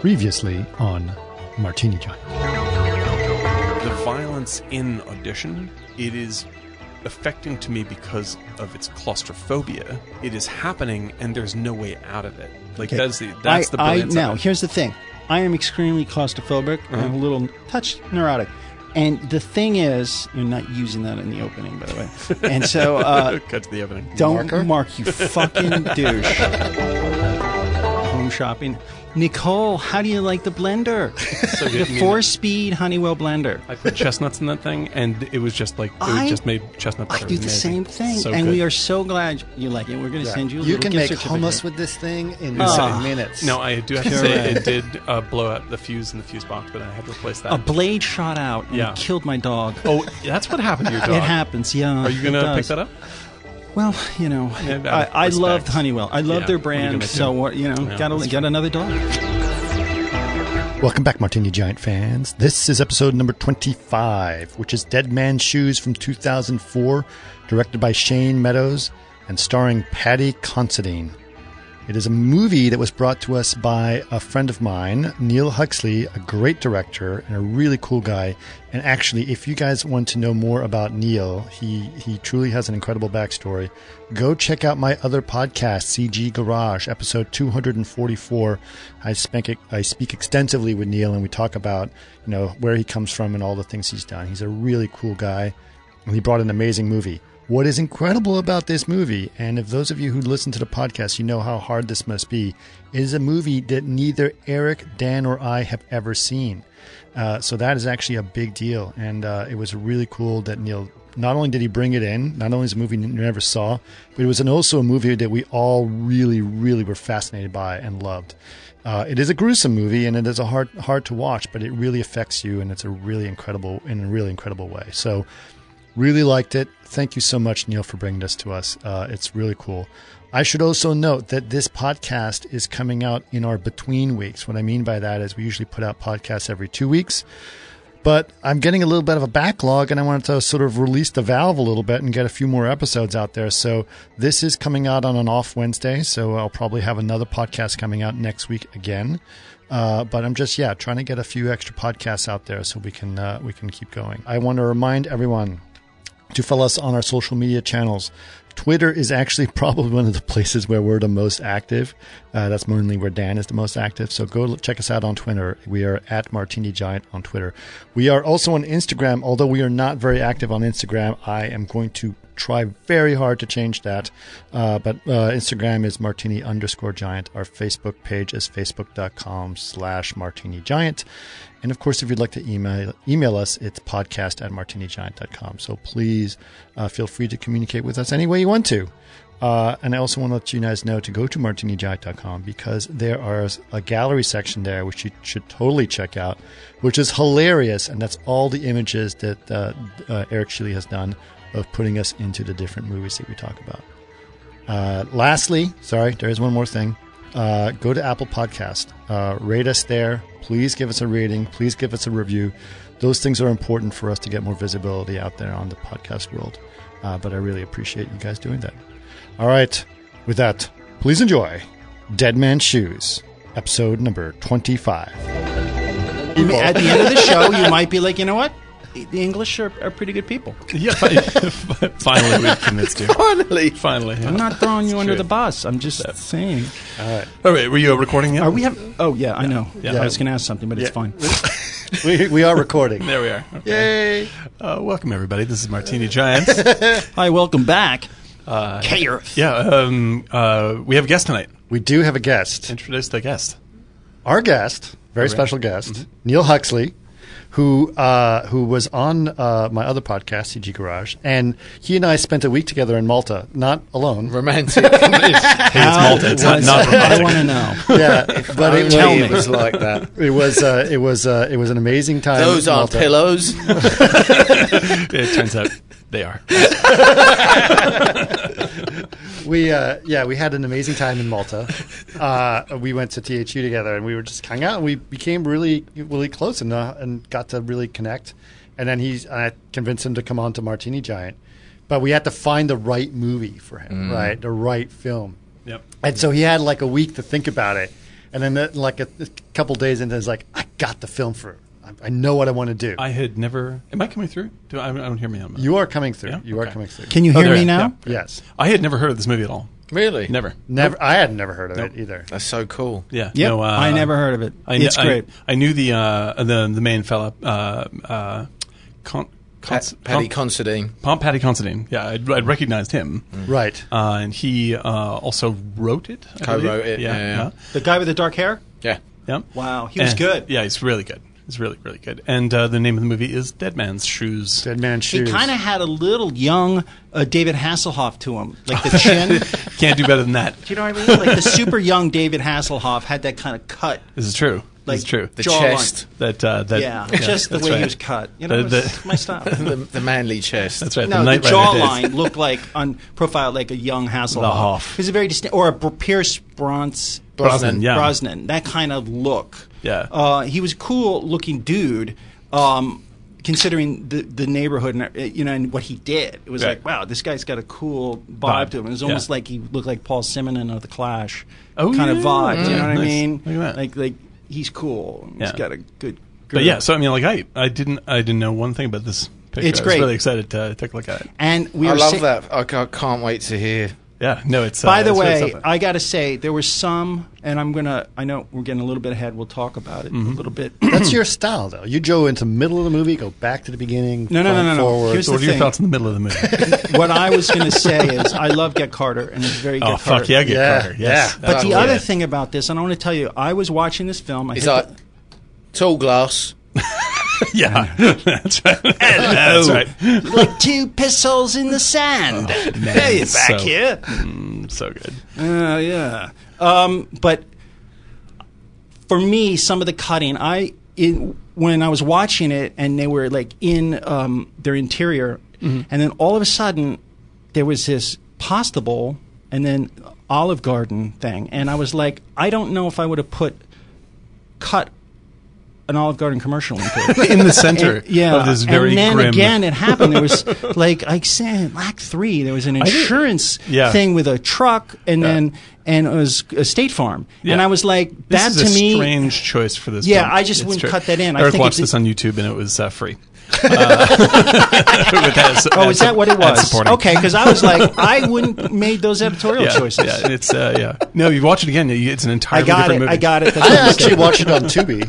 Previously on Martini Giant. The violence in Audition, it is affecting to me because of its claustrophobia. It is happening, and there's no way out of it. Like Okay. that's the that's I, the I, brilliance. of now, it. Uh-huh. here's the thing. I am extremely claustrophobic. I'm a little touch neurotic. And the thing is, you're not using that in the opening, by the way. And so, uh, cut to the opening. don't Marker? mark, you fucking douche. Home shopping. Nicole, how do you like the blender? So good. The I mean, four speed Honeywell blender. I put chestnuts in that thing, and it was just like it was I- just made chestnut I butter. do the same Amazing. thing, So and good. we are so glad you like it. We're going to send you. A You little can gift make certificate. hummus with this thing in Ah. minutes. No, I do have to You're say right. it did uh, blow up the fuse in the fuse box, but I had to replace that. a blade shot out and Yeah. killed my dog. oh, that's what happened to your dog. It happens, yeah. Are you it gonna pick does. that up? Well, you know, Yeah, out of I, I respect. loved Honeywell. I love Yeah, their what are you brand. gonna So do? what, you know, Yeah, got that's to got another dog. Welcome back, Martini Giant fans. This is episode number 25, which is Dead Man's Shoes from 2004, directed by Shane Meadows and starring Patty Considine. It is a movie that was brought to us by a friend of mine, Neil Huxley, a great director and a really cool guy. And actually, if you guys want to know more about Neil, he, he truly has an incredible backstory. Go check out my other podcast, CG Garage, episode 244. I speak, I speak extensively with Neil and we talk about, you know, where he comes from and all the things he's done. He's a really cool guy and he brought an amazing movie. What is incredible about this movie, and if those of you who listen to the podcast, you know how hard this must be, is a movie that neither Eric, Dan, or I have ever seen. Uh, so that is actually a big deal, and uh, it was really cool that Neil. Not only did he bring it in, not only is it a movie you never saw, but it was an, also a movie that we all really, really were fascinated by and loved. Uh, it is a gruesome movie, and it is a hard, hard to watch, but it really affects you, and it's a really incredible, in a really incredible way. So, Really liked it. Thank you so much, Neil, for bringing this to us. Uh, it's really cool. I should also note that this podcast is coming out in our between weeks. What I mean by that is we usually put out podcasts every two weeks, but I'm getting a little bit of a backlog and I wanted to sort of release the valve a little bit and get a few more episodes out there. So this is coming out on an off Wednesday. So I'll probably have another podcast coming out next week again. Uh, but I'm just yeah trying to get a few extra podcasts out there so we can uh, we can keep going. I want to remind everyone to follow us on our social media channels. Twitter is actually probably one of the places where we're the most active. Uh, that's mainly where Dan is the most active. So go look- check us out on Twitter. We are at Martini Giant on Twitter. We are also on Instagram, although we are not very active on Instagram. I am going to try very hard to change that. Uh, but uh, Instagram is martini underscore giant. Our Facebook page is facebook.com slash martini giant. And of course, if you'd like to email email us, it's podcast at martinigiant.com. So please uh, feel free to communicate with us any way you want to. Uh, and I also want to let you guys know to go to martinigiant.com because there are a gallery section there which you should totally check out, which is hilarious. And that's all the images that uh, uh, Eric Shilly has done of putting us into the different movies that we talk about. Uh, lastly, sorry, there is one more thing. Uh, go to Apple Podcast, uh, rate us there. Please give us a rating. Please give us a review. Those things are important for us to get more visibility out there on the podcast world. Uh, but I really appreciate you guys doing that. All right, with that, please enjoy Dead Man's Shoes, episode number twenty-five. You may- At the end of the show, you might be like, you know what? The English are, are pretty good people. Yeah, fi- finally we convinced you. Finally, Finally, yeah. I'm not throwing you under true. the bus. I'm just saying. All right, were you uh, recording yet? Are we have? Oh yeah, I know. Yeah. I was going to ask something, but it's Yeah. fine. we, we are recording. There we are. Okay. Yay! Uh, welcome everybody. This is Martini Giant. Hi, welcome back. Uh, yeah, um, uh, we have a guest tonight. We do have a guest. Introduce the guest. our guest, very special guest, Mm-hmm. Neil Huxley, who uh, who was on uh, my other podcast, CG Garage, and he and I spent a week together in Malta, not alone. romantic. Hey, it's Malta. It's not, not I romantic. want to know. Yeah, but it, Tell me. it was like that. it was uh, it was uh, it was an amazing time. Those in are Malta. pillows. It turns out they are. We uh, yeah, we had an amazing time in Malta. Uh, we went to THU together, and we were just hung out. And we became really really close, and uh, and got to really connect. And then he's I convinced him to come on to Martini Giant, but we had to find the right Mm. movie for him, right, the right film. Yep. And so he had like a week to think about it. And then, that, like a, a couple days into, it's like, I got the film for. I, I know what I want to do. I had never. Am I coming through? Do I, I don't hear me on my. you are coming through. Yeah? You are Okay. coming through. Can you Oh, hear there me it- now? yeah. yes. I had never heard of this movie at all. Really? Never. Never. I had never heard of it either. That's so cool. Yeah. Yep. No, uh, I never heard of it. I kn- it's great. I, I knew the uh, the the main fella. Uh, uh, Con- Pat, Cons- Paddy Con- Considine. Pom- Patty Considine. Yeah, I'd, I'd recognized him. Mm. Right. Uh, and he uh, also wrote it. I Co-wrote believe. it, yeah, yeah. The guy with the dark hair? Yeah. yeah. Wow, he was And- good. Yeah, he's really good. He's really, really good. And uh, the name of the movie is Dead Man's Shoes. Dead man He shoes. kind of had a little young uh, David Hasselhoff to him, like the chin. Do Can't do better than that. you know what I mean? Like the super young David Hasselhoff had that kind of cut. This is true. Like this is true. The Jawline. chest. that, uh, that, Yeah, just the that's way right. he was cut. You know, The- it's the- my style. The, the manly chest. That's right. No, the the, Knight Rider jawline days. looked like on profile like a young Hasselhoff. Hoff. He's a very distinct, or a Br- Pierce Bronze Brosnan, yeah. Brosnan, that kind of look. Yeah. uh, he was a cool looking dude. Um, considering the the neighborhood and uh, you know and what he did, it was Right. like wow, this guy's got a cool vibe, Vibe. to him. It was Yeah. almost like he looked like Paul Simonon of the Clash Oh, kind yeah. of vibe. You know what Nice. I mean? Look at that. Like like he's cool. Yeah. He's got a good. But girl. yeah, so I mean, like I, I didn't, I didn't know one thing about this picture. It's I was great. really excited to take a look at it. and we I were love si- that. I ca- can't wait to hear. Yeah, no, it's. By uh, the it's really way, something. I got to say there was some, and I'm gonna. I know we're getting a little bit ahead. We'll talk about it Mm-hmm. a little bit. no, That's your style, though. You go into middle of the movie, go back to the beginning. no, no, front, no, no. Forward. Here's so the what are your thing. thoughts in the middle of the movie? what I was gonna say is I love Get Carter, and it's very. oh Get fuck Carter. yeah, get Yeah, Carter. Yes, yeah. But the Oh, other yeah. thing about this, and I want to tell you, I was watching this film. I It's hit like the- tall glass. yeah, that's right. that's right. like two pistols in the sand. hey, it's back Oh, so- here. Mm, so good. Uh, yeah. Um, but for me, some of the cutting, I in, when I was watching it, and they were like in um, their interior, and then all of a sudden there was this pasta bowl, and then Olive Garden thing, and I was like, I don't know if I would have put cut an Olive Garden commercial into it. In the center And- yeah. of this very and then grim. again, it happened. There was like I said, Act Three. There was an didn't- insurance Yeah. thing with a truck, and then and it was a State Farm. Yeah. And I was like, this that is to a me. strange choice for this. Yeah, film. I just wouldn't cut that in. I Eric think it watched did- this on YouTube and it was uh, free. Uh, with ads- Oh, ads- is that what it ads was? supporting. Okay, because I was like, I wouldn't made those editorial Yeah, choices. yeah, and it's uh, yeah. No, you watch it again. you- It's an I entirely got it. different movie. I got it. That's I what was actually doing. watched it on Tubi.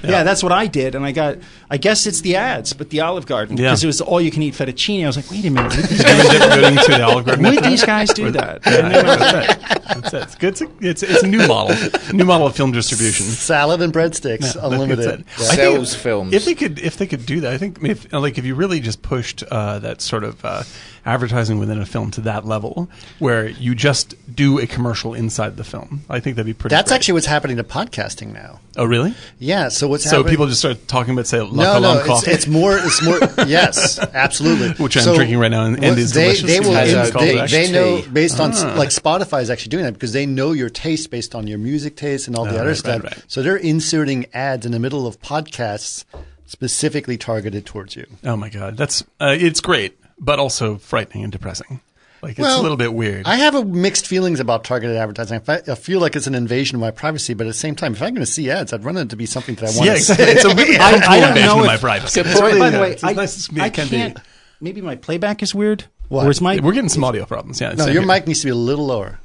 Yeah. that's what I did, and I got. I guess it's the ads, but the Olive Garden Yeah. because it was all you can eat fettuccine. I was like, wait a minute, would these It guys, was different going to the Olive Garden. would these guys do that? Yeah, that's it. That's it. It's good. It's a, it's, it's a new model, new model of film distribution. Salad and breadsticks, That's unlimited. it. Yeah. I think Sells if- films. If they could, if they could do that, I think if like if you really just pushed uh, that sort of uh, advertising within a film to that level, where you just do a commercial inside the film, I think that'd be pretty. That's great. actually what's happening to podcasting now. Oh, really? Yeah. So what's So happening? people just start talking about say La no, Colombe no, it's, coffee. it's more. It's more. yes, absolutely. Which I'm drinking right now and- and what- is they, delicious. They It uh, will. has ins- a they, Dutch they know tea. based on s Ah. like Spotify is actually doing that because they know your taste based on your music taste and all the Oh, other right, stuff. right, right. So they're inserting ads in the middle of podcasts specifically targeted towards you. oh my god, that's uh, it's great, but also frightening and depressing. Like it's a little bit weird. I have a mixed feelings about targeted advertising. If I, I feel like it's an invasion of my privacy, but at the same time, if I'm going to see ads, I'd run it to be something that I want to yeah, exactly. It's a really I- I harmful don't invasion know of if- my privacy. Good It's point. really- uh, By the way, it's I, nice to be- I it can be- can't. Maybe my playback is weird. What? Or is my? We're getting some audio problems. Yeah. No, same your here. mic needs to be a little lower.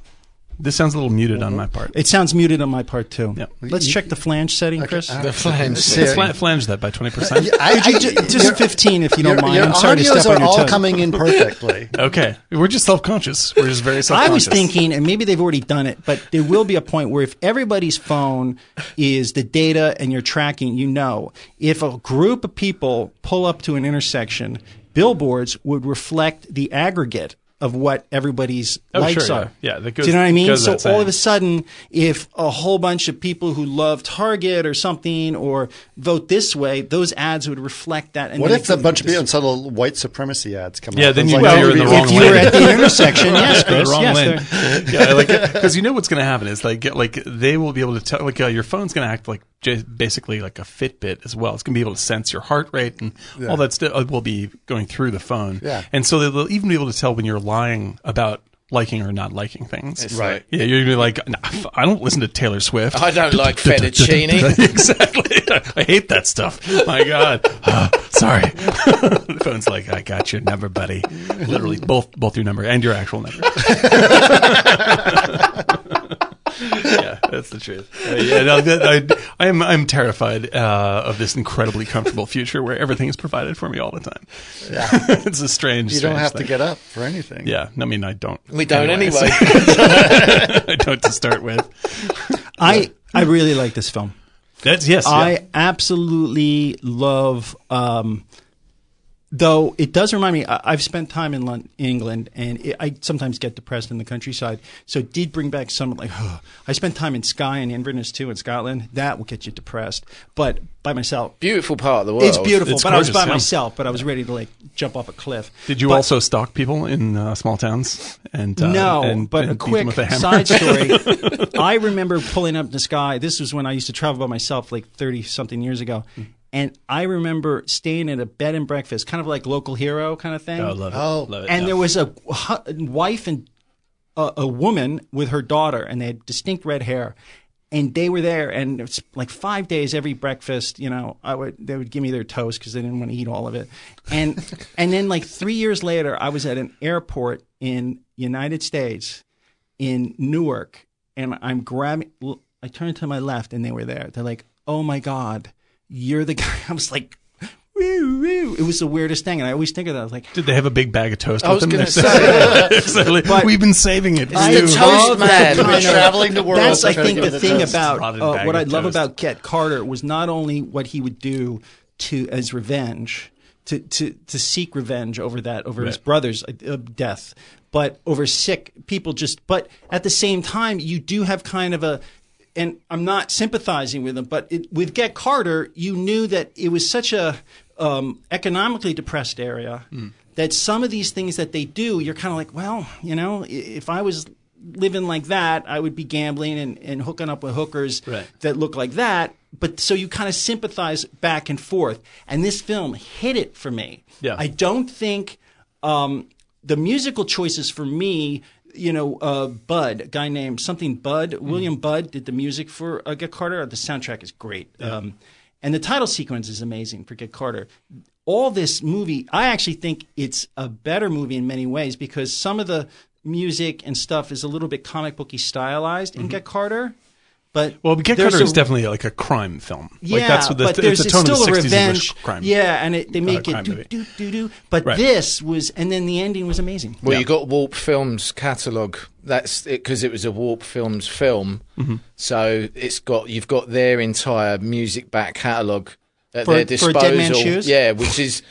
This sounds a little muted on my part. It sounds muted on my part too. Yeah. Let's check the flange setting, Chris. The flange. Yeah. Fla- flange that by twenty percent. I, uh, I, Just fifteen, if you don't your, mind. your I'm sorry to audios step on are your all toes. coming in perfectly. Okay, we're just self conscious. We're just very self I conscious. was thinking, and maybe they've already done it, but there will be a point where if everybody's phone is the data and you're tracking, you know, if a group of people pull up to an intersection, billboards would reflect the aggregate of what everybody's Oh, likes sure, are. yeah. Yeah, that goes- Do you know what I mean? goes So all without saying. of a sudden, if a whole bunch of people who love Target or something or vote this way, those ads would reflect that. And What then if it a bunch of could- people subtle white supremacy ads come Yeah, up? then It's you like, know that you're would in the be- wrong if you were lane. at the intersection, yes, the Chris, wrong yes, lane. there- yeah, like because you know what's going to happen is like like they will be able to tell like uh, your phone's going to act like j- basically like a Fitbit as well. It's going to be able to sense your heart rate and all that stuff will be going through the phone. Yeah. and so they'll even be able to tell when you're lying about liking or not liking things. It's Right. like- yeah, you're gonna be like, nah, f- I don't listen to Taylor Swift. I don't like fettuccine. exactly. I hate that stuff. My God. Ah, sorry. the phone's like, I got your number, buddy. Literally, both both your number and your actual number. yeah, that's the truth. Uh, yeah, no, that, I, I'm I'm terrified uh, of this incredibly comfortable future where everything is provided for me all the time. Yeah, it's a strange. You don't strange have to thing. get up for anything. Yeah, I mean, I don't. We don't anyways. anyway. I don't to start with. I I really like this film. That's yes. yeah. I absolutely love. Um, though it does remind me, I, I've spent time in Lon- England, and it, I sometimes get depressed in the countryside. So it did bring back some like. I spent time in Skye and Inverness too in Scotland. That will get you depressed, but by myself. Beautiful part of the world. It's beautiful, It's but I was by gorgeous, yeah. myself. But I was ready to like jump off a cliff. Did you But- also stalk people in uh, small towns and uh, no, and, but and a beat them quick with a hammer? side story. I remember pulling up to Sky. This was when I used to travel by myself, like thirty something years ago. And I remember staying at a bed and breakfast, kind of like local hero kind of thing. Oh, love it. Oh. love it. and yeah. there was a hu- wife and a, a woman with her daughter, and they had distinct red hair. And they were there, and it's like five days every breakfast. You know, I would they would give me their toast because they didn't want to eat all of it. And and then like three years later, I was at an airport in United States, in Newark, and I'm grabbing. l- I turned to my left, and they were there. They're like, "Oh my god, you're the guy." I was like, "Woo, woo!" It was the weirdest thing, and I always think of that. I was like, Did they have a big bag of toast? I with was them? going to They're say. so- But- We've been saving it. for I you. the toast man. We're I know. traveling the world. That's, I trying to think, get the thing toast. about Rather than uh, bag what of I love toast. about Ket Carter was not only what he would do to as revenge, to to to seek revenge over that over his Right. brother's uh, uh, death, but over sick people. Just but at the same time, you do have kind of a. And I'm not sympathizing with him, but it, with Get Carter, you knew that it was such a um, economically depressed area Hmm. that some of these things that they do, you're kind of like, well, you know, i- if I was living like that, I would be gambling and, and hooking up with hookers Right. that look like that. But so you kind of sympathize back and forth. And this film hit it for me. Yeah. I don't think um, the musical choices for me, you know, uh, Bud, a guy named something Bud, Mm-hmm. William Bud did the music for uh, Get Carter. The soundtrack is great. Um, and the title sequence is amazing for Get Carter. All this movie, I actually think it's a better movie in many ways because some of the music and stuff is a little bit comic booky stylized in Get Carter. But Mm-hmm. Well, Get there's Carter a- is definitely like a crime film. yeah, like that's what the, but it's there's a tone still of the a 60s revenge. English crime. Uh, Yeah, and it, they make crime it do, movie. do do do. But Right. this was, and then the ending was amazing. Well, you got Warp Films catalog. That's it because it was a Warp Films film. Mm-hmm. So it's got you've got their entire music back catalog at For- for their disposal. Dead Man's Shoes? Yeah, which is.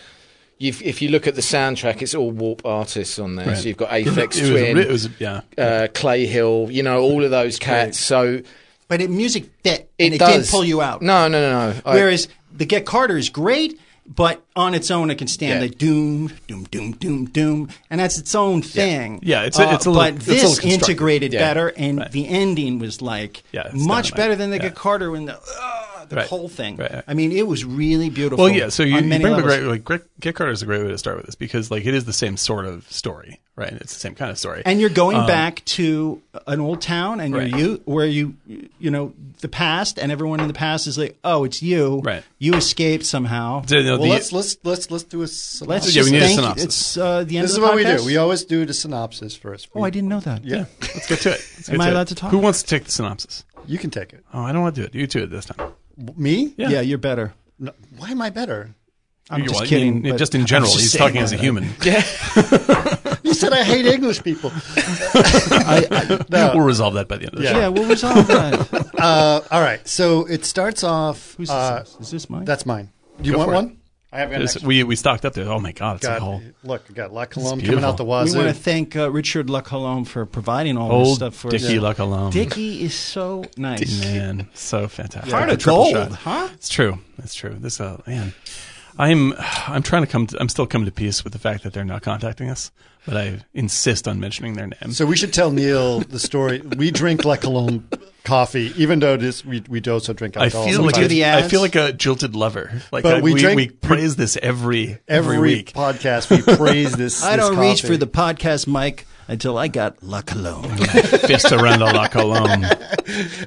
You've, if you look at the soundtrack, it's all Warp artists on there. So you've got It Aphex was, a Twin, re- it was a- yeah. uh, Clay Hill, you know, all of those cats. So But it music fit, it, and it does did pull you out. No, no, no, no. I- Whereas the Get Carter is great, but on its own it can stand Yeah. the doom, doom, doom, doom, doom, and that's its own thing. Uh, Yeah, it's a- it's a little- but it's a little this constructed. integrated Yeah. better, and the ending was like Yeah, it's much dynamite. better than the Yeah. Get Carter when the uh, the Right. whole thing. Right, right. I mean, it was really beautiful. Well, yeah. So you, on you many bring up a levels. great like Greg, Get Carter is a great way to start with this because like it is the same sort of story, right? It's the same kind of story. And you're going back to an old town and Uh-huh. Right. you're you where you you know the past and everyone in the past is like, "Oh, it's you. Right. You escaped somehow." So, you know, Well, the- let's let's let's let's do a synopsis. Let's Yeah, we just need a thank you. synopsis. It's uh, the end this is of the what we podcast. do. We always do the synopsis first. Oh, I didn't know that. Yeah, let's get to it. Let's get Am I it. allowed to talk? Who wants to take the synopsis? you can take it. Oh, I don't want to do it. You do it this time. Me? Yeah, you're better. No, why am I better? I'm You- just well, I mean, kidding. but just in I'm general, just he's saying talking as a that. human. You said I hate English people. I, I, No. We'll resolve that by the end of the Yeah. show. yeah, we'll resolve that. Uh, all right. So it starts off. Who's uh, this? Is this mine? That's mine. Do you Go want for it. one? I have got an This- extra. we we stocked up there. Oh my god, it's a whole Got, look, I got La Colombe coming beautiful. out the we wazoo. want to thank uh, Richard Lacalome for providing all this old stuff for Dickie us. Luck alone. Dicky is so nice. man, so fantastic. Heart A of triple gold, shot. huh? It's true. It's true. This uh, man, I'm I'm trying to come. To, I'm still coming to peace with the fact that they're not contacting us, but I insist on mentioning their name. so we should tell Neil the story. We drink La Colombe coffee, even though this we, we do also drink I alcohol. feel, We like do the a, I ads. feel like a jilted lover. Like But I- we we, drink- we praise this every every, every week. podcast we praise this. I this don't reach coffee. for the podcast mic until I got La Cologne. Fist around the La Colombe.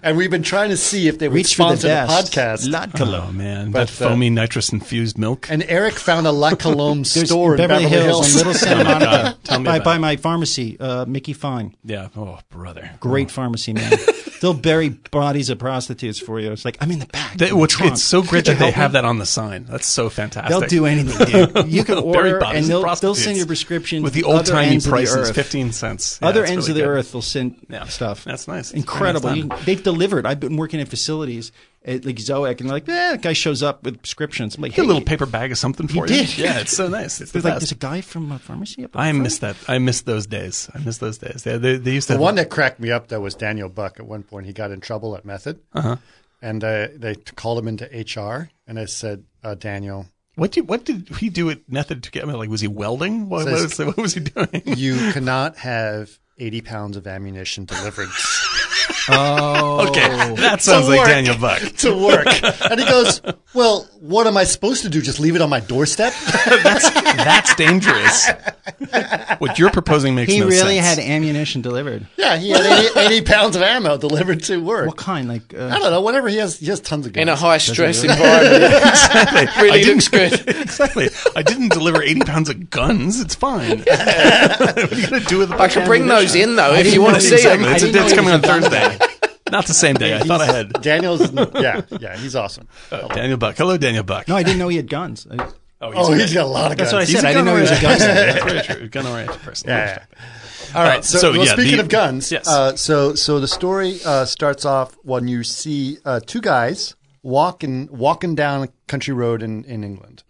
and we've been trying to see if they would reach for the sponsor the, best. podcast. La Cologne. Oh man, But, that foamy nitrous infused milk. and Eric found a La Colombe There's store in Beverly, Hills, in Little Santa Tell me about Monica. it. Oh Tell me by, about by it. my pharmacy, uh, Mickey Fine. yeah. Oh brother. Great pharmacy man. They'll bury bodies of prostitutes for you. It's like I'm in the back. They, in the which, trunk. it's so great Could that you they help me? have that on the sign. That's so fantastic. They'll do anything, dude. You can They'll bury order, bodies and of they'll, they'll prostitutes send you a prescription with the other old timey ends of the prices, earth. fifteen cents. Yeah, Other it's ends really of the good. earth will send Yeah. stuff. That's nice. That's very Incredible. nice You- done. they've delivered. I've been working at facilities at like Zoic, and they're like, eh, the guy shows up with prescriptions. I'm like, hey, Get a little paper bag of something for you. did. Yeah, it's so nice. It's the There's like, best. there's a guy from a pharmacy up I in front. miss that. I miss those days. I miss those days. They, they, they used to The have- one that cracked me up though was Daniel Buck. At one point, he got in trouble at Method, Uh-huh. and uh, they t- called him into HR, and I said, uh, "Daniel, What did what did he do at Method to get? I mean, like, was he welding? What, what, Says- was, what was he doing? you cannot have eighty pounds of ammunition delivered okay, that sounds like work. Daniel Buck. to work." And he goes, "Well, what am I supposed to do? Just leave it on my doorstep?" That's that's dangerous. what you're proposing makes He no really sense. had ammunition delivered. yeah, he had 80, 80 pounds of ammo delivered to work. What kind? Like uh, I don't know. Whatever he has, he has tons of guns. in a high stress environment. exactly. Really I didn't- looks good. exactly. I didn't deliver 80 pounds of guns. It's fine. what are you going to do with a I bunch can of bring ammunition? those in though I if didn't you want know to he see was Exactly. I them. like- It's, didn't know it's he coming on was a gun Thursday. Not the same day. I thought I had. Oh, Daniel's, yeah, yeah, he's awesome. Daniel Buck. Hello, Daniel Buck. no, I didn't know he had guns. I, Oh, he's got a lot of guns. that's what I He's said. a I didn't gun know he was a oriented- gun. That's very true. Gun oriented person. Yeah. All right. So, so, well, yeah, speaking the- of guns, yes. uh, so so the story uh, starts off when you see uh, two guys walking walking down a country road in in England,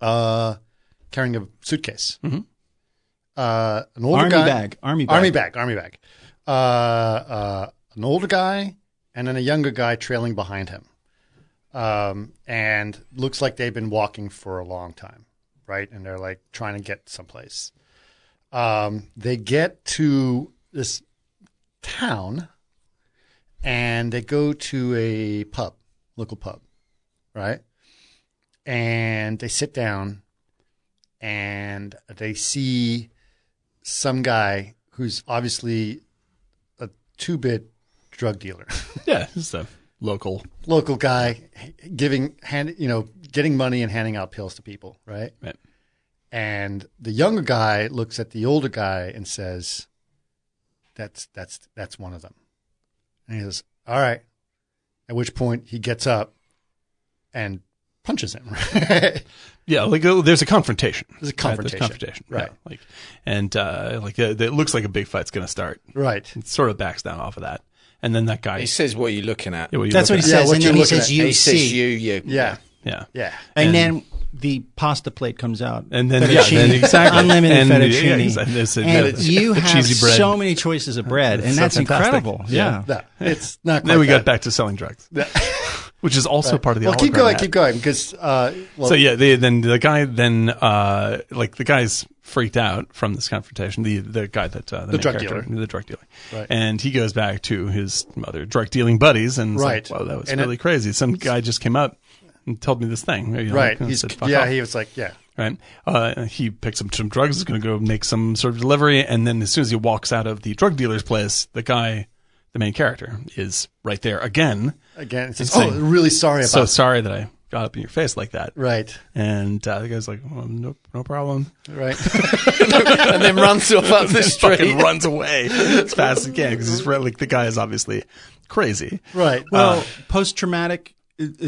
uh, carrying a suitcase, uh, an older Mm-hmm. Army guy, bag, army bag. army bag, army bag, uh, uh, an older guy, and then a younger guy trailing behind him, um, and looks like they've been walking for a long time, right? And they're like trying to get someplace um, they get to this town and they go to a pub, local pub, right? And they sit down and they see some guy who's obviously a two bit drug dealer, Yeah, just a local. local guy giving hand, you know, getting money and handing out pills to people, right? Right. and the younger guy looks at the older guy and says, "That's that's that's one of them." And he goes, "All right." At which point he gets up and punches him. Right? Yeah, like oh, there's a confrontation. There's a Right, confrontation. confrontation. yeah. Right. Like, and uh, like uh, it looks like a big fight's going to start. right. It sort of backs down off of that, and then that guy. He says, "What are you looking at?" Yeah, what are you That's what he looking Yeah, says, what and you're then he looking says, at. "You he says, see," "You, you." Yeah. at? Yeah. Yeah. and then the pasta plate comes out, And then- yeah, then Fettuccine, exactly. unlimited And- yeah, fettuccine, exactly. There's a- and yeah, you the have cheesy bread. so many choices of bread, and so that's fantastic. uh, incredible. Yeah. No, it's not. Then we quite got back to selling drugs, that. which is also part of the. well, keep hologram going. ad. Keep going because uh, well, So yeah, they, then the guy then uh, like the guy's freaked out from this confrontation. The the guy that uh, the, main drug character- dealer. the drug dealer, Right. and he goes back to his other drug dealing buddies and is Right. Like, wow, that was And really it- crazy. Some guy just came up and told me this thing. You know, right. like, He's said, "Fuck yeah. off," He was like yeah. right. Uh, he picks up some drugs. Is going to go make some sort of delivery, and then as soon as he walks out of the drug dealer's place, the guy, the main character, is right there again. Again, it says, Insane. "Oh, really sorry about." So sorry that I got up in your face like that. right. And uh, the guy's like, oh, no, no problem. Right. and then runs off up the just fucking street. runs away as fast as he can because he's re- like the guy is obviously crazy. right. Oh, Well, post traumatic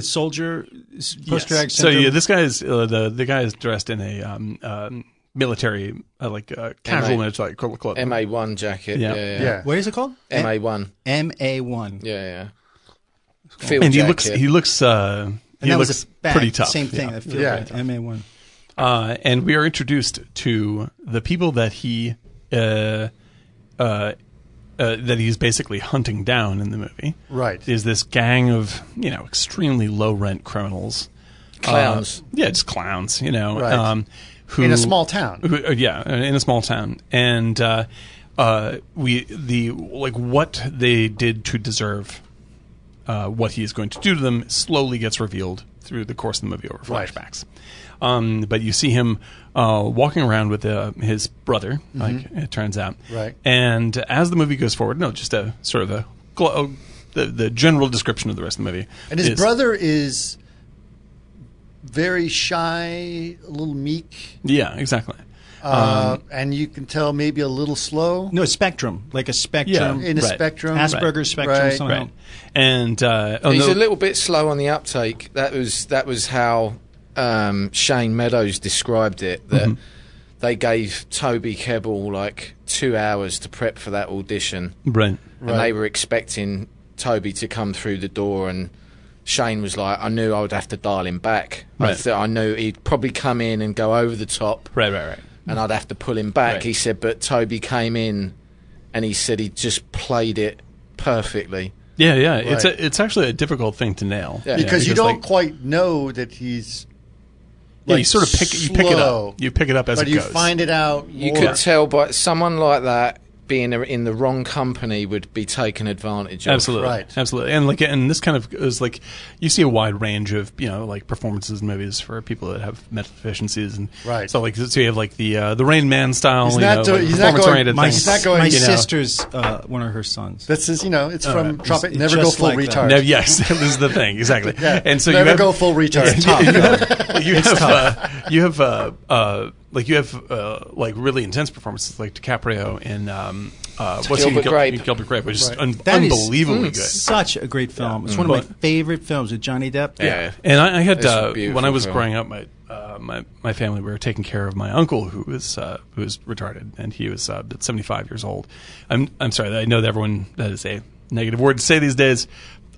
soldier, post traumatic syndrome. So yeah, this guy is uh, the the guy is dressed in a um, um, military uh, like uh, casual military cl- cl- cl- MA one jacket. Yeah. Yeah, yeah. yeah. What is it called? MA one. M A one. Yeah, yeah. Field and he jacket. looks he looks uh, he looks pretty tough. Same thing. yeah. Yeah. M A one. Uh, and we are introduced to the people that he uh, uh, uh, that he's basically hunting down in the movie. Right. is this gang of you know extremely low rent criminals, Clowns. Uh, yeah, just clowns. You know, Um, Right. um, who In a small town. who- uh, yeah, in a small town, and uh, uh, we the like what they did to deserve uh, what he is going to do to them slowly gets revealed through the course of the movie over Right. flashbacks. Um, but you see him uh, walking around with uh, his brother, like it turns out. Mm-hmm. Right. And as the movie goes forward, no, just a sort of a glo- the, the general description of the rest of the movie. And his is- brother is very shy, a little meek, Yeah, exactly. uh, Um, and you can tell maybe a little slow No, spectrum, like a spectrum. Yeah. in a Right. spectrum. Asperger's spectrum, Right. somehow. Right. And uh, oh, He's no, a little bit slow on the uptake. That was that was how um, Shane Meadows described it. That Mm-hmm. they gave Toby Kebbell like two hours to prep for that audition, right. and they were expecting Toby to come through the door. And Shane was like, "I knew I would have to dial him back. I, Right. th- I knew he'd probably come in and go over the top, Right, right, right. and I'd have to pull him back." Right. He said, but Toby came in, and he said he just played it perfectly. Yeah, yeah. It's Right. a, it's actually a difficult thing to nail. Yeah. Yeah, because you don't like, quite know that he's. yeah, you like, sort of pick you pick it slow, up. You pick it up as but it you goes. find it out. You more. could tell by someone like that being in the wrong company would be taken advantage of. Absolutely, Right. absolutely, and like, and this kind of is like, you see a wide range of you know like performances in movies for people that have mental deficiencies and Right. So like, so you have like the uh, the Rain Man style, He's you not know, doing- like, he's not going- performance oriented My, He's things. not going- my you know. sister's uh, one of her sons. This is, you know, it's Uh, from right. Tropic. It's- Never go it's just full like that. retard. No, yes, this is the thing exactly. Yeah. And so never you have, go full retard. you have, you have, uh, you have uh, uh, like you have uh, like really intense performances, like DiCaprio in um, uh, what's he in Gilbert Gil- Grape. in Gilbert Grape, which is Right. un- That is- unbelievably mm, good. Such a great film. Mm. It's one of my favorite films with Johnny Depp. Yeah. And I, I had It's a uh, beautiful when I was film. growing up, my uh, my my family we were taking care of my uncle who was uh, who was retarded, and he was uh, seventy five years old. I'm I'm sorry. I know that everyone that is a negative word to say these days.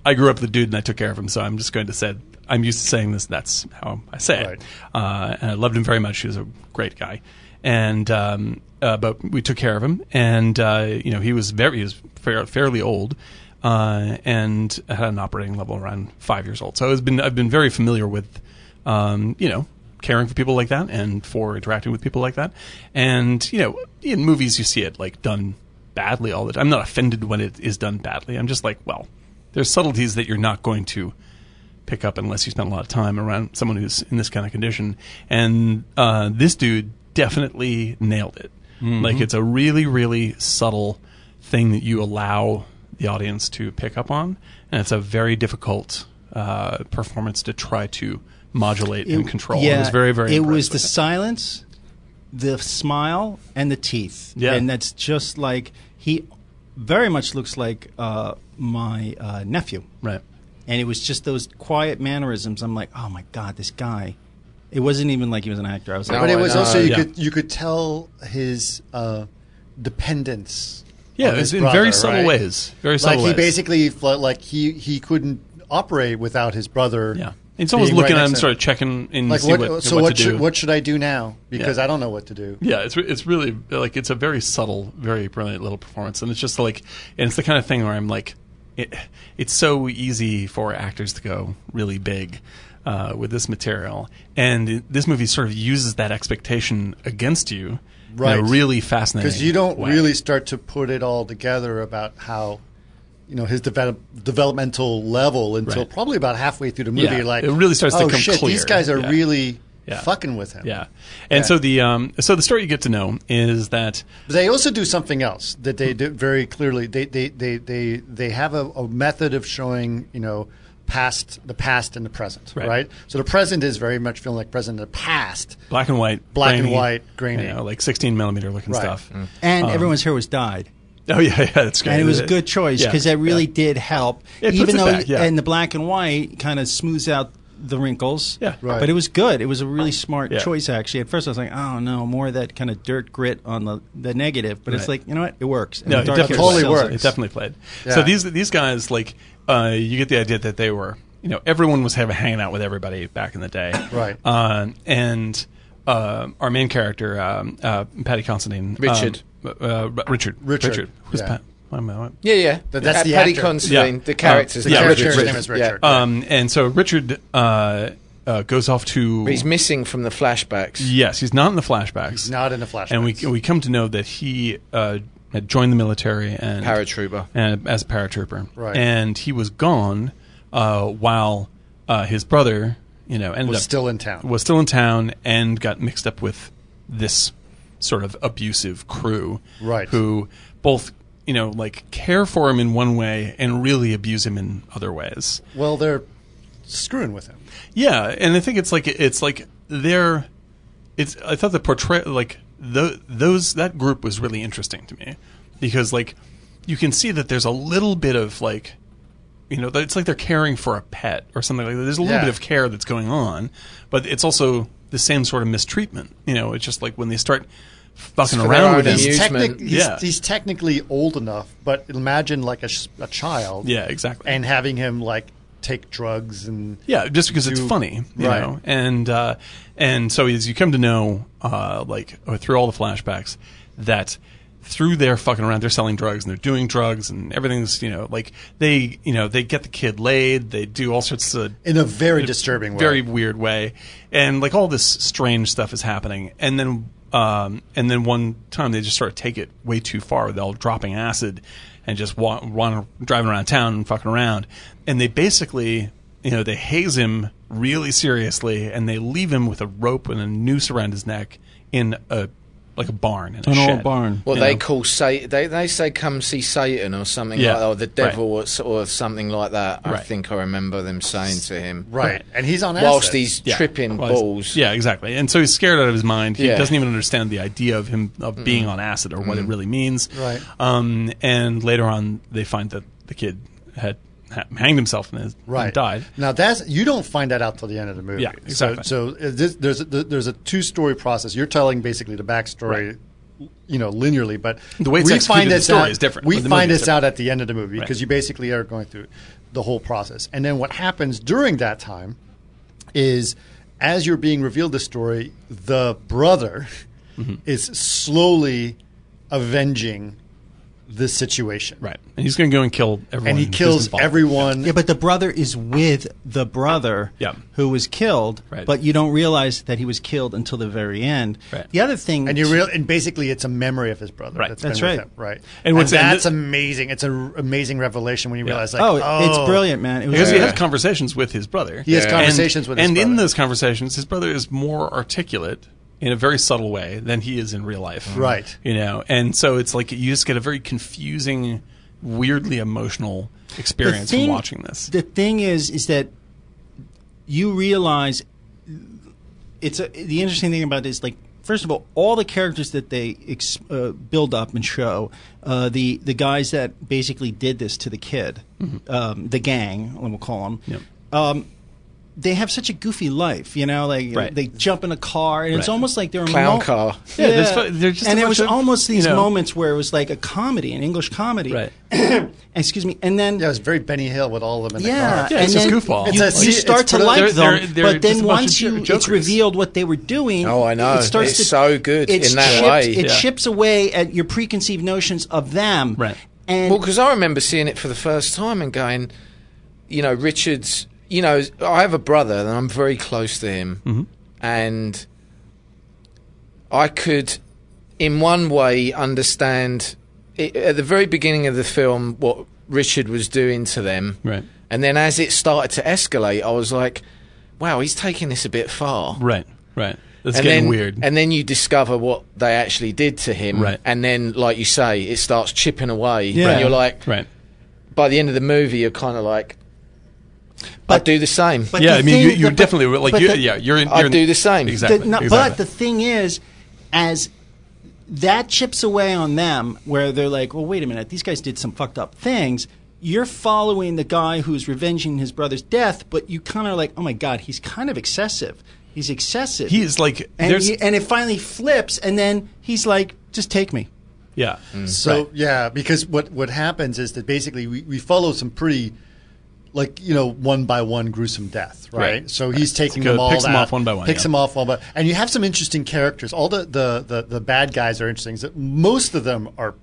I grew up with the dude, and I took care of him, so I'm just going to say I'm used to saying this. And that's how I say Right. it. Uh, and I loved him very much. He was a great guy, and um, uh, but we took care of him, and uh, you know he was very he was fair, fairly old, uh, and had an operating level around five years old. So I've been I've been very familiar with, um, you know, caring for people like that and for interacting with people like that, and you know in movies you see it like done badly all the time. I'm not offended when it is done badly. I'm just like, well, there's subtleties that you're not going to pick up unless you spend a lot of time around someone who's in this kind of condition. And uh, this dude definitely nailed it. Mm-hmm. Like it's a really, really subtle thing that you allow the audience to pick up on, and it's a very difficult uh, performance to try to modulate and control. it was very, very. It was the impressed silence, the smile, and the teeth. Yeah. and that's just like he very much looks like uh, my uh, nephew. with it. right. And it was just those quiet mannerisms. I'm like, oh my god, this guy. It wasn't even like he was an actor. I was like, No, but it I was know. also you Yeah. could you could tell his uh, dependence. Yeah, of it was his in brother, very subtle right? ways. Very Like subtle he ways. basically felt like he he couldn't operate without his brother. yeah. It's always being right looking at next him, to sort of checking in, Like see what, uh, what, so what, what, to should do. what should I do now because Yeah. I don't know what to do. Yeah, it's re- it's really like it's a very subtle, very brilliant little performance, and it's just like, and it's the kind of thing where I'm like, it, it's so easy for actors to go really big uh, with this material, and it, this movie sort of uses that expectation against you, Right. In a really fascinating Because you don't way. really start to put it all together about how you know his develop, developmental level until Right. probably about halfway through the movie. Yeah. Like It really starts to oh, come shit, clear." These guys are Yeah. really Yeah. fucking with him. yeah, and so the um, so the story you get to know is that But they also do something else that they Hmm. do very clearly. They they they they, they have a, a method of showing you know past the past and the present, right? Right. So the present is very much feeling like present. The past, black and white, Black and grainy, white, grainy. you know, like 16 millimeter looking Right. Mm. stuff. and Uh-huh. everyone's hair was dyed. Oh yeah, yeah, that's great. and it was a good choice Yeah, because that really did help. It puts even it though, back, yeah. and the black and white kind of smooths out the wrinkles. Yeah. Right. But it was good. It was a really smart Yeah. choice, actually. At first, I was like, oh no, more of that kind of dirt grit on the, the negative. But it's Right. like, you know what? It works. And No, the it dark definitely hair totally sells it. works. It definitely played. Yeah. So these these guys, like, uh, you get the idea that they were, you know, everyone was having, hanging out with everybody back in the day, Right. Uh, and uh, our main character, um, uh, Patty Constantine, um, Richard. uh, uh, Richard, Richard, Who's yeah. Pat? why am I- what- Yeah, yeah. But that's Uh, the Paddy actor. Considine, Yeah. the character's Oh, name yeah, is Richard's Richard. name is Yeah. Richard. Um, and so Richard uh, uh, goes off to. He's missing from the flashbacks. yes, he's not in the flashbacks. not in the flashbacks. And we we come to know that he uh, had joined the military and Paratrooper. and as a paratrooper. Right. And he was gone uh, while uh, his brother, you know, ended Was up- still in town. Was still in town and got mixed up with this sort of abusive crew, Right. Who both you know like care for him in one way and really abuse him in other ways. Well, they're screwing with him. Yeah, and I think it's like it's like they're it's I thought the portray like tho- those that group was really interesting to me because like you can see that there's a little bit of like you know that it's like they're caring for a pet or something like that. There's a little Yeah. bit of care that's going on, but it's also the same sort of mistreatment. You know, it's just like when they start fucking for their around own with amuse- him. He's, Amusement. technic- he's, Yeah. he's technically old enough, but imagine like a, sh- a child Yeah, exactly. and having him like take drugs and Yeah, just because it's Do- funny, you Right. know. And uh, and so as you come to know, uh, like uh, through all the flashbacks, that through their fucking around, they're selling drugs and they're doing drugs and everything's you know like they you know they get the kid laid, they do all sorts of in a very disturbing way. very weird way, and like all this strange stuff is happening, and then um, and then one time they just sort of take it way too far. They're all dropping acid and just wa- wa- driving around town and fucking around, and they basically you know they haze him really seriously, and they leave him with a rope and a noose around his neck in a like a barn in a An old shed. barn. What you they know? call Satan, they, they say come see Satan or something Yeah, like that, or the right. devil or s or, something like that. I Right. think I remember them saying to him. right, and he's on Whilst acid. he's Yeah. tripping Well, he's- balls. Yeah, exactly. And so he's scared out of his mind. He Yeah. doesn't even understand the idea of him of being on acid or what it really means. Mm. Right. Um, and later on, they find that the kid had ha- hanged himself and, has, and right died. Now that's you don't find that out till the end of the movie. Yeah, exactly. So, so is this, there's a, there's a two story process. You're telling basically the backstory, you know, linearly, but The way it's we executed, find the this story out, is different, We but the find movie is this out at the end of the movie because Right. you basically are going through the whole process, and then what happens during that time is as you're being revealed the story, the brother Mm-hmm. is slowly avenging this situation. Right. And he's going to go and kill everyone. And he who's kills involved. everyone. Yeah, but the brother is with the brother Yeah. who was killed, Right. but you don't realize that he was killed until the very end. Right. The other thing, And you real and basically it's a memory of his brother. Right. been That's with right. him, right. And And, what's- and that's th- amazing. It's an amazing revelation when you realize like, oh, oh, it's brilliant, man. It was Because he great. has conversations with his brother. He has Yeah. conversations and, with his and in brother. those conversations, his brother is more articulate in a very subtle way than he is in real life. Right. You know, and so it's like you just get a very confusing, weirdly emotional experience The from thing- watching this. The thing is, is that you realize it's a, the interesting thing about this. Like, first of all, all the characters that they ex, uh, build up and show, uh, the the guys that basically did this to the kid, um, the gang, we'll call them. Mm-hmm. Yep. Um, they have such a goofy life, you know. Like Right. they jump in a car, and it's Right. almost like they're a Clown car. Yeah, there's fu- there's just and a it bunch was of, almost you these know- moments where it was like a comedy, an English comedy. Right. Excuse me. And then Yeah, it was very Benny Hill with all of them in yeah, the Yeah, car. it's and just then goofball. You, It's a- you it's- start to they're- like they're- them, they're but just then a bunch once of you, jo- it's jokers. revealed what they were doing. Oh, I know. It starts It's to, so good it's in that chipped, way. It Yeah. chips away at your preconceived notions of them. Right. And Well, because I remember seeing it for the first time and going, you know, Richard's. You know, I have a brother and I'm very close to him, Mm-hmm. and I could, in one way, understand it, at the very beginning of the film what Richard was doing to them, Right. And then as it started to escalate, I was like, "Wow, he's taking this a bit far." Right, right. That's and getting then, weird. And then you discover what they actually did to him. Right. And then, like you say, it starts chipping away. Right. And you're like, right. by the end of the movie, you're kind of like, I'd do the same. but Yeah, the I mean, you, thing- you're but- definitely like but you, the- yeah. You're in. I'd you're in- do the same. Exactly. The- no, But exactly. the thing is, as that chips away on them, where they're like, well, wait a minute, these guys did some fucked up things. You're following the guy who's revenging his brother's death, but you kind of like, oh my God, he's kind of excessive. He's excessive. he is like And, there's he, and it finally flips, and then he's like, just take me. yeah. So yeah, because what what happens is that basically we, we follow some pretty like you know one by one gruesome death, right? Right. So he's taking Go- them all picks them out, off one by one, picks yeah. them off one by, and you have some interesting characters. All the the the, the bad guys are interesting. So most of them are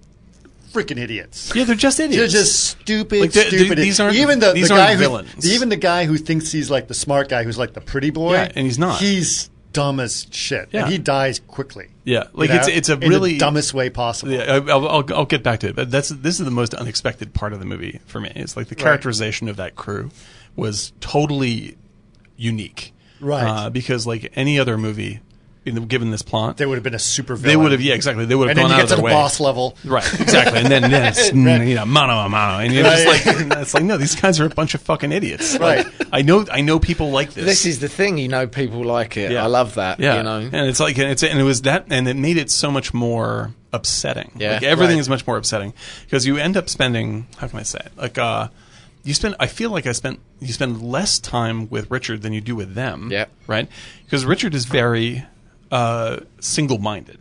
freaking idiots. Yeah, they're just idiots. They're just stupid, Like, the- the- stupid. these aren't- even the, these the aren't guy villains. Who, even the guy who thinks he's like the smart guy, who's like the pretty boy, Yeah, and he's not. He's dumb as shit. Yeah. And he dies quickly. Yeah, like You it's know? it's a In the really dumbest way possible. Yeah, I- I'll, I'll, I'll get back to it, but that's this is the most unexpected part of the movie for me. It's like the characterization of that crew was totally unique, Right. Uh, because like any other movie, you know, given this plot, They would have been a super villain. they would have yeah exactly they would have And gone then you out get of to their the way. boss level. Right, exactly, and then yeah, it's, mm, you know, mano a mano, and you're just like, it's like no, these guys are a bunch of fucking idiots. Like, Right. I know, I know people like this. This is the thing, you know, people like it. Yeah. I love that. Yeah, You know, and it's like and it's and it was that, and it made it so much more upsetting. Yeah, like everything right. is much more upsetting because you end up spending how can I say it? like uh you spend I feel like I spent you spend less time with Richard than you do with them. Yeah. right because Richard is very uh single minded,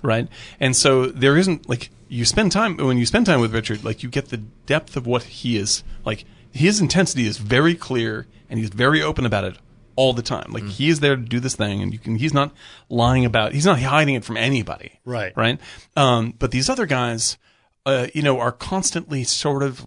right, and so there isn't like you spend time when you spend time with Richard like you get the depth of what he is like his intensity is very clear and he's very open about it all the time. Like he is there to do this thing, and you can. He's not lying about. He's not hiding it from anybody. Right. Right. Um, but these other guys, uh, you know, are constantly sort of,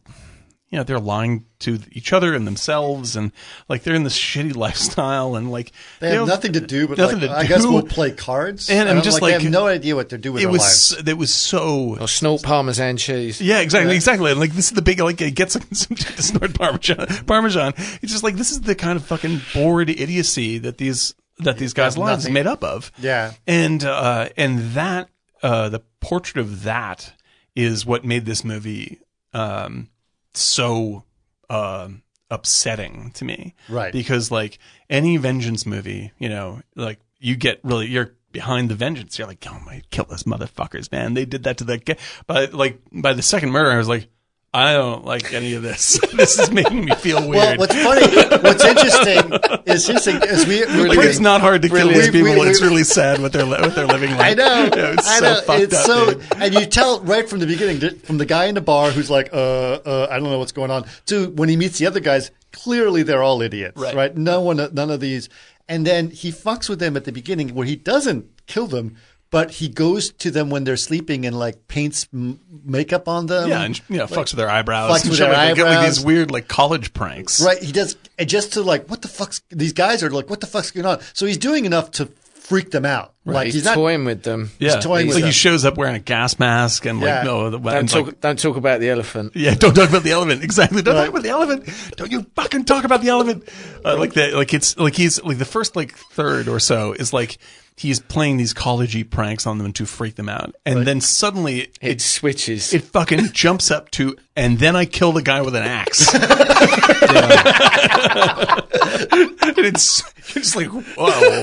you know, they're lying to each other and themselves, and like they're in this shitty lifestyle, and like They have nothing to do but nothing like, to I guess do. we'll play cards. And I I'm don't- just they like- have no idea what they're doing with It their lives. was. It was so. or snort parmesan cheese. Yeah, exactly, exactly. And, like this is the big like he gets like, some dude to snort parmesan. Parmesan. It's just like this is the kind of fucking bored idiocy that these that these guys' lives is made up of. Yeah. and uh, and that uh, the portrait of that is what made this movie um, so um upsetting to me. Right. because like any vengeance movie, you know, like you get really you're behind the vengeance. You're like, oh my, kill those motherfuckers, man. They did that to that guy. But like by the second murder, I was like, I don't like any of this. this is making me feel Well, weird. what's funny, what's interesting is interesting is we Like, it's not hard to kill Really? these We- we- people. we- it's really sad what they're li- what they're living like. I know. Yeah, it's I so know. fucked it's up, so, dude. and you tell right from the beginning di- from the guy in the bar who's like, uh, uh, I don't know what's going on. To when he meets the other guys, clearly they're all idiots, Right. right? No one, none of these. And then he fucks with them at the beginning where he doesn't kill them, but he goes to them when they're sleeping and like paints m- makeup on them. Yeah, and you know, fucks with their eyebrows. um, fucks and with shit their like that. They Get, like eyebrows. these weird like college pranks. Right. He does and just to like what the fuck's these guys are like what the fuck's going on. So he's doing enough to freak them out. Like He's, he's not toying with them. Yeah, toying It's with like he them. shows up wearing a gas mask and Yeah. like no, the, Don't and, talk. like, don't talk about the elephant. Yeah, don't talk about the elephant. Exactly. Don't talk about the elephant. Don't you fucking talk about the elephant. Uh, like that. Like it's like he's like the first like third or so is like he's playing these collegey pranks on them to freak them out, and then suddenly It it switches. it fucking jumps up to, and then I kill the guy with an axe. and it's you're just like whoa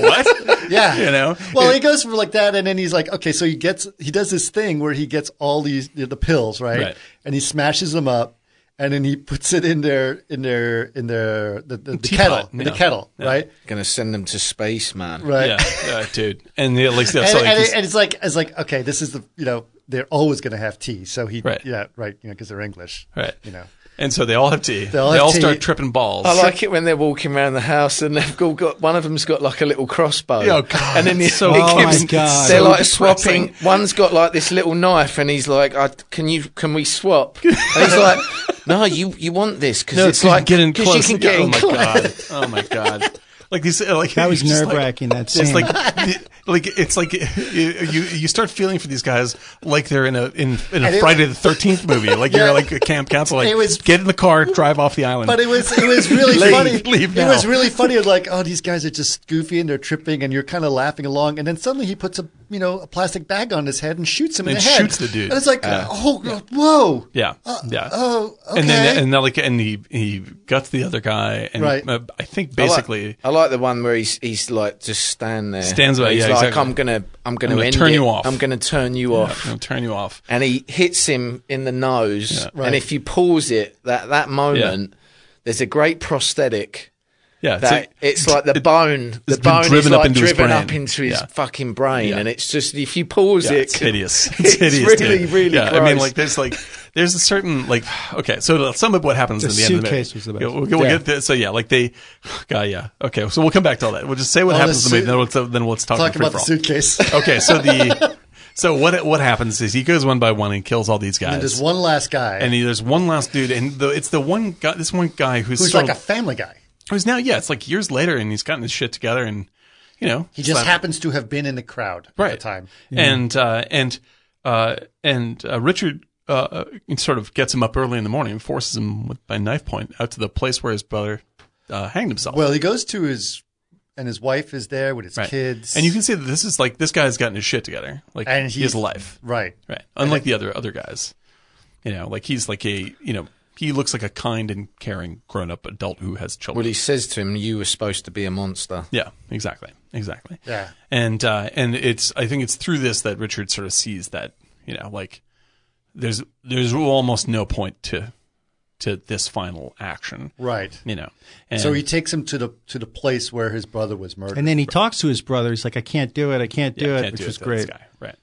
what Yeah. you know Well, he goes from like that, and then he's like, okay, so he gets he does this thing where he gets all these the pills, right? Right. And he smashes them up, and then he puts it in their in their in their the, the, the Teapot, kettle in the yeah. kettle, right? Gonna send them to space, man. Right. yeah, yeah, dude and yeah, like, yeah, And, so, like and, he's- it- and it's like it's like okay, this is the you know they're always going to have tea, so he Right. yeah right you know because they're English, right You know. and so they all have tea they all all, have tea. start tripping balls I like it when they're walking around the house and they've all got one of them's got like a little crossbow. Yeah, oh, God, and then it's it, so- it Oh, my gives, God. they're So like depressing. swapping. One's got like this little knife, and he's like, I, "Can you? Can we swap?" And he's like, "No, you you want this because No, it's like getting 'cause close. You can get oh in my close. god! Oh my god! Like these, uh, like That was it's just like- nerve-wracking, that it's scene. like, the- like it's like you, you you start feeling for these guys like they're in a in, in a it- Friday the Thirteenth movie. Like Yeah. you're like a camp counselor. Like It was- get in the car, drive off the island. But it was it was really Leave. funny. Leave it now. was really funny. Like oh, these guys are just goofy and they're tripping, and you're kind of laughing along. And then suddenly he puts a you know a plastic bag on his head and shoots him in And the head. shoots the dude. And it's like oh whoa yeah, uh, yeah. oh, And then okay. and then like and he he guts the other guy and Right. uh, I think I like- basically. I like the one where he's he's like just stand there, Stands there, He's yeah, like, exactly. I'm gonna I'm gonna, I'm gonna end turn it. you off. I'm gonna turn you I'm off. gonna turn you off. And he hits him in the nose. Right. And if you pause it that that moment, there's a great prosthetic. Yeah, it's That it's like the it- bone. The it's been bone is driven up like into his driven brain. up into his Yeah. fucking brain, Yeah. and it's just if you pause Yeah, it, it's hideous. It's, it's hideous. dude. really, really Yeah, I mean, gross. like there's like there's a certain like okay. So to sum up what happens The in the end of the movie. suitcase was the best. Yeah, We'll, we'll Yeah. get there. So yeah, like they, God, yeah. Okay, so we'll come back to all that. We'll just say what Oh, the happens in the movie. suit- Then we'll then we'll talk, talk free about for the all. suitcase. Okay, so the so what what happens is he goes one by one and kills all these guys. and there's one last guy, And he- there's one last dude, and the, it's the one guy. This one guy who's who's sort like a of- family guy. who's now yeah, it's like years later, and he's gotten his shit together, and you know, He just slap- happens to have been in the crowd at Right. the time. and uh, and uh, and uh, Richard uh, sort of gets him up early in the morning and forces him with, by knife point out to the place where his brother uh, hanged himself. Well, he goes to his, and his wife is there with his Right. kids. and you can see that this is like this guy's gotten his shit together. Like And he he's- has a life, right. right? Unlike the other other guys, you know, like he's like a you know he looks like a kind and caring grown up adult who has children. Well, he says to him, "You were supposed to be a monster." Yeah, exactly, exactly. Yeah. and uh, and it's I think it's through this that Richard sort of sees that you know like there's there's almost no point to to this final action, Right. you know. And, So he takes him to the to the place where his brother was murdered. And then he talks to his brother. He's like, I can't do it. I can't do yeah, it, can't which do was to this great. guy. right?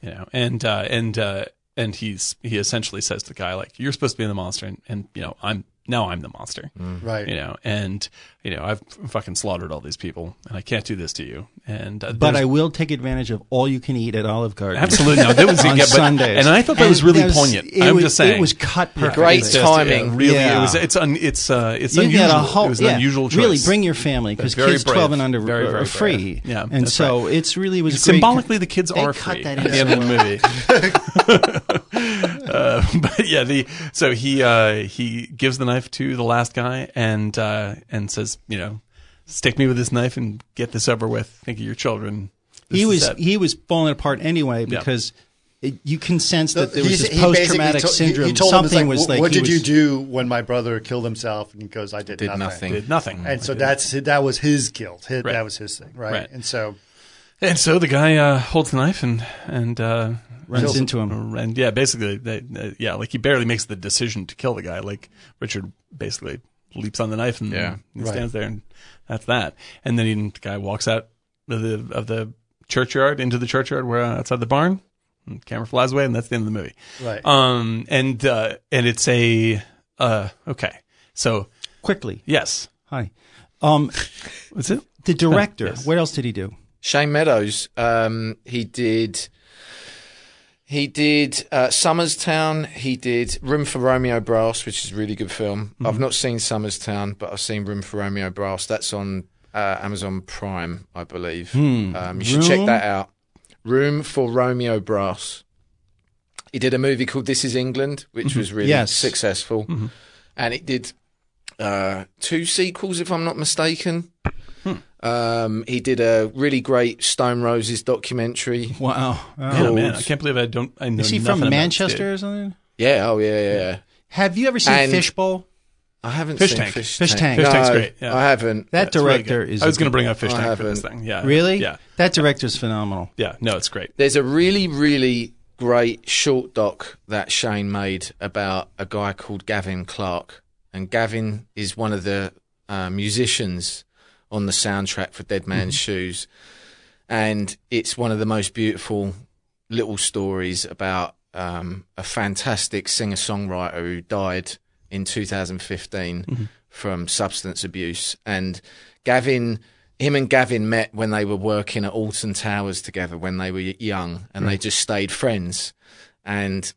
You know, and uh, and uh, and he's he essentially says to the guy like you're supposed to be the monster, and, and you know I'm now I'm the monster. Mm-hmm. right. You know, and you know I've fucking slaughtered all these people, and I can't do this to you. And uh, But there's- I will take advantage of all you can eat at Olive Garden. Absolutely, no. That was on yeah, but- Sundays. and I thought that was really poignant. it I'm was- just saying, It was cut perfectly. Great It's just, timing. yeah, really, Yeah. it was. It's un, it's uh, it's You unusual. get a whole, it was an yeah, unusual choice. Really, bring your family because Very kids brave. 12 and under Very, are very free. brave. Yeah, and that's so it's really was great. symbolically the kids They are cut free that at in the end of the movie. uh, but yeah, the so he uh, he gives the knife to the last guy and uh, and says, you know, stick me with this knife and get this over with. Think of your children. This he is was e- it. he was falling apart anyway because it, you can sense that there was He's- this he basically post traumatic to- he- syndrome. He, told him, it's Something like, was "Wh- like what he did you was- do when my brother killed himself? And he goes, I did, Did nothing. did nothing. And so that's that was his guilt. His, Right. That was his thing, right? Right. And so And so the guy uh, holds the knife and and uh, Runs Kills into him. and yeah, basically, they, uh, yeah, like he barely makes the decision to kill the guy. Like Richard basically leaps on the knife and, Yeah. and Right. stands there, and that's that. And then he, the guy walks out of the of the churchyard into the churchyard where uh, outside the barn. And camera flies away, and that's the end of the movie. Right. Um. And uh. And it's a uh. Okay. So quickly. yes. Hi. Um, What's it? the director. yes. What else did he do? Shane Meadows, um, he did. He did uh, Summers Town. He did Room for Romeo Brass, which is a really good film. Mm-hmm. I've not seen Summers Town, but I've seen Room for Romeo Brass. That's on uh, Amazon Prime, I believe. Hmm. Um, you should check Room- that out. Room for Romeo Brass. He did a movie called This Is England, which Mm-hmm. was really Yes. successful, and it did uh, two sequels, if I'm not mistaken. Hmm. Um, he did a really great Stone Roses documentary. Wow. Yeah, Uh, Oh. man, I can't believe I don't. I know is he nothing from about this Manchester dude. or something? Yeah, oh yeah, yeah. yeah. Have you ever seen And- Fishbowl? I haven't Fish seen Tank. Fish, Fish Tank. Fish Tank's No, great, yeah. I haven't. That It's really director good. is. I was a- going to bring up fish I tank for this haven't. thing. Yeah. Really? Yeah. That director's phenomenal. Yeah. No, it's great. There's a really, really great short doc that Shane made about a guy called Gavin Clark, and Gavin is one of the uh, musicians on the soundtrack for Dead Man's Shoes, and it's one of the most beautiful little stories about um, a fantastic singer songwriter who died in 2015 from substance abuse. And Gavin, him and Gavin met when they were working at Alton Towers together when they were young, and they just stayed friends. And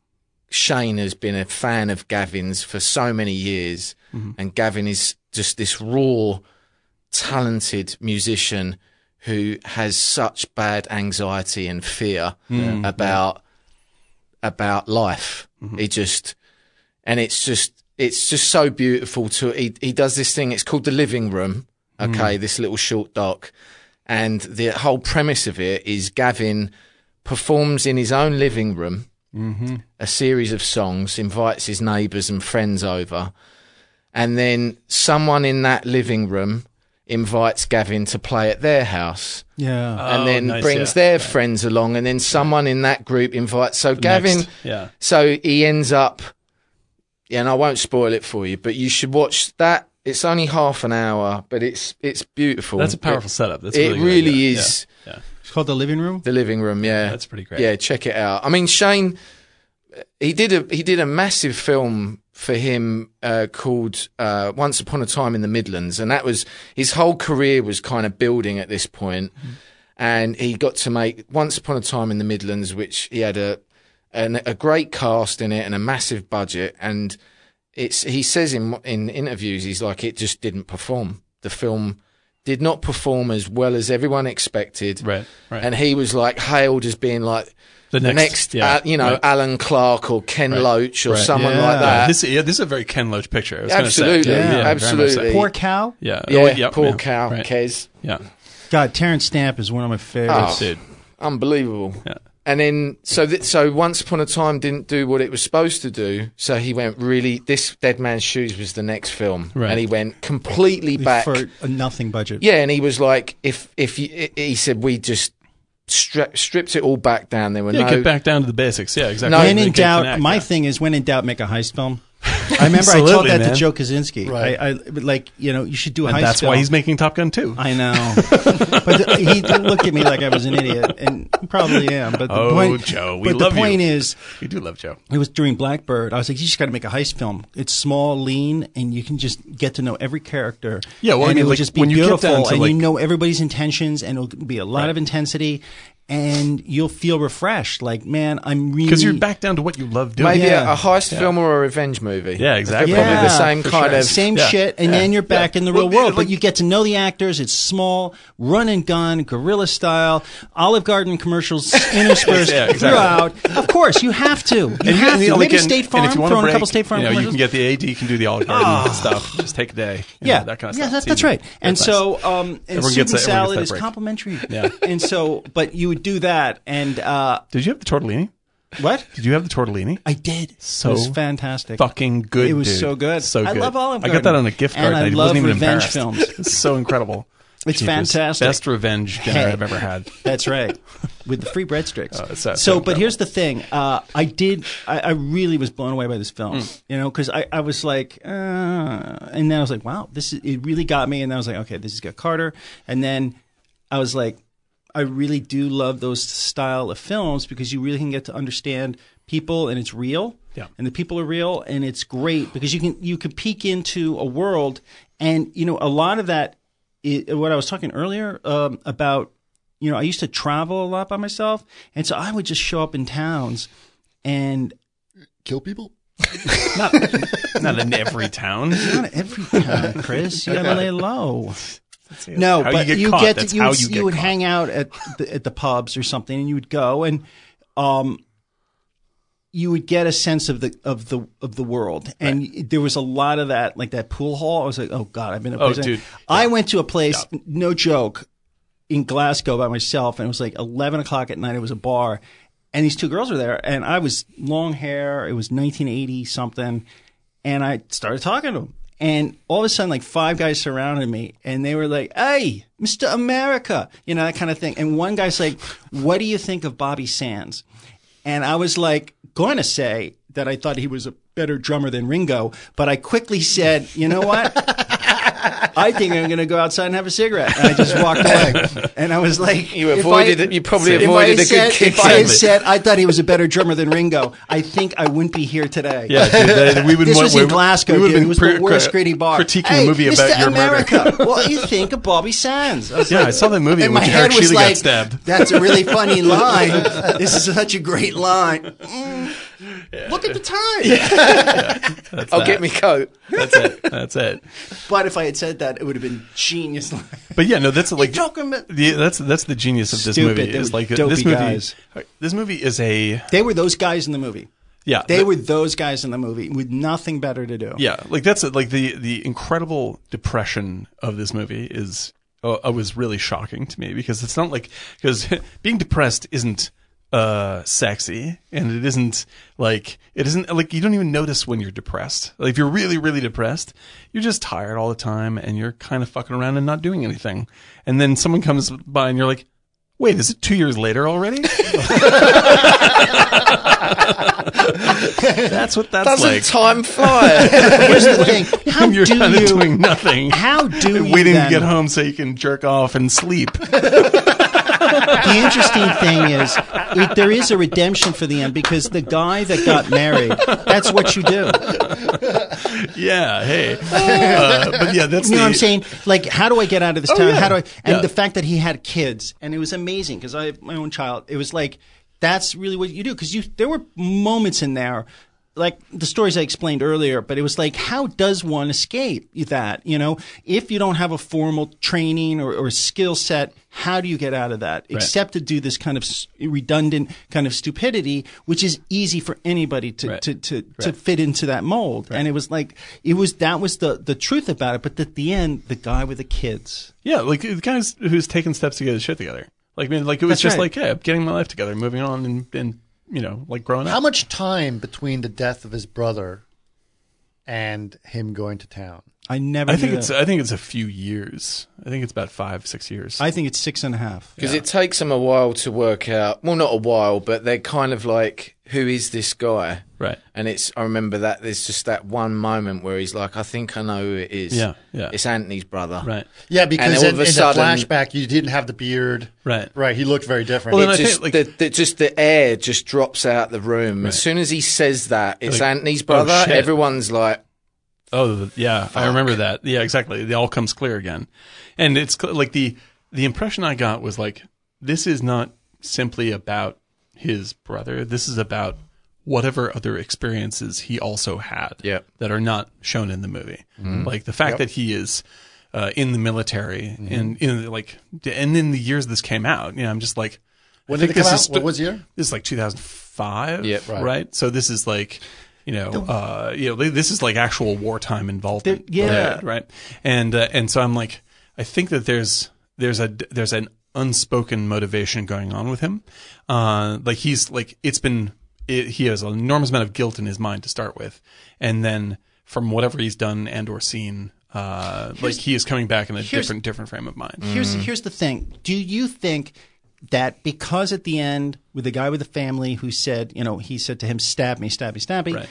Shane has been a fan of Gavin's for so many years, and Gavin is just this raw, talented musician who has such bad anxiety and fear about about life. He just and it's just it's just so beautiful to he he does this thing. It's called the living room. Okay, this little short doc, and the whole premise of it is Gavin performs in his own living room a series of songs, invites his neighbours and friends over, and then someone in that living room invites Gavin to play at their house Yeah. Uh, and Oh, then nice, brings yeah. their friends along, and then someone in that group invites. So Gavin, Next. Yeah. so he ends up, and I won't spoil it for you, but you should watch that. It's only half an hour, but it's it's beautiful. That's a powerful It, setup. That's it a good really idea. is Yeah. yeah. it's called the living room. the living room. Yeah, That's pretty great. yeah, check it out. I mean, Shane, he did a he did a massive film for him uh, called uh, Once Upon a Time in the Midlands, and that was his whole career was kind of building at this point, Mm-hmm. and he got to make Once Upon a Time in the Midlands, which he had a an, a great cast in it and a massive budget, and it's he says in in interviews he's like it just didn't perform. The film did not perform as well as everyone expected. Right, right. And he was like hailed as being like The the next- next, yeah, uh, you know, right. Alan Clark or Ken Loach or Right. someone Yeah. like that. This, yeah, this is a very Ken Loach picture. I was gonna Absolutely, say. yeah, very much so. absolutely. Poor cow. Yeah, yeah, oh, yeah, poor yeah, cow, right. Kez. Yeah, God, Terrence Stamp is one of my favorites. Oh. dude. Unbelievable. Yeah. And then, so th- so once upon a time didn't do what it was supposed to do. So he went really. This Dead Man's Shoes was the next film, Right. and he went completely back. For a nothing budget. yeah, and he was like, if if you, he said we just stri- stripped it all back down. There were Yeah, no get back down to the basics. Yeah, exactly. No, They When in can doubt, connect, my yeah. thing is when in doubt, make a heist film. I remember I told Absolutely, that man. to Joe Kaczynski. Right. I, I like you know you should do a heist. and that's film. why he's making Top Gun too. I know, but he looked at me like I was an idiot, and probably am. But the Oh, point, Joe, we but love the you. point is, You do love Joe. it was during Blackbird. I was like, you just got to make a heist film. It's small, lean, and you can just get to know every character. Yeah, well, I and mean, it will like, just be when you get beautiful, down to, and like- you know everybody's intentions, and it'll be a lot of intensity, and you'll feel refreshed. Like, man, I'm really Because you're back down to what you love doing. maybe a- Yeah. a, heist film or a revenge movie. Yeah, They're exactly. Probably Yeah, the same for kind sure. of same Yeah. shit, and then you're back in the Well, real world. like- but you get to know the actors. It's small, run and gun, guerrilla style, Olive Garden commercials interspersed Yeah, exactly. throughout. Of course, you have to. You And have you- to. and Maybe again, State and Farm. if you want to throw in a break, couple State Farm you, know, you commercials. can get the AD, you can do the Olive Garden stuff. Just take a day. you know, yeah, that kind of yeah, stuff. that- that's right. And That's so, nice. um, and Everyone gets soup that- and everyone gets salad that is break. complimentary. Yeah. and so, but you would do that, and uh, did you have the tortellini? what? Did you have the tortellini? I did. So it was fantastic. Fucking good. It was dude. so good. So I good. love Olive I got that Garden. on a gift card. And I wasn't love even revenge embarrassed. films. It's so incredible. It's Jeepers. fantastic. Best revenge dinner Hey. I've ever had. That's right. With the free breadsticks. Oh, it's that so, thing, but that here's the thing. Uh, I did. I, I really was blown away by this film. Mm. You know, because I, I was like, uh, and then I was like, wow, this is, it really got me. And then I was like, okay, this has got Carter. And then I was like, I really do love those style of films because you really can get to understand people and it's real. Yeah. And the people are real and it's great because you can you can peek into a world and you know a lot of that i what I was talking earlier um, about you know, I used to travel a lot by myself, and so I would just show up in towns, and Kill people? Not, not in every town. not every town, Chris. You gotta lay low. That's No, how but you get you caught. get That's to, you, how would, you you get would caught. hang out at the, at the pubs or something, and you would go and um, you would get a sense of the of the of the world, and there was a lot of that, like that pool hall. I was like, oh god, I've been to a Oh, place. dude. I went to a place, no joke, in Glasgow by myself, and it was like eleven o'clock at night. It was a bar, and these two girls were there, and I was long hair. It was nineteen eighty something, and I started talking to them. And all of a sudden, like five guys surrounded me, and they were like, "Hey, Mr. America," you know that kind of thing. And one guy's like, "What do you think of Bobby Sands?" And I was like, going to say that I thought he was a better drummer than Ringo, but I quickly said, "You know what? I think I'm going to go outside and have a cigarette. And I just walked away. And I was like, You if avoided I- it. You probably if avoided I a good said- kick If I had in. said I thought he was a better drummer than Ringo, I think I wouldn't be here today. Yeah, dude, that- we would This want- was we in would- Glasgow. we would have dude. been It was cri- the worst cri- gritty bar. critiquing a hey, movie about Mr. your murder. America, what do you think of Bobby Sands? I was Yeah, like- I saw that movie And when my Eric head was Sheely got like, stabbed. "That's a really funny line. this is such a great line." Mm. Look at the time. I'll get me coat. That's it. That's it. But if I had said that, it would have been genius. line. But yeah, no, that's like talking about- the, that's that's the genius of this Stupid. movie. They Is were like uh, dopey this movie. uh, guys. This movie is a They were those guys in the movie. yeah. They the- were those guys in the movie with nothing better to do. yeah. Like that's it. like the the incredible depression of this movie is uh, uh, was really shocking to me because it's not like because being depressed isn't uh sexy and it isn't like it isn't like you don't even notice when you're depressed like if you're really really depressed you're just tired all the time and you're kind of fucking around and not doing anything and then someone comes by and you're like wait is it two years later already that's what that's Doesn't like time fly? Here's the thing: how you're do kind you? of doing nothing. how do you waiting then- to get home so you can jerk off and sleep? the interesting thing is it, there is a redemption for the end because the guy that got married, that's what you do. yeah, hey, uh, but yeah, that's the, You know Oh, what I'm saying? Like, how do I get out of this town? yeah. How do I? And Yeah. the fact that he had kids, and it was amazing because I have my own child. It was like that's really what you do because you. There were moments in there like the stories I explained earlier, but it was like, how does one escape that? You know, if you don't have a formal training or, or skill set, how do you get out of that? Except to do this kind of s- redundant kind of stupidity, which is easy for anybody to, Right. to, to, to fit into that mold. And it was like, it was, that was the, the truth about it. But at the end, the guy with the kids. Yeah, like the guys who's taking steps to get his shit together. Like, I mean, like it was That's just right. like, hey, I'm getting my life together, moving on, and, and you know, like growing How up. much time between the death of his brother and him going to town? I never, I think knew it's that. I think it's a few years. I think it's about five, six years. I think it's six and a half. Because it takes them a while to work out. Well, not a while, but they're kind of like, who is this guy? right. And it's, I remember that there's just that one moment where he's like, I think I know who it is. Yeah, yeah. It's Anthony's brother. Right. Yeah, because all in, of a in sudden- the flashback, you didn't have the beard. Right. Right. He looked very different. Well, It And I just, think, like- the, the, just the air just drops out the room. As soon as he says that, it's Like, oh, Anthony's brother, shit. everyone's like, Oh the- yeah, I remember that. Yeah, exactly. It all comes clear again, and it's cl- like the the impression I got was like this is not simply about his brother. This is about whatever other experiences he also had Yep. that are not shown in the movie. Like the fact that he is uh, in the military and in like and in the years this came out, you know, I'm just like. When I did think it come this out? is- What was the year? This is like 2005, Yep. right. Right. So this is like, you know, uh, you know, this is like actual wartime involvement. There- yeah. right, right. And uh, and so I'm like, I think that there's there's a there's an unspoken motivation going on with him. Uh, like he's like it's been it, he has an enormous amount of guilt in his mind to start with, and then from whatever he's done and or seen. Uh, like he is coming back in a here's- different different frame of mind. Here's here's the thing. Do you think that because at the end with the guy with the family who said, you know, he said to him, "Stab me, stab me, stab me," Right.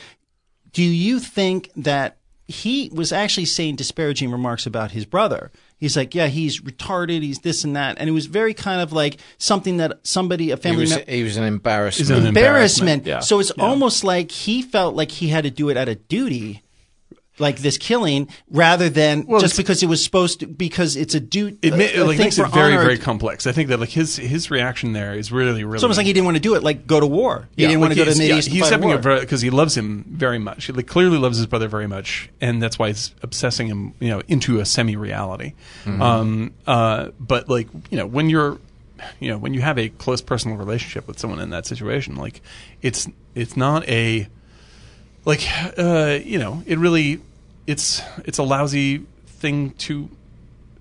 do you think that he was actually saying disparaging remarks about his brother? He's like, yeah, he's retarded, he's this and that, and it was very kind of like something that somebody, a he family was, member. he was an embarrassment. an Embarrassment. Yeah. So it's almost like he felt like he had to do it out of duty, like this killing, rather than just it's- because it was supposed to. Because it's a duty. it, ma- like, makes it very very complex. I think that like his his reaction there is really really. It's almost like he didn't want to do it, like go to war. He didn't want to go to the Middle East. and he's fight a stepping war. up because he loves him very much. He like, clearly loves his brother very much, and that's why he's obsessing him, you know, into a semi-reality. Mm-hmm. Um, uh, but like, you know, when you're, you know, when you have a close personal relationship with someone in that situation, like, it's it's not a like uh, you know it really it's it's a lousy thing to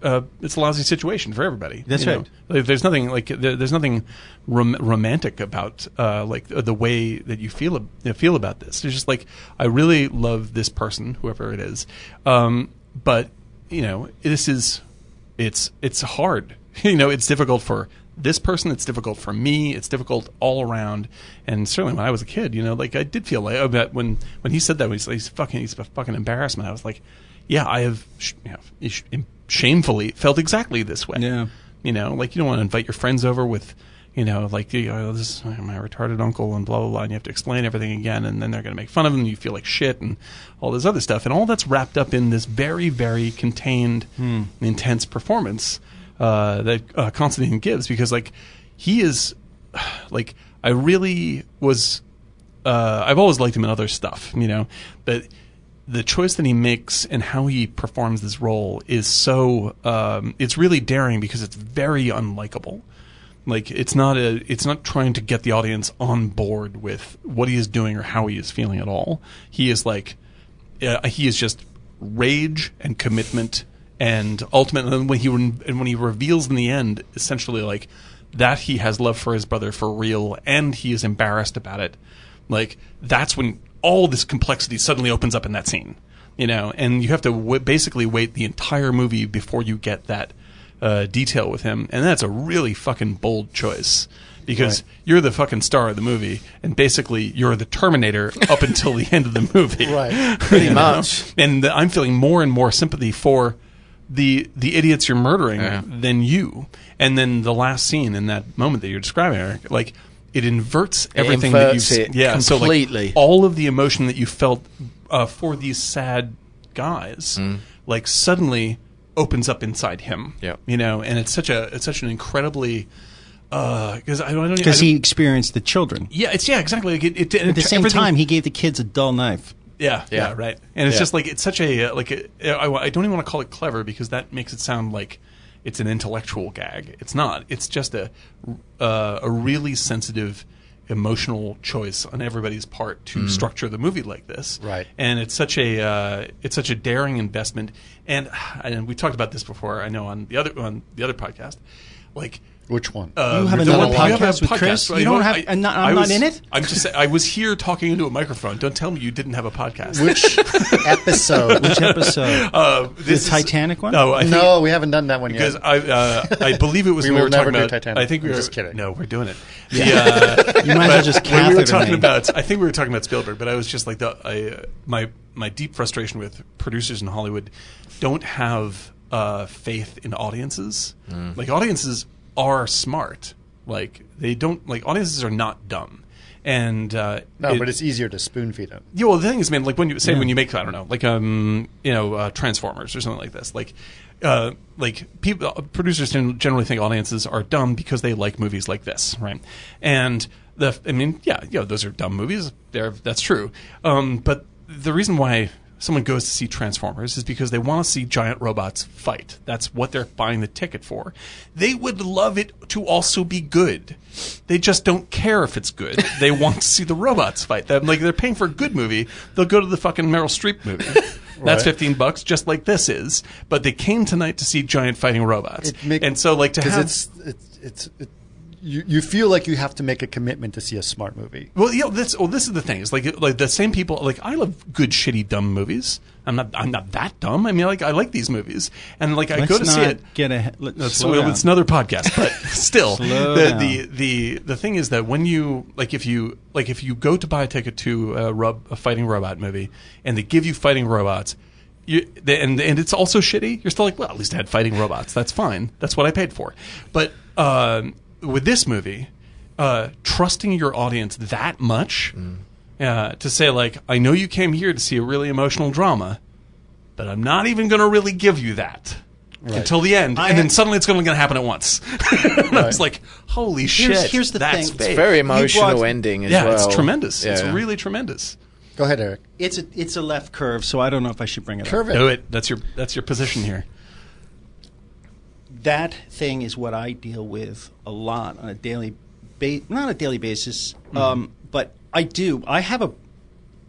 uh, it's a lousy situation for everybody. That's you know? right. Like, there's nothing like there, there's nothing rom- romantic about uh, like the, the way that you feel ab- you feel about this. It's just like I really love this person, whoever it is, um, but you know this is it's it's hard. you know it's difficult for this person. It's difficult for me. It's difficult all around. And certainly when I was a kid, you know, like I did feel like oh, but when when he said that, when he's, he's fucking he's a fucking embarrassment. I was like, yeah, I have sh- you know, ish- im- shamefully felt exactly this way. Yeah. You know, like you don't want to invite your friends over with, you know, like you know, this is my my retarded uncle and blah blah blah, and you have to explain everything again, and then they're going to make fun of them. And you feel like shit and all this other stuff, and all that's wrapped up in this very very contained, intense performance uh, that uh, Constantine gives because like he is, like I really was uh, I've always liked him in other stuff, you know, but the choice that he makes and how he performs this role is so um, it's really daring because it's very unlikable. Like it's not a it's not trying to get the audience on board with what he is doing or how he is feeling at all. He is like uh, he is just rage and commitment and ultimately and when he re- and when he reveals in the end essentially like that he has love for his brother for real and he is embarrassed about it like that's when all this complexity suddenly opens up in that scene you know and you have to w- basically wait the entire movie before you get that uh, detail with him and that's a really fucking bold choice because you're the fucking star of the movie and basically you're the terminator up until the end of the movie Right. Pretty you know? much. And the, I'm feeling more and more sympathy for the the idiots you're murdering than you. And then the last scene in that moment that you're describing, Eric, like it inverts everything inverts that you it yeah so, like, completely. all of the emotion that you felt uh, for these sad guys, Mm. like suddenly opens up inside him. Yep. you know, and it's such a it's such an incredibly because I don't because because he experienced the children. yeah it's yeah exactly like it, it, At the same time, he gave the kids a dull knife. Yeah, yeah, Yeah. right. And it's Yeah. just like it's such a uh, like a, I, I don't even want to call it clever because that makes it sound like it's an intellectual gag. It's not. It's just a uh, a really sensitive emotional choice on everybody's part to structure the movie like this. Right. And it's such a uh, it's such a daring investment. And and we talked about this before. I know on the other on the other podcast, like. Which one? Uh, You have the another one- you have a podcast with Chris? right? You don't Well, have- and not- I'm I not was- in it? I'm just. saying- I was here talking into a microphone. Don't tell me you didn't have a podcast. Which episode? Which episode? Uh, this is- Titanic one? No, I think, no, we haven't done that one because yet. I uh, I believe it was We will when we were talking never do about Titanic. I think we I'm were just kidding. No, we're doing it. The, uh, You might as well just when we catheter were talking me. about I think we were talking about Spielberg, but I was just like the I, uh, my my deep frustration with producers in Hollywood don't have uh, faith in audiences. Mm. Like audiences are smart. Like they don't like audiences are not dumb. And uh, no, it- but it's easier to spoon feed him. yeah, well, the thing is, man, like when you say when you make I don't know, like um, you know, uh, Transformers or something like this, like, uh, like people producers gen- generally think audiences are dumb because they like movies like this, right? And the I mean, yeah, you know, those are dumb movies. They're, that's true. Um, but the reason why someone goes to see Transformers is because they want to see giant robots fight. That's what they're buying the ticket for. They would love it to also be good. They just don't care if it's good. They want to see the robots fight. Them like they're paying for a good movie. They'll go to the fucking Meryl Streep movie. That's fifteen bucks, just like this is. But they came tonight to see giant fighting robots, It make- and so like to Because have it's it's it's it, you you feel like you have to make a commitment to see a smart movie. Well, you know, that's well, this is the thing. It's like like the same people. Like I love good, shitty, dumb movies. I'm not I'm not that dumb. I mean, like I like these movies, and like I Let's go to see not it. Get a, let, That's, slow well, down. it's another podcast, but still, Slow the, down. the the the thing is that when you like if you like if you go to buy a ticket to a, rub, a fighting robot movie and they give you fighting robots, you they, and and it's also shitty. You're still like, well, at least I had fighting robots. That's fine. That's what I paid for. But um, with this movie, uh, trusting your audience that much Mm. uh, to say like, I know you came here to see a really emotional drama, but I'm not even going to really give you that until the end, and then suddenly it's only going to happen at once. and I was like, "Holy Here's- shit!" here's the that's thing. big. It's Very You brought- emotional ending as yeah, well. it's tremendous. It's Yeah. really tremendous. Go ahead, Eric. It's a it's a left curve, so I don't know if I should bring it up. Curve it. Do it. That's your that's your position here. That thing is what I deal with a lot on a daily, ba- not a daily basis, Mm-hmm. um, but I do. I have a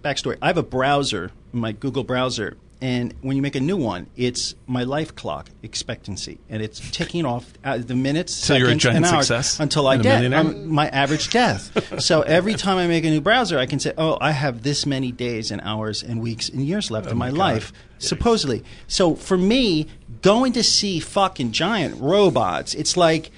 backstory. I have a browser, my Google browser, and when you make a new one, it's my life clock expectancy, and it's ticking off uh, the minutes, So you're a seconds, giant and hours success until I and a get millionaire? I'm- my average death. so every time I make a new browser, I can say, "Oh, I have this many days and hours and weeks and years Oh left in my life." Supposedly, so for me, going to see fucking giant robots, it's like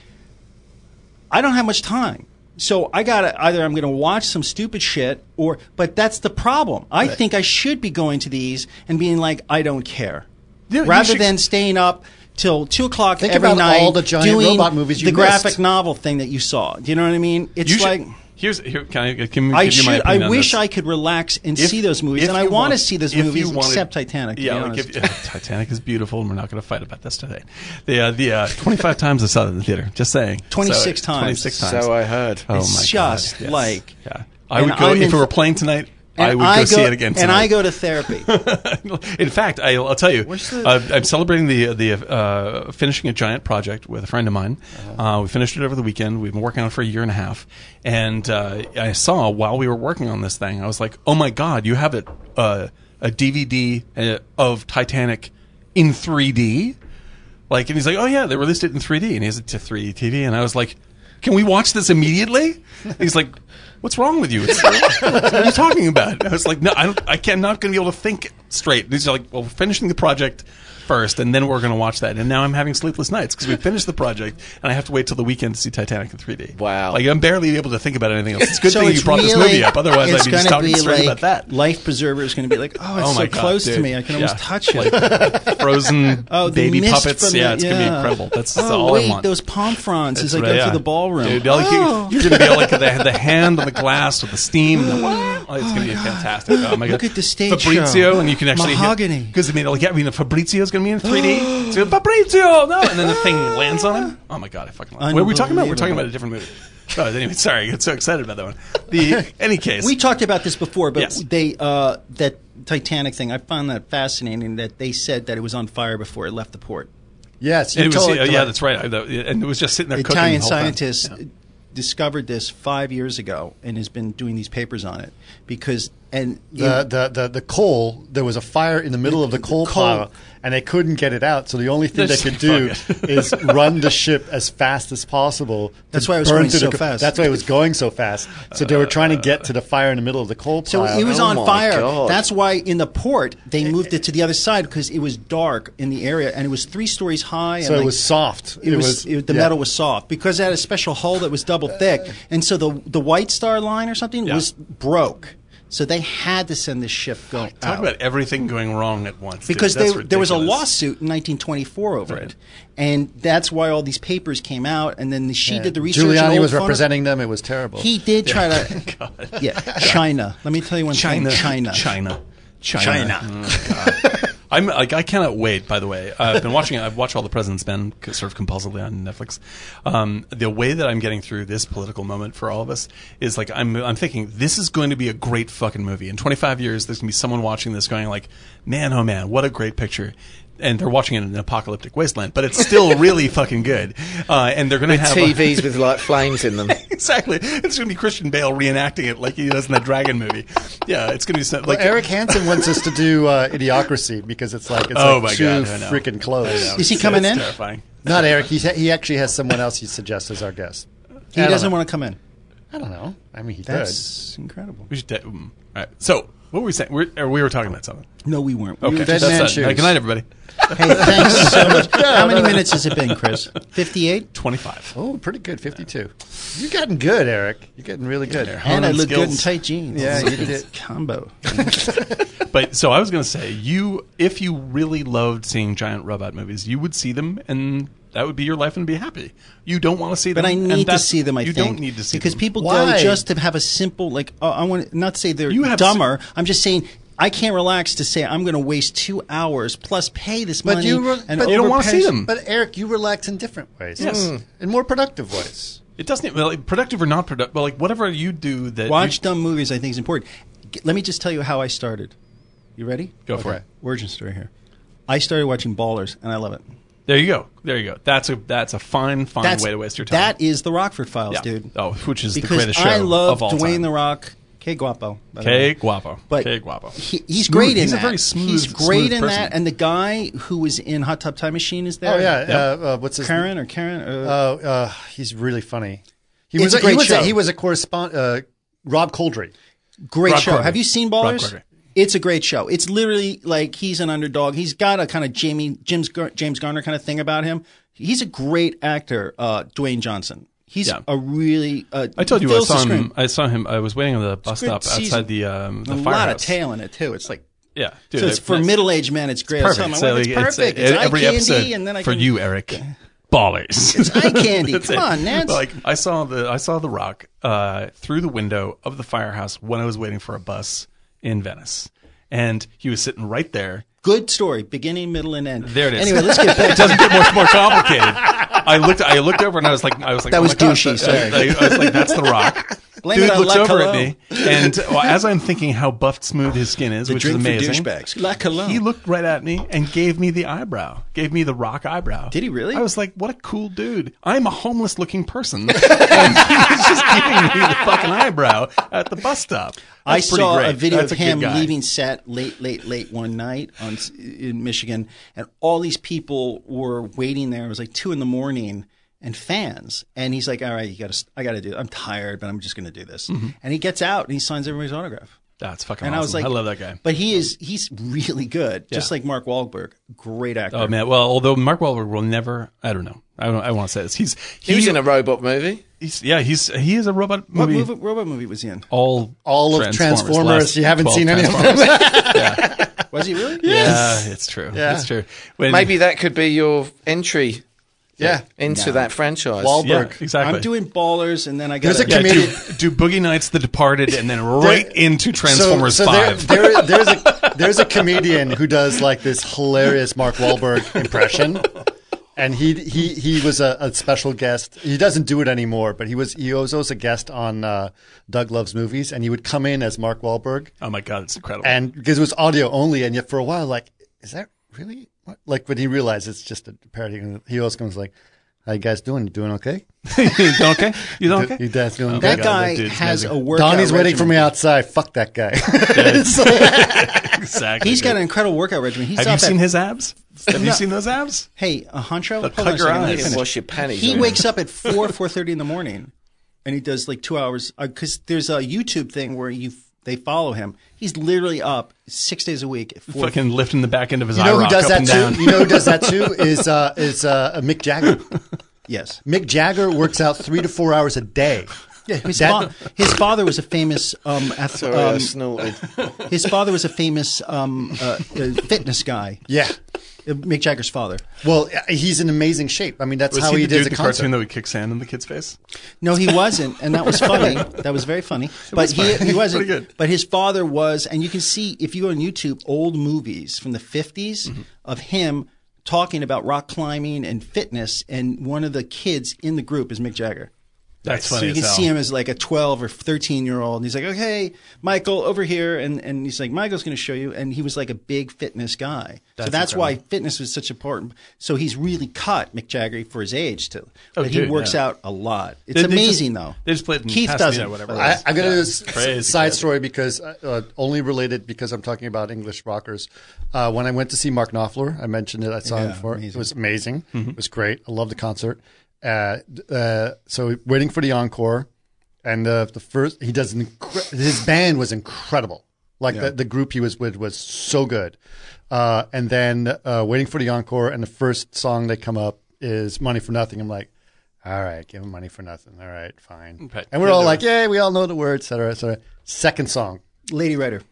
I don't have much time. So I gotta either I'm gonna watch some stupid shit or but that's the problem. I think I should be going to these and being like, I don't care. Yeah, you Rather should- than staying up till two o'clock Think every about night all the giant doing robot movies you the missed. graphic novel thing that you saw. Do you know what I mean? It's You should- like here's here, can I can I I give you my should. opinion I on wish this? I could relax and If- see those movies, if and I you want to wanted- see those if you movies wanted- except Titanic. to be Yeah, like honest. if, Titanic is beautiful, and we're not going to fight about this today. The uh, the uh, 25 times I saw it in the theater. Just saying, 26 times. 26 times. So I heard. oh It's my just God. Yes. like- yeah. I and would go I'm if in- it were playing tonight. and I would go, see it again. Tonight. and I go to therapy. in fact, I, I'll tell you, the- uh, I'm celebrating the the uh, finishing a giant project with a friend of mine. Uh-huh. Uh, we finished it over the weekend. We've been working on it for a year and a half, and uh, I saw while we were working on this thing, I was like, "Oh my god, you have a uh, a DVD uh, of Titanic in 3D." Like, and he's like, "Oh yeah, they released it in 3D," and he has it to 3D TV, and I was like, "Can we watch this immediately?" he's like, "What's wrong with you? It's- what are you talking about?" And I was like, "No, I, don't, I can't. Not going to be able to think straight." And he's like, "Well, we're finishing the project first, and then we're going to watch that." And now I'm having sleepless nights because we finished the project, and I have to wait till the weekend to see Titanic in 3D. Wow. Like I'm barely able to think about anything else. It's a good So thing it's you brought this really- movie up. Otherwise, I'd it's be just gonna talking be straight like about that. Life Preserver is going to be like, oh, it's Oh so my God, close to dude. me. I can Yeah. almost touch it. Like frozen Oh, the baby mist puppets. from the- yeah, it's gonna be yeah. incredible. That's, that's oh, all wait, I want. those palm fronds as I Right, go yeah. through the ballroom. Dude, like you- Oh. you're gonna be like the, the hand on the glass with the steam. and the- oh, it's gonna be fantastic. Oh my god! Look at the stage Fabrizio, show. and you can actually Mahogany. because I mean, like, I mean, Fabrizio's going to be in 3D. It's gonna- Fabrizio, no, and then the thing lands on him. Oh my god, I fucking. Love it. What were we talking about? We're talking about a different movie. Oh, anyway, sorry, I got so excited about that one. The any case, We talked about this before, but Yes. they uh, that Titanic thing. I found that fascinating that they said that it was on fire before it left the port. Yes, you it was, totally yeah, yeah, correct. that's right. I, that- and it was just sitting there. cooking the Italian whole time. scientist Yeah. discovered this five years ago and has been doing these papers on it because and the, the, the, the coal, there was a fire in the middle of the coal, coal. pile, and they couldn't get it out. So the only thing They're they just could do like, "Fuck it." is run the ship as fast as possible. to That's why it was burn going through the so co- fast. That's why it was going so fast. So they were Uh, trying to get to the fire in the middle of the coal So pile. it was Oh on my fire. God. That's why in the port they Eh, moved it to the other side because it was dark in the area and it was three stories high. and So it like- was soft. It, It was, was- it- the yeah. metal was soft because it had a special hull that was double thick, and so the the White Star line or something Yeah. was broke. So they had to send this ship go Talk out about everything going wrong at once. because dude. That's they, there was a ridiculous. lawsuit in 1924 over it, and that's why all these papers came out. And then she did the research. and Giuliani old was photo- representing them. It was terrible. He did try to. yeah, China. Let me tell you one China, thing. China. China, China. China. Oh, God. I'm like I cannot wait. By the way, Uh, I've been watching. I've watched all the President's Men c- sort of compulsively on Netflix. Um, the way that I'm getting through this political moment for all of us is like I'm. I'm thinking this is going to be a great fucking movie. In 25 years, there's gonna be someone watching this going like, man, oh man, what a great picture. And they're watching it in an apocalyptic wasteland, but it's still really fucking good. Uh, and they're going to have a- TVs with like flames in them. exactly. It's going to be Christian Bale reenacting it like he does in the Dragon movie. Yeah, it's going to be so, like Well, Eric Hansen wants us to do uh, Idiocracy because it's like it's Oh like my too God, I know. freaking close. Is he It's- coming it's in? Terrifying. Not Eric. He's, he actually has someone else he suggests as our guest. He doesn't want to come in. to. I don't know. I mean, he does. That's incredible. We should. ta- mm. All right. So what were we saying? We're, or we were talking about something. No, we weren't. We Okay. were Dead just- man That's it. shoes. All right, Good night, everybody. hey, thanks so much. How many minutes has it been, Chris? Fifty-eight. Twenty-five. Oh, pretty good. Fifty-two. You're getting good, Eric. You're getting really good. And I on look good in skills. tight jeans. Yeah, you It's did. Combo. But so I was going to say, you if you really loved seeing giant robot movies, you would see them, and that would be your life, and be happy. You don't want to see them, But I and need to that's- see them. I you think don't need to see because them. people Why? go just to have a simple like. Uh, I want not to say they're You have dumber. I'm just saying. I can't relax to say I'm going to waste two hours plus pay this But money. you, re- and but you don't overpay- wanna see them. But Eric, you relax in different ways. Mm. Yes. in more productive ways. it doesn't well, like, productive or not productive. Well, like whatever you do that watch you, dumb movies. I think is important. G- Let me just tell you how I started. You ready? go for it. Origin story here. I started watching Ballers, and I love it. There you go. There you go. That's a that's a fine fine way to waste your time. That is the Rockford Files, Yeah. dude. Oh, which is the because greatest show I love of all Dwayne time. the Rock. K guapo. by the K way. guapo. But K guapo. He, he's Smooth. great in He's a that. very smooth- He's great smooth in person. that. And the guy who was in Hot Tub Time Machine is there. Oh yeah. Uh, uh, what's his Karen or Karen. Uh, Oh, uh, he's really funny. He It's was a great he was show. A, he was a correspondent. Uh, Rob Coldry. great Rob show. Corddry. Have you seen Rob Ballers? Corddry. It's a great show. It's literally like he's an underdog. He's got a kind of Jamie James Gar- James Garner kind of thing about him. He's a great actor, uh, Dwayne Johnson. He's Yeah. a really. Uh, I told you I fills the saw screen. him. I saw him. I was waiting on the bus good stop season. outside the um, the a firehouse. lot of tail in it too. It's like Yeah, dude, so it's it- for nice. middle aged men. It's great. I was telling Perfect. my So wife, like, it's perfect. It's, eye every candy, episode and then I for can, you, Eric. Ballers. It's eye candy. That's Come it. on, Nance. Like I saw the I saw the Rock uh, through the window of the firehouse when I was waiting for a bus in Venice, and he was sitting right there. Good story, beginning, middle, and end. There it is. Anyway, let's It get back. doesn't get much more complicated. I looked I looked over and I was like I was like That oh was my God, douchey, that- sorry. I, I was like that's the Rock. Blame Dude it on looks La over at Cologne. me, and well, as I'm thinking how buffed smooth his skin is, which drink is for amazing. douchebags. La Cologne. He looked right at me and gave me the eyebrow, gave me the rock eyebrow. Did he really? I was like, what a cool dude. I'm a homeless looking person, and he was just giving me the fucking eyebrow at the bus stop. I That's pretty saw great. a video That's of a good him guy. leaving set late, late, late one night on s- in Michigan, and all these people were waiting there. It was like two in the morning, and fans. And he's like, "All right, you got to. I got to do. I'm tired, but I'm just going to do this." Mm-hmm. And he gets out and he signs everybody's autograph. That's fucking And awesome. I was like, I love that guy. But he is he's really good, just like Mark Wahlberg, great actor. Oh man! Well, although Mark Wahlberg will never—I don't know—I don't—I want to say this. He's He he, was in a robot movie. he's yeah he's he is a robot what movie. movie, robot movie was he in? all All of Transformers. last You haven't 12 seen any of them. Transformers. Was he really? Yeah, it's true. Yeah. It's true. When- Maybe that could be your entry Yeah. into that franchise. Wahlberg. yeah, exactly. I'm doing ballers, and then I got There's a yeah, do, comedian- do Boogie Nights, The Departed, and then right into Transformers so, so Five. There, there, there's a there's a comedian who does like this hilarious Mark Wahlberg impression. And he he he was a, a special guest. He doesn't do it anymore, but he was he was always a guest on uh, Doug Loves Movies, and he would come in as Mark Wahlberg, Oh my god, it's incredible. and because it was audio only, and yet for a while, like, is that really what? like when he realized it's just a parody? He always comes like, "How you guys doing? You doing okay? you doing okay? You doing okay? You guys doing Okay. okay?" God, that guy that dude's has amazing. a workout. Donnie's waiting for regimen. me outside. Fuck that guy. It's like- Exactly. He's got an incredible workout regimen. He's Have up you seen at, his abs? Have you seen those abs? Hey, a honcho. Hold cut on a your second, let me eyes. finish. Wash your panties He on. wakes up at four, four thirty in the morning, and he does like two hours because there's a YouTube thing where you they follow him. He's literally up six days a week at four. Fucking lifting the back end of his you know eye who rock does up that and too? down. You know who does that too? Is uh, is uh, Mick Jagger. yes. Mick Jagger works out three to four hours a day. Yeah, His, fa- his father was a famous um, ath- Sorry, I um, snorted. his father was a famous um, uh, uh, fitness guy. yeah. Uh, Mick Jagger's father. Well, he's in amazing shape. I mean, that's Was how he, he, the does dude, a the concert. cartoon that would kick sand in the kid's face? No, he wasn't, and that was funny. that was very funny. But was he funny. he wasn't. Pretty good. But his father was, and you can see if you go on YouTube old movies from the 50s Mm-hmm. of him talking about rock climbing and fitness, and one of the kids in the group is Mick Jagger. That's So funny. you can as hell. see him as like a 12 or 13 year old. And he's like, okay, Michael, over here. And, and he's like, Michael's going to show you. And he was like a big fitness guy. so that's why fitness was such important. So he's really cut Mick Jagger for his age, too. Oh, but dude, he works yeah. out a lot. It's They- they amazing, just- though. They just played in Keith Pasadena, doesn't. whatever. it I, was. I'm gonna Yeah. do this Crazy side kid. story because uh, uh, only related because I'm talking about English rockers. Uh, when I went to see Mark Knopfler, I mentioned it. I saw him before. It was amazing. It was great. I loved the concert. Uh, d- uh, so waiting for the encore, and the the first he does an incre- his band was incredible. Like the, the group he was with was so good. Uh, and then uh, waiting for the encore, and the first song they come up is "Money for Nothing." I'm like. All right, give him money for nothing. All right, fine. Okay. And we're all like, yeah, we all know the words, et cetera, et cetera. Second song. Lady Writer.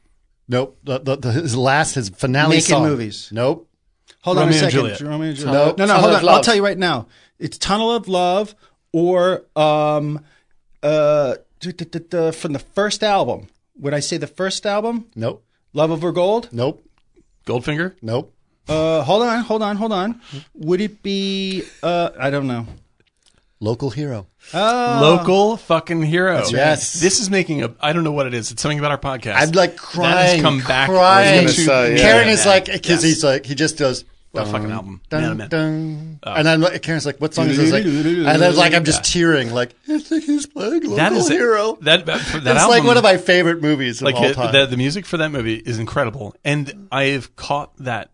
Nope. The, the, the- his last, his finale Naked song. movies. Nope. Hold Romeo on a and second. Juliet. Romeo and Tunnel- No, no, Tunnel hold of on. I'll Love. tell you right now. It's Tunnel of Love or um, uh, duh, duh, duh, duh, from the first album. Would I say the first album? Nope. Love over gold. Nope. Goldfinger. Nope. Uh, hold on, hold on, hold on. Would it be? Uh, I don't know. Local hero. Local fucking hero. right. Yes. This is making a. I don't know what it is. It's something about our podcast. I'm like That has crying. come back. Crying. into- say, yeah. Karen is like, because Yes. he's like, he just goes, What a fucking album. dun, Man, oh, man. dun. And I'm like, Karen's like, what song is this? Like, and I was like, I'm just tearing. Like, I think he's playing Local That is Hero. That, that, that it's album, like one of my favorite movies of like all the, time. The, the music for that movie is incredible, and I have caught that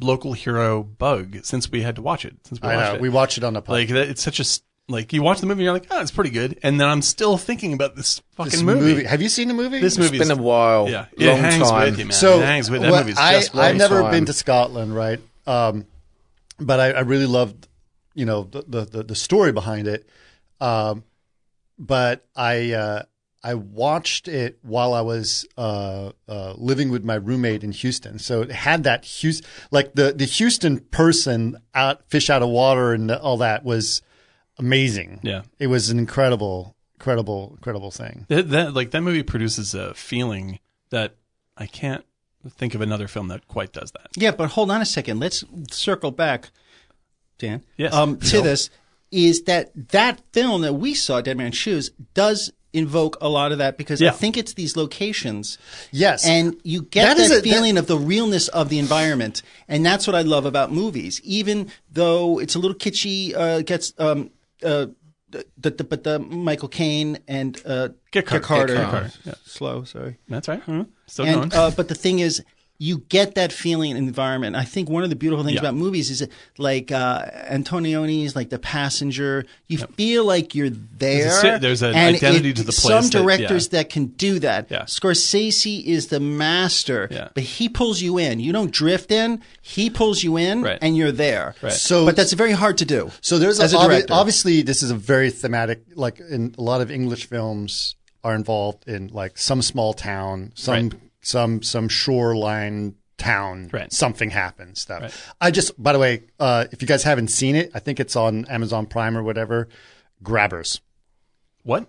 local hero bug since we had to watch it. Since we I watched know. it, We watched it on the podcast. like that, it's such a s- like you watch the movie, and you're like, oh, it's pretty good, and then I'm still thinking about this fucking this movie. movie. Have you seen the movie? This movie It's been a while. yeah, long it hangs time. with you, man. So it hangs with that what movie's I, just I've great. never time. been to Scotland, right? Um, but I, I really loved, you know, the the, the, the story behind it. Um, but I uh, I watched it while I was uh, uh, living with my roommate in Houston. So it had that Houston, like the the Houston person out fish out of water and all that was amazing. Yeah. it was an incredible, incredible, incredible thing. That, that like that movie produces a feeling that I can't think of another film that quite does that. Yeah, but hold on a second. Let's circle back, Dan. Yes. Um, to No. this is that that film that we saw, Dead Man's Shoes, does invoke a lot of that because Yeah. I think it's these locations. Yes, And you get That is that, a- that- feeling of the realness of the environment, and that's what I love about movies. Even though it's a little kitschy, uh, gets um, uh, the, the, the, the Michael Caine and uh, Get Carter. Get Carter, Get Carter, yeah. slow, sorry. That's right. Mhm. Still And going. uh, but the thing is, you get that feeling in the environment. I think one of the beautiful things Yeah. about movies is that, like uh, Antonioni's, like The Passenger. You feel like you're there. There's a si- there's an and identity to the Some place that- directors yeah. that can do that. Yeah. Scorsese is the master, Yeah. but he pulls you in. You don't drift in. He pulls you in, Right. and you're there. Right. So- but that's very hard to do. So there's as a, a, obvi- director. obviously this is a very thematic. Like in a lot of English films are involved in like some small town, some some some shoreline town. Right. Something happens. Stuff. I just by the way, uh, if you guys haven't seen it, I think it's on Amazon Prime or whatever. Grabbers, what?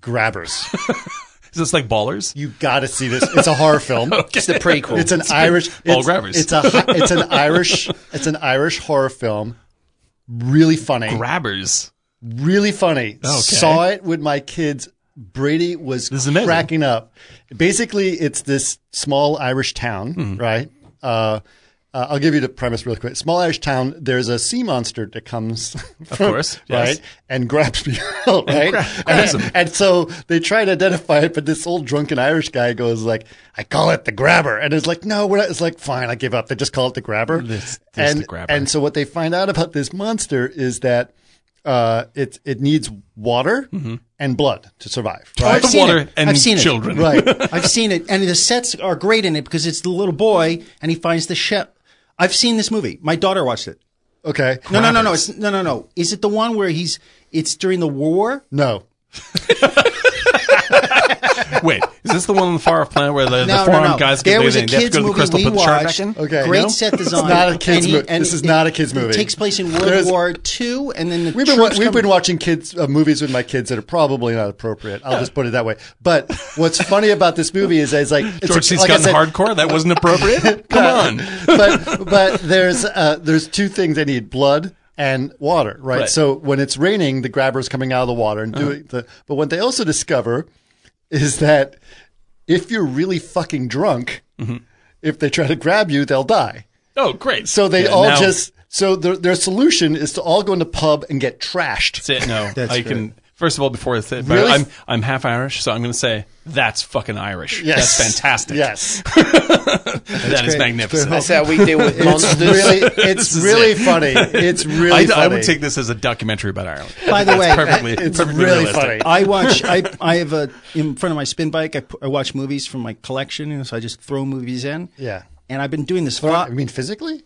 grabbers. Is this like Ballers? You got to see this. It's a horror film. It's the prequel. It's an Irish. Paul it's, Grabbers. It's a. hi- It's an Irish. It's an Irish horror film. Really funny. Grabbers. really funny. Saw it with my kids. Brady was is amazing. cracking up. Basically, it's this small Irish town, Hmm. right? Uh, uh, I'll give you the premise really quick. Small Irish town. There's a sea monster that comes, of course, yes. right, and grabs people, right? And, grabs and, them. so they try to identify it, but this old drunken Irish guy goes like, "I call it the grabber," and it's like, "No, we're not." It's like, "Fine, I give up." They just call it the grabber. This- this and the grabber. and so what they find out about this monster is that uh, it it needs water and blood to survive. Right. I've seen water it. and I've seen children. It. Right. I've seen it. And the sets are great in it because it's the little boy and he finds the ship. I've seen this movie. My daughter watched it. Okay. No, no, no, no. It's, no, no, no. Is it the one where he's, it's during the war? No. Wait, is this the one on the far off planet where the, No, the forearm no, no. guys there they, was they a have to kids go to the movie crystal we put the shark back watched. in? Okay, great no. set It's design. not a kids' And he- movie. and This is it- not a kids' movie. It takes place in World There's- War II, and then the We've been, wa- troops we've come- been watching kids uh, movies with my kids that are probably not appropriate. I'll just put it that way. But what's funny about this movie is, that it's like it's George C. like I Scott in said- hardcore? That wasn't appropriate? Come on. but but there's uh, there's two things they need: blood and water, right? Right. Uh-huh. So when it's raining, the grabber's coming out of the water and doing the. But what they also discover is that if you're really fucking drunk, Mm-hmm. if they try to grab you, they'll die. Oh, great. So they Yeah, all now- just so their their solution is to all go in the pub and get trashed. That's it. No, That's I great. can. First of all, before I say, but Really? I'm I'm half Irish, so I'm going to say that's fucking Irish. Yes. That's fantastic. Yes, that is magnificent. That's how we deal with it's monsters. really it's is really it. funny. It's really I, funny. I would take this as a documentary about Ireland. By the way, Perfectly, It's perfectly really realistic. funny. I watch. I I have a in front of my spin bike. I, pu- I watch movies from my collection, and so I just throw movies in. Yeah. And I've been doing this. But, for I mean, physically.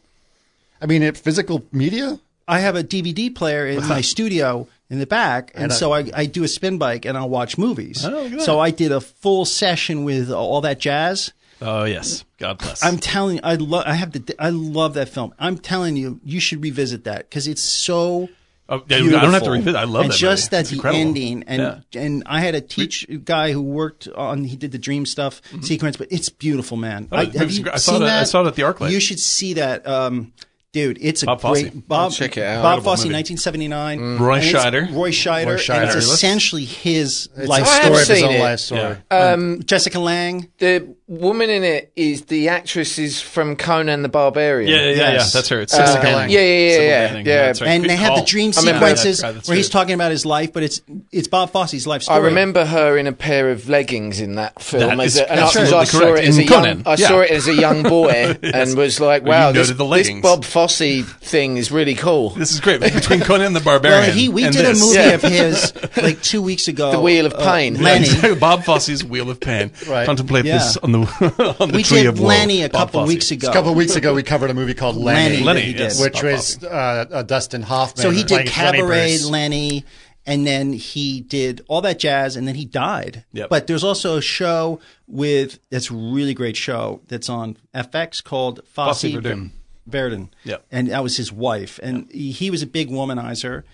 I mean, it, physical media. I have a DVD player in my studio in the back, and, And Oh, a- so I, I do a spin bike and I'll watch movies. look at that. so I did a full session with all that jazz. Oh yes, God bless. I'm telling you, I love. I have to. I love that film. I'm telling you, you should revisit that because it's so. Oh, yeah, I don't have to beautiful. revisit- I love and that just movie. that It's the incredible. ending and and I had a teach guy who worked on he did the dream stuff sequence, but it's beautiful, man. Mm-hmm. I, Oh, it have was you gr- I saw seen it- I that? saw it at the ArcLight. You should see that, um, dude. It's a Bob Fosse. great Bob. check it out. Mm. Bob Fosse, movie. 1979. Roy And it's Scheider. Roy Scheider. Roy And Scheider. it's essentially his life a I have story. story of his seen own it. life story. Yeah. Jessica Lang. the woman in it is the actress is from Conan the Barbarian. yeah, yeah, yeah, Yes. Uh, yeah. That's her. It's Sybil Sybil Manning. Yeah, yeah, yeah, Sybil yeah, Manning. yeah. That's right. And Good they have call. the dream I remember that. sequences God, that's where he's good. talking about his life, but it's it's Bob Fosse's life I story. remember her in a pair of leggings in that film. That as is a, and I, 'cause absolutely I saw correct. it as a In young, Conan, I saw yeah. it as a young boy and was like, Well, you "Wow, this, noted the this leggings. Bob Fosse thing is really cool." This is great between Conan the Barbarian. Well, he we and did this. a movie Yeah. of his like two weeks ago. The Wheel of uh, Pain. Yeah, Lenny. exactly. Bob Fosse's Wheel of Pain. Right. Contemplate Yeah. this on the on the We tree did of woe. Lenny a Bob couple Fosse. weeks ago. A couple of weeks ago, we covered a movie called Lenny, Lenny, Lenny, that he yes. did. which was uh, uh, Dustin Hoffman. So he playing did Lenny Cabaret, Bruce. Lenny, and then he did all that jazz, and then he died. Yep. But there's also a show with that's a really great show that's on FX called Fosse, Fosse Verdon. Verdon. Yep. And that was his wife, and he was a big womanizer.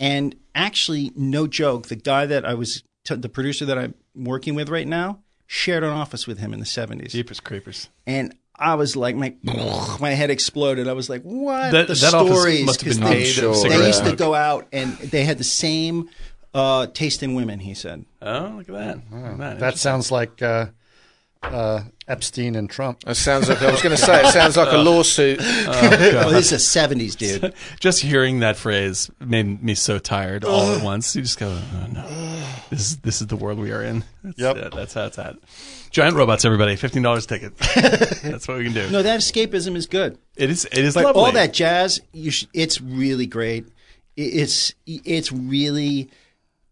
And actually, no joke, the guy that I was, t- the producer that I'm working with right now, shared an office with him in the 70s. Jeepers creepers. and I was like, my my head exploded. I was like, what? That- the that office stories must have 'cause been they, made of they cigarette used to smoke. go out and they had the same uh, taste in women. He said, Oh, look at that. Look at that. That sounds like uh, uh, Epstein and Trump. It sounds like I was going to say it sounds like Uh, a lawsuit. "Oh, this is the '70s, dude." just hearing that phrase made me so tired all at once. You just go, oh, no, this is this is the world we are in. That's Yep. it. that's how it's at. Giant robots, everybody, fifteen dollars ticket. that's what we can do. No, that escapism is good. It is it is Like lovely. all that jazz, you sh- it's really great. I- It's it's really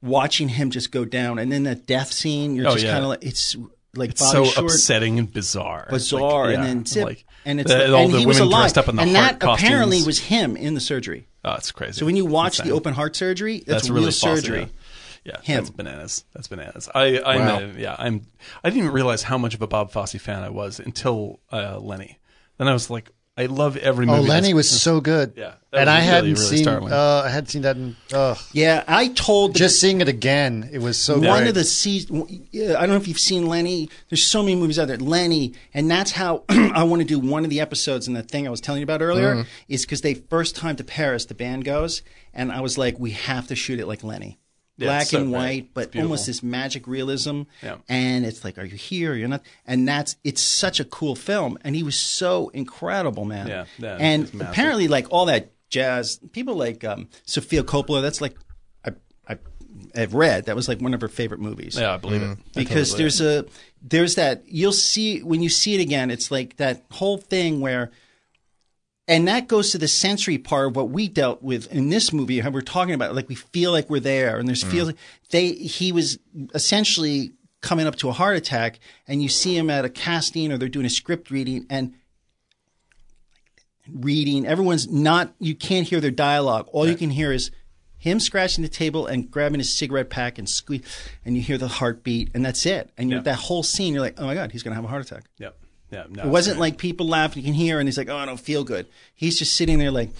watching him just go down, and then that death scene. You're Oh, just yeah. kind of like it's like It's Bobby so Short. upsetting and bizarre. bizarre, Like, and yeah, then zip, like, and it's the- like- all and the he women was alive. dressed up in the and heart that apparently costumes. was him in the surgery. oh, it's crazy. So when you watch Insane. the open heart surgery, that's, that's real really false, surgery. Yeah, Yeah, Him. that's bananas. That's bananas. I, I'm Wow. a- yeah, I'm. I didn't even realize how much of a Bob Fosse fan I was until uh, Lenny. Then I was like, I love every Oh, movie. Lenny was that's- so good. Yeah, and that was I really, hadn't really seen. startling. Uh, I hadn't seen that. In, ugh. Yeah, I told the just seeing it again, it was so one great. of the season. I don't know if you've seen Lenny. There's so many movies out there. Lenny, and that's how I want to do one of the episodes. And the thing I was telling you about earlier is because they first time to Paris, the band goes, and I was like, we have to shoot it like Lenny, Yeah, black it's so and great. white, It's but beautiful. almost this magic realism. Yeah. And it's like, are you here? You're not. And that's it's such a cool film. And he was so incredible, man. Yeah, yeah, and it's massive. apparently, like all that jazz, people like um, Sophia Coppola. That's like I, I, I've read that was like one of her favorite movies. yeah, I believe Mm. it. I Because totally believe there's a there's that you'll see when you see it again. It's like that whole thing where, and that goes to the sensory part of what we dealt with in this movie. How we're talking about like we feel like we're there, and there's Mm. feels they he was essentially coming up to a heart attack, and you see him at a casting or they're doing a script reading, and reading. Everyone's not, you can't hear their dialogue. All you can hear is him scratching the table and grabbing his cigarette pack and squeeze, and you hear the heartbeat, and that's it. And you're, Yeah. that whole scene, you're like, oh my God, he's going to have a heart attack. it. Yep. Yeah, no, It wasn't like people laugh, you can hear, and he's like, oh, I don't feel good. He's just sitting there like,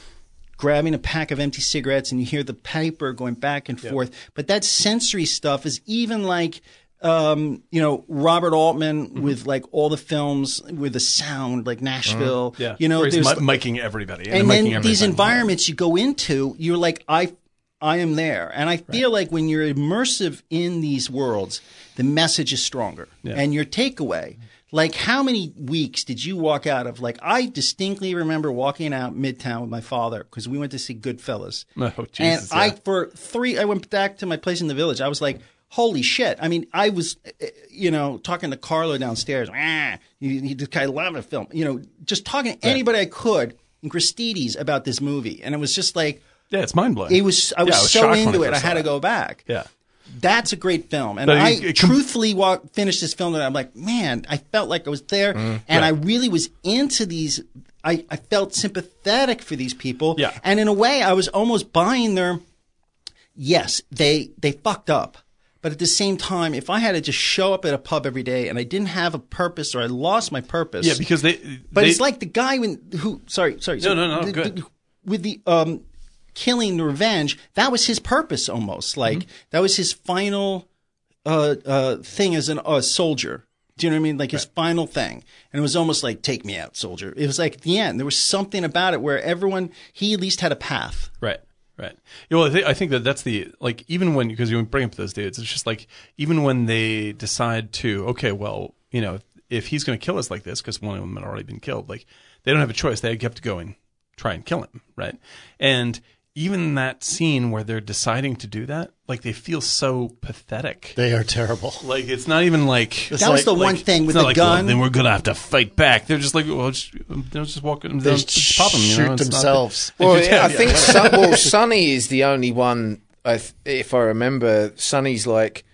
Grabbing a pack of empty cigarettes, and you hear the paper going back and forth. But that sensory stuff is even like, um, you know, Robert Altman Mm-hmm. with like all the films with the sound, like Nashville. Uh-huh. yeah. you know, Where he's there's mi- miking everybody, and miking then these everything. environments you go into, you're like, I, I am there, and I feel like when you're immersive in these worlds, the message is stronger, and your takeaway. Like, how many weeks did you walk out of? Like, I distinctly remember walking out midtown with my father because we went to see Goodfellas, Oh, Jesus, and I yeah. for three, I went back to my place in the village. I was like. Holy shit! I mean, I was, eh, you know, talking to Carlo downstairs. Ah, he, he just kind of loved the film. You know, just talking to anybody I could in Christides about this movie, and it was just like Yeah, it's mind blowing. it was. I was, so into it, I had to go back. Yeah. That's a great film, and But I it- it com- truthfully wa finished this film, and I'm like, man, I felt like I was there, Mm-hmm. and I really was into these. I, I felt sympathetic for these people, Yeah. and in a way, I was almost buying their. Yes, they they fucked up, but at the same time, if I had to just show up at a pub every day and I didn't have a purpose or I lost my purpose, Yeah, because they. but they, it's like the guy when who sorry sorry no no, no, the, go the- ahead. with the um killing the revenge that was his purpose almost like Mm-hmm. that was his final uh uh thing as an uh, soldier. Do you know what I mean? Like his final thing, and it was almost like "Take me out, soldier." It was like at the end there was something about it where everyone he at least had a path. Right. Right. Yeah, well, I, th- I think that that's the like even when because you bring up those dudes, it's just like even when they decide to okay, well, you know, if he's going to kill us like this because one of them had already been killed, like they don't have a choice. They have to go and try and kill him, right? And even that scene where they're deciding to do that, like they feel so pathetic. they are terrible. like it's not even like That was the one thing it's with not the like, well, gun. then we're gonna have to fight back. They're just like, well, just, they're just walking. They just pop them. You know? shoot It's not that- themselves. Well, Yeah, yeah, yeah, I think Sun, well, Sonny is the only one. I th- if I remember, Sonny's like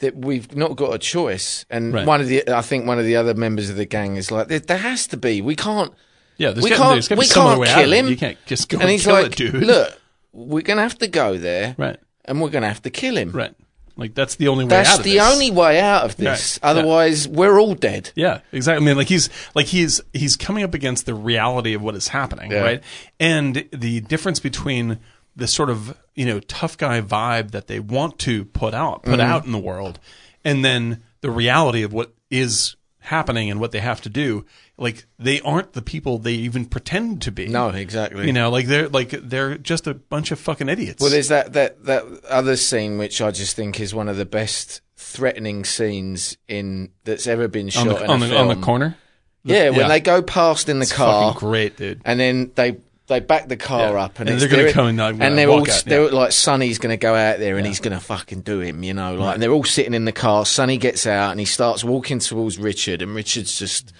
that. We've not got a choice, and Right. one of the I think one of the other members of the gang is like, there, there has to be. We can't. Yeah, there's we gotta- there's can't. gotta be We some other can't way out kill of it. him. You can't just go and and he's kill like, it, dude. Look, we're gonna have to go there, Right. And we're gonna have to kill him. Right. Like that's the only way out That's of the this. only way out of this. Right. Yeah. Otherwise, we're all dead. Yeah, exactly. I mean, like he's like he's he's coming up against the reality of what is happening, right? And the difference between the sort of you know tough guy vibe that they want to put out put Mm-hmm. out in the world, and then the reality of what is happening and what they have to do. Like they aren't the people they even pretend to be. No, exactly. You know, like they're like they're just a bunch of fucking idiots. Well, there's that, that, that other scene which I just think is one of the best threatening scenes in that's ever been shot on the, in a on the, film. on the corner. Yeah, when yeah. they go past in the car, Fucking great, dude. and then they they back the car Yeah. up, and, And it's- they're gonna they're- come and, like, and they're all walk out, they're like Sonny's going to go out there and he's going to fucking do him, you know. Like, and they're all sitting in the car. Sonny gets out and he starts walking towards Richard, and Richard's just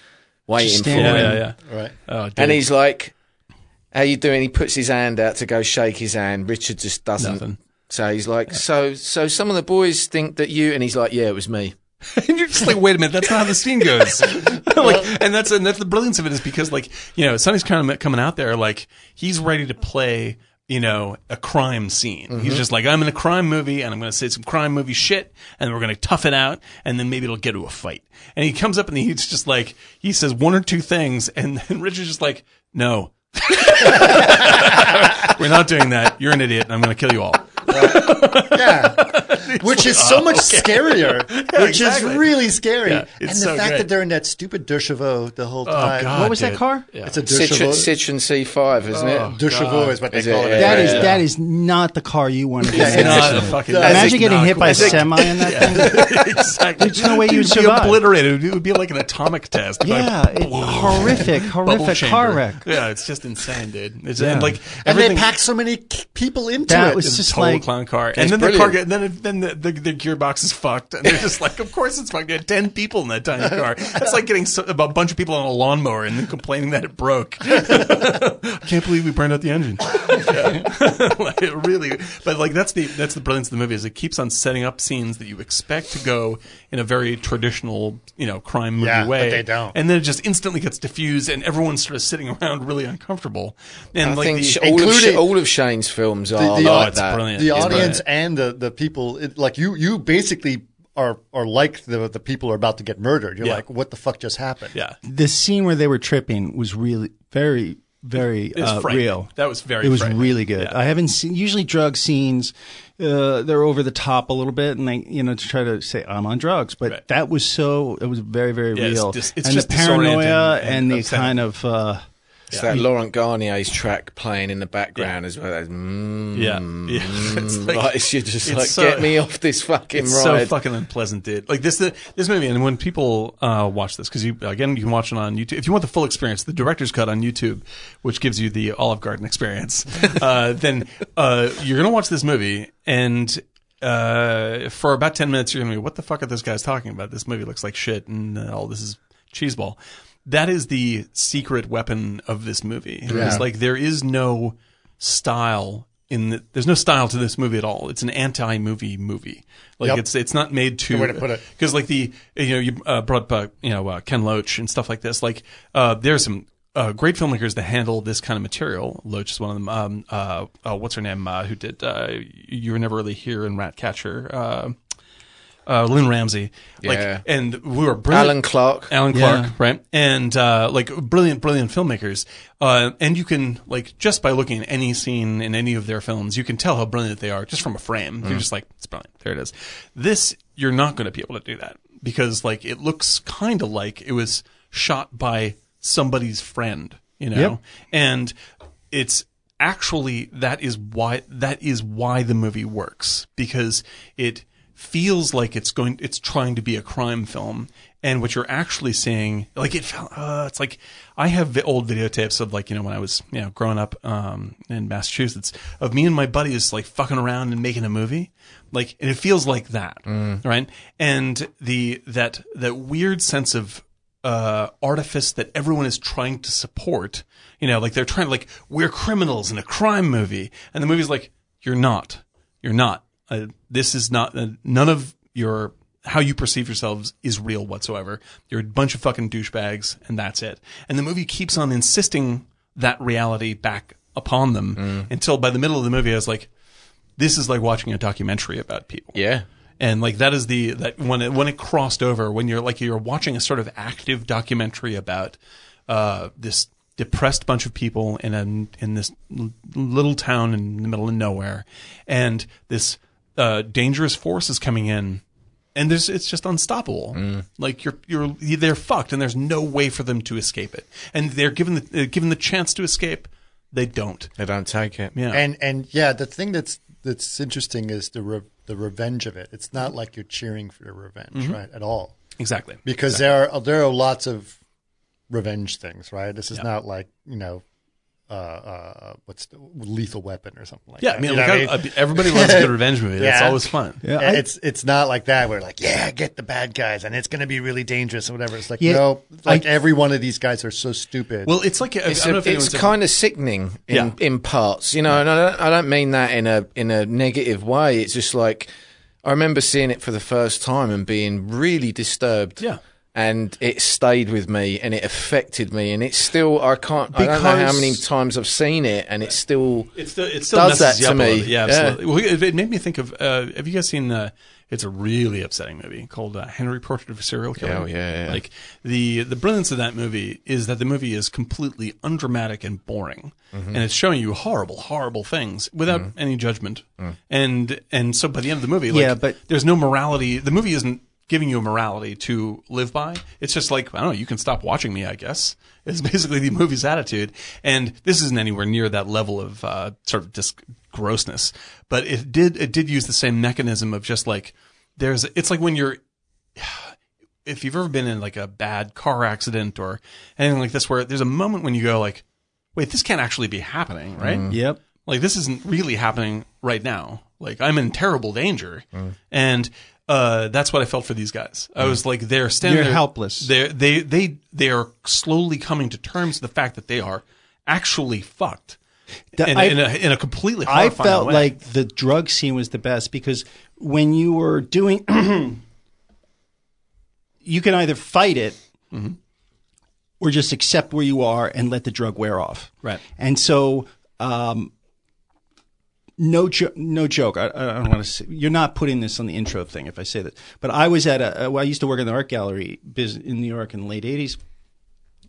waiting for standing Yeah, him. yeah, yeah. Right. Oh, dude. And he's like, "How you doing?" He puts his hand out to go shake his hand. Richard just doesn't. Nothing. So he's like, "So, so some of the boys think that you," and he's like, "Yeah, it was me." and you're just like, wait a minute, that's not how the scene goes. like, and that's and that's the brilliance of it is because like you know Sonny's kind of coming out there like he's ready to play you know, a crime scene. He's just like, I'm in a crime movie and I'm going to say some crime movie shit and we're going to tough it out and then maybe it'll get to a fight. And he comes up and he's just like, he says one or two things and then Richard's just like, no, we're not doing that. You're an idiot and I'm going to kill you all. Yeah. Which is so much scarier. which exactly. is really scary. Yeah, it's and the so fact great. Oh, that they're in that stupid Dershavo the whole Oh, time. God. Uh, What was dude. that car? It's a Dershavo. Citroen, Citroen C5, isn't Oh. it? Dershavo is what they Is call it? it. Oh, Yeah. That is that is not the car you want to be. It's in. not a fucking- That's Imagine getting hit by a That's semi in that thing. exactly. There's no way You'd you'd be survive. obliterated. It would be like an atomic test. You'd be like, Yeah, it, horrific, bubble horrific chamber. car wreck. Yeah, it's just insane, dude. It's and like And everything. they pack so many k- people into That it. was it's just total like- clown car, and then the car, get, then it- then the, the, the gearbox is fucked, and they're just like, of course it's fucked. You had ten people in that tiny car. It's like getting so, a bunch of people on a lawnmower and then complaining that it broke. Can't believe we burned out the engine. Yeah. like, it really, but like that's the that's the brilliance of the movie is it keeps on setting up scenes that you expect to go in a very traditional you know crime movie Yeah, but way, they don't. and then it just instantly gets diffused, and everyone's sort of sitting around really uncomfortable. And I like think the, sh- all, of Sh- including- all of Shane's films are the- like oh, it's that. brilliant. the It's audience brilliant. and the the people it, like you you basically are are like the the people who are about to get murdered you're Yeah. like what the fuck just happened yeah. The scene where they were tripping was really very, very was uh, frightening. real. That was very It was frightening. really good. I haven't seen usually drug scenes. Uh, they're over the top a little bit, and they you know to try to say I'm on drugs, but Right. that was so it was very very Yeah, it's real. dis- it's and just the paranoia disorienting and and, the upsetting. kind of uh, It's that Laurent Garnier's track playing in the background as well. Mm, Yeah. Yeah. It's like- like, you're just it's like, so- get me off this fucking It's so ride. fucking unpleasant, dude. Like this, this movie, and when people uh, watch this, because you again, you can watch it on YouTube. If you want the full experience, the director's cut on YouTube, which gives you the Olive Garden experience, uh, then uh, you're gonna watch this movie, and uh, for about ten minutes, you're gonna be, "What the fuck are those guys talking about? This movie looks like shit, and uh, all this is cheeseball." That is the secret weapon of this movie. It's like there is no style in the, there's no style to this movie at all. It's an anti-movie movie. Like Yep. it's it's not made to way to put it. because like the you know you uh, brought up uh, you know uh, Ken Loach and stuff like this. Like uh, there's some uh, great filmmakers that handle this kind of material. Loach is one of them. Um, uh, oh, what's her name? Uh, who did uh, You Were Never Really Here and Ratcatcher? Uh, uh, Lynn Ramsey. Yeah. Like and we were brilliant. Alan Clark. Alan Clark, right? And uh, like brilliant, brilliant filmmakers. Uh, and you can like just by looking at any scene in any of their films, you can tell how brilliant they are just from a frame. You're just like, it's brilliant. There it is. This you're not going to be able to do that because like it looks kind of like it was shot by somebody's friend, you know. And it's actually that is why that is why the movie works because it feels like it's going it's trying to be a crime film and what you're actually seeing like it felt uh, it's like i have vi- old videotapes of like you know when i was you know growing up um in massachusetts of me and my buddies like fucking around and making a movie like and it feels like that right and the that that weird sense of uh, artifice that everyone is trying to support. You know, like they're trying to like we're criminals in a crime movie, and the movie's like you're not, you're not. Uh, this is not uh, none of your how you perceive yourselves is real whatsoever. You're a bunch of fucking douchebags, and that's it. And the movie keeps on insisting that reality back upon them until by the middle of the movie, I was like, this is like watching a documentary about people Yeah. and like that is the that when it when it crossed over when you're like you're watching a sort of active documentary about uh this depressed bunch of people in a in this l- little town in the middle of nowhere and this uh dangerous force is coming in and there's it's just unstoppable. Like you're you're they're fucked, and there's no way for them to escape it. And they're given the they're given the chance to escape, they don't. They don't take it. Yeah, and and yeah the thing that's that's interesting is the re- the revenge of it it's not like you're cheering for the revenge right at all Mm-hmm. exactly. because there are there are lots of revenge things right this is not like you know uh, uh, what's the, lethal weapon or something like Yeah, that. I mean, You know like, what I mean? I- I- everybody loves a good revenge movie. That's Yeah. always fun. Yeah, Yeah, I- it's it's not like that. We're like, yeah, get the bad guys, and it's going to be really dangerous or whatever. It's like, Yeah, no, like every one of these guys are so stupid. Well, it's like I- I It's, don't know a- if anyone's it's kind of sickening in, Yeah. in parts, you know, and I don't, I don't mean that in a in a negative way. It's just like I remember seeing it for the first time and being really disturbed. Yeah. and it stayed with me and it affected me and it's still I can't I don't know how Because- many times I've seen it and it's still It still, it still Does messes that you to up a me. little bit. Yeah, Yeah. absolutely. Well, it, it made me think of. Uh, have you guys seen? Uh, it's a really upsetting movie called uh, Henry Portrait of a Serial Killer. Oh, yeah, yeah. Like the the brilliance of that movie is that the movie is completely undramatic and boring, Mm-hmm. and it's showing you horrible, horrible things without any judgment. And and so by the end of the movie, like, Mm. Yeah, but- there's no morality. The movie isn't giving you a morality to live by. It's just like, I don't know, you can stop watching me, I guess. It's basically the movie's attitude. And this isn't anywhere near that level of uh, sort of just grossness. But it did it did use the same mechanism of just like there's it's like when you're if you've ever been in like a bad car accident or anything like this where there's a moment when you go like, wait, this can't actually be happening, right? Yep. like this isn't really happening right now like i'm in terrible danger Mm. and uh, that's what i felt for these guys i was like they're standing You're there, helpless. they're, they they they are slowly coming to terms with the fact that they are actually fucked That- in, I- in, a, in a completely I horrifying felt way. like the drug scene was the best because when you were doing, you can either fight it Mm-hmm. or just accept where you are and let the drug wear off. Right. And so, um, no, jo- no joke. I, I don't want to. Say, you're not putting this on the intro thing if I say this, but I was at a. Well, I used to work in the art gallery business in New York in the late '80s,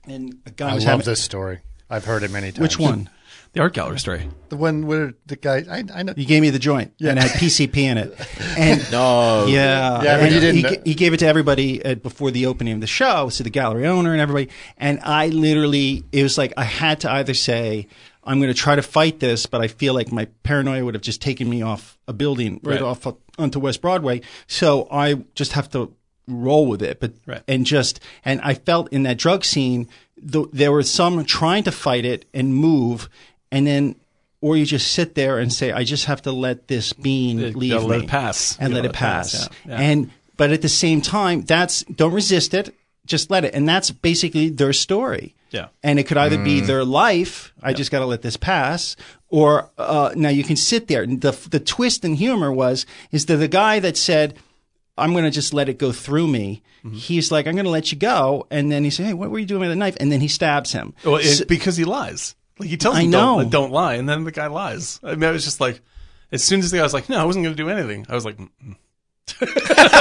and a guy I was love having this story. I've heard it many times. which one? the art gallery story The one where the guy. I, I know. You gave me the joint, and it had PCP in it. And no Yeah, Yeah, but And you didn't- He, ga- he gave it to everybody uh, before the opening of the show, so the gallery owner and everybody. And I literally, it was like I had to either say, "I'm going to try to fight this," but I feel like my paranoia would have just taken me off a building Right. right, off onto West Broadway. So I just have to roll with it. But Right. and just and I felt in that drug scene, th- there were some trying to fight it and move, and then. Or you just sit there and say, "I just have to let this being leave gotta let me it pass. and You let gotta it pass." yeah, yeah. And but at the same time, that's don't resist it. Just let it. And that's basically their story. Yeah. And it could either be their life. I just got to let this pass. Or uh, now you can sit there. And The the twist and humor was is that the guy that said. I'm going to just let it go through me. Mm-hmm. He's like, I'm going to let you go. And then he said, Hey, what were you doing with the knife? And then he stabs him. well, it- because he lies like he tells I them know. Don't, don't lie and then the guy lies i mean i was just like as soon as the guy was like no i wasn't going to do anything i was like mm, mm. here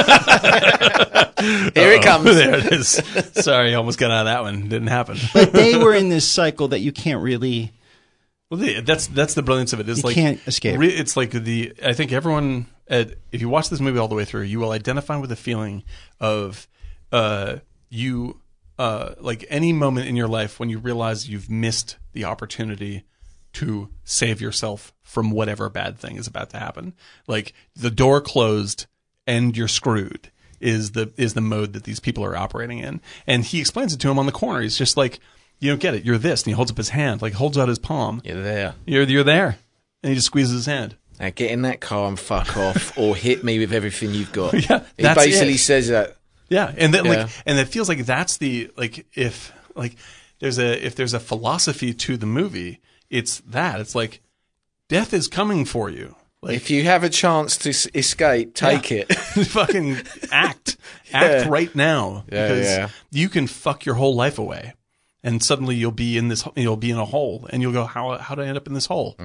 it comes "Oh, there it is sorry almost got out of that one didn't happen but they were in this cycle that you can't really. Well, the, that's that's the brilliance of it. Is You like can't escape. re- it's like the I think everyone at, if you watch this movie all the way through, you will identify with the feeling of uh, you uh, like any moment in your life when you realize you've missed the opportunity to save yourself from whatever bad thing is about to happen. Like the door closed and you're screwed is the is the mode that these people are operating in. And he explains it to him on the corner. He's just like, you don't get it. You're this. And he holds up his hand, like holds out his palm. you're there You're you're there. And he just squeezes his hand. now get in that car and fuck off or hit me with everything you've got Yeah, he that's basically it. says that Yeah. And that Yeah. like and it feels like that's the like if like there's a if there's a philosophy to the movie, it's that. It's like death is coming for you. Like if you have a chance to s- escape take it fucking act. Act right now. Yeah, yeah. you can fuck your whole life away. And suddenly you'll be in this you'll be in a hole and you'll go, How how did I end up in this hole?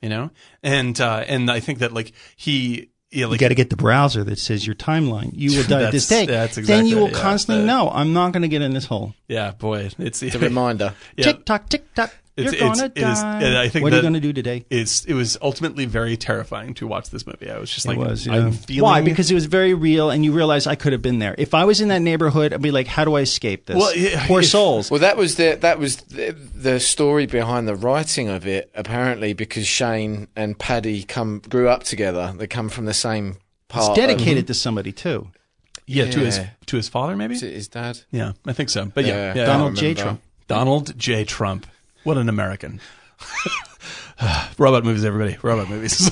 You know? And uh and I think that like he yeah, You like got to get the browser that says your timeline. You will die at this That's- day. that's then exactly you will it, yeah. constantly Uh, know I'm not going to get in this hole. yeah, boy. It's a reminder yeah. Tick tock, tick tock. You're It's- going it's- to it is- die. and I think what are you that- going to do today? it's it was ultimately very terrifying to watch this movie. I was just like, it was. yeah. I'm feeling Why? Because it was very real, and you realize I could have been there. If I was in that neighborhood, I'd be like, "How do I escape this?" Well, yeah, Poor if- souls. Well, that was the that was the, the story behind the writing of it. Apparently, because Shane and Paddy come grew up together. They come from the same part. it's of- um, dedicated to somebody too. yeah, to his Yeah. to his father maybe. Is it his dad? Yeah, I think so. But yeah, Yeah. yeah. Donald J. remember. Trump. Donald J. Trump. What an American. Robot movies, everybody. Robot movies.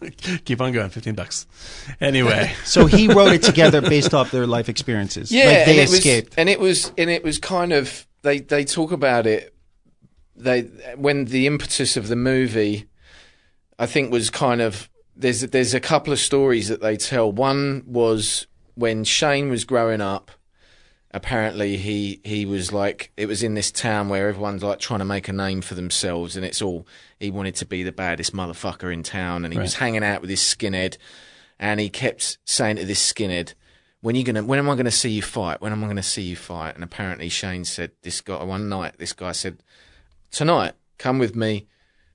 Keep on going. Fifteen bucks. Anyway, So he wrote it together based off their life experiences. Yeah, like they and it escaped. Was, and it was and it was kind of they they talk about it. They when the impetus of the movie, I think, was kind of there's there's a couple of stories that they tell. One was when Shane was growing up. apparently he he was like it was in this town where everyone's like trying to make a name for themselves and it's all he wanted to be the baddest motherfucker in town and he was hanging out with his skinhead and he kept saying to this skinhead when you gonna when am I gonna see you fight when am I gonna see you fight and apparently Shane said this guy one night this guy said tonight come with me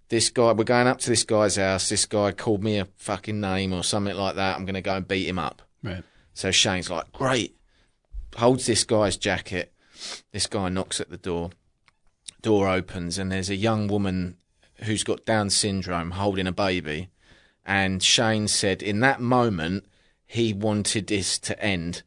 this guy we're going up to this guy's house this guy called me a fucking name or something like that I'm gonna go and beat him up Right. so Shane's like, great. Holds this guy's jacket. This guy knocks at the door. Door opens, and there's a young woman who's got Down syndrome holding a baby. And Shane said, in that moment, he wanted this to end.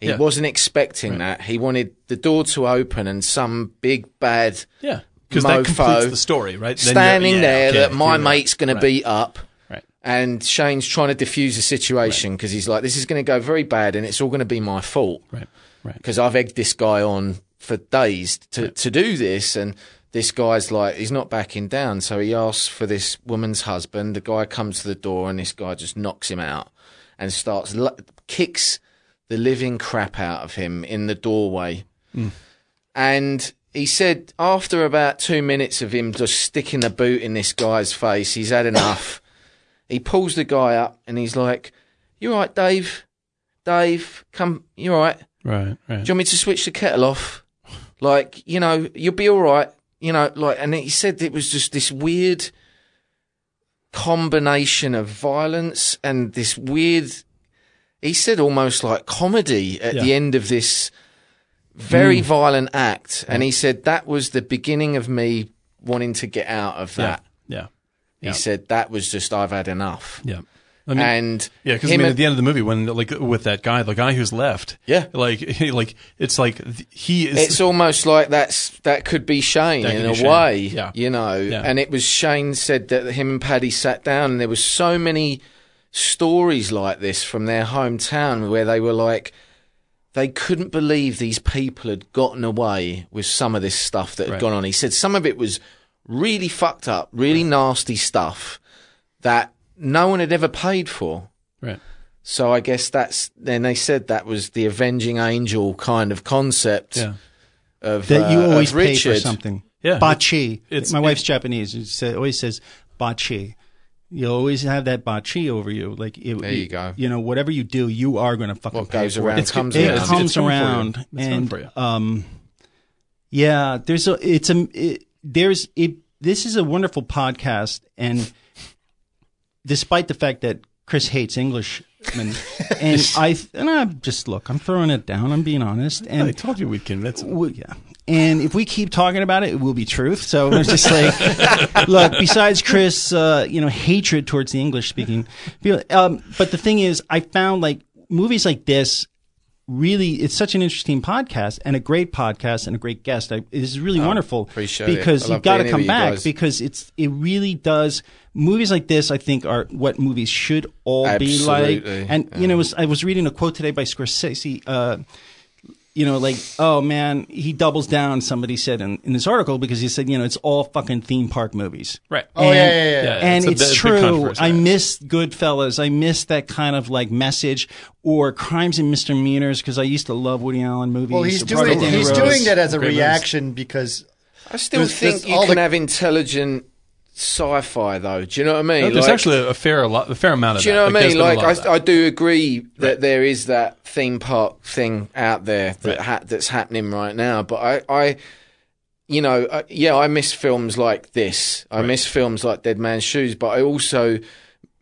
He Yeah. wasn't expecting that. He wanted the door to open and some big bad Yeah. Because that completes Mofo. the story, right? Then you're- standing yeah, there okay, that my you're right. mate's going to beat up. Right. And Shane's trying to diffuse the situation because he's like, this is going to go very bad and it's all going to be my fault Right. Right. because I've egged this guy on for days to, to do this. And this guy's like, he's not backing down. So he asks for this woman's husband. The guy comes to the door and this guy just knocks him out and starts, lo- kicks the living crap out of him in the doorway. And he said, after about two minutes of him just sticking the boot in this guy's face, he's had enough. he pulls the guy up and he's like, You all right, Dave? Dave, come, you all right? Right. Right. Do you want me to switch the kettle off? Like, you know, you'll be all right. You know, like, and he said it was just this weird combination of violence and this weird, he said almost like comedy at Yeah. Mm. the end of this very violent act. And he said that was the beginning of me wanting to get out of yeah. that. Yeah. He said that was just, I've had enough. Yeah. I mean, and Yeah, because I him mean, and- at the end of the movie, when like with that guy, the guy who's left, Yeah. like he, like it's like th- he is it's almost like that's that could be Shane That could in be a Shane. way, Yeah. you know. Yeah. And it was Shane said that him and Paddy sat down, and there was so many stories like this from their hometown where they were like, they couldn't believe these people had gotten away with some of this stuff that had Right. gone on. He said some of it was really fucked up, really nasty stuff that no one had ever paid for. right. So I guess that's then they said that was the avenging angel kind of concept Yeah, of that you uh, always of pay for Richard. something. Yeah. bachi. It's- my wife's Japanese. It sa- always says bachi. You always have that bachi over you. Like it, There you go. You know, whatever you do, you are going to fucking What pay goes for around It. comes it around. It's- comes it's coming for you. around, It's coming and for you. um, yeah. There's a. It's a. It, there's it. This is a wonderful podcast, and despite the fact that Chris hates Englishmen, and I and I just look, I'm throwing it down. I'm being honest, and I told you we'd convince him. well, yeah. And if we keep talking about it, it will be truth. So it's just like, look, besides Chris, uh, you know, hatred towards the English speaking people. Um, but the thing is, I found like movies like this really, it's such an interesting podcast and a great podcast and a great guest. I, it is really wonderful Oh, appreciate it. I because love you've got being to here with come you back guys. because it's, it really does. Movies like this, I think, are what movies should all be Absolutely. like. And, you know, it was, I was reading a quote today by Scorsese, uh, you know, like, oh man, he doubles down, somebody said in, in this article, because he said, you know, it's all fucking theme park movies. Right. Oh, yeah, yeah, yeah. Yeah, And it's it's, a bit- big true. controversy, I right. miss Goodfellas. I miss that kind of like message or crimes and misdemeanors because I used to love Woody Allen movies. Well, he's or doing Brother he's Rose. doing that as a Great moves. reaction because I still There's- think there's you all can the- have intelligent sci-fi though. Do you know what I mean? There's Like- actually a fair a lot, a fair amount of. do you that. know what I there's mean? been a Like, lot of I, that. I do agree that there is that theme park thing out there that ha- that's happening right now. But I, I you know, uh, yeah, I miss films like this. I miss films like Dead Man's Shoes. But I also,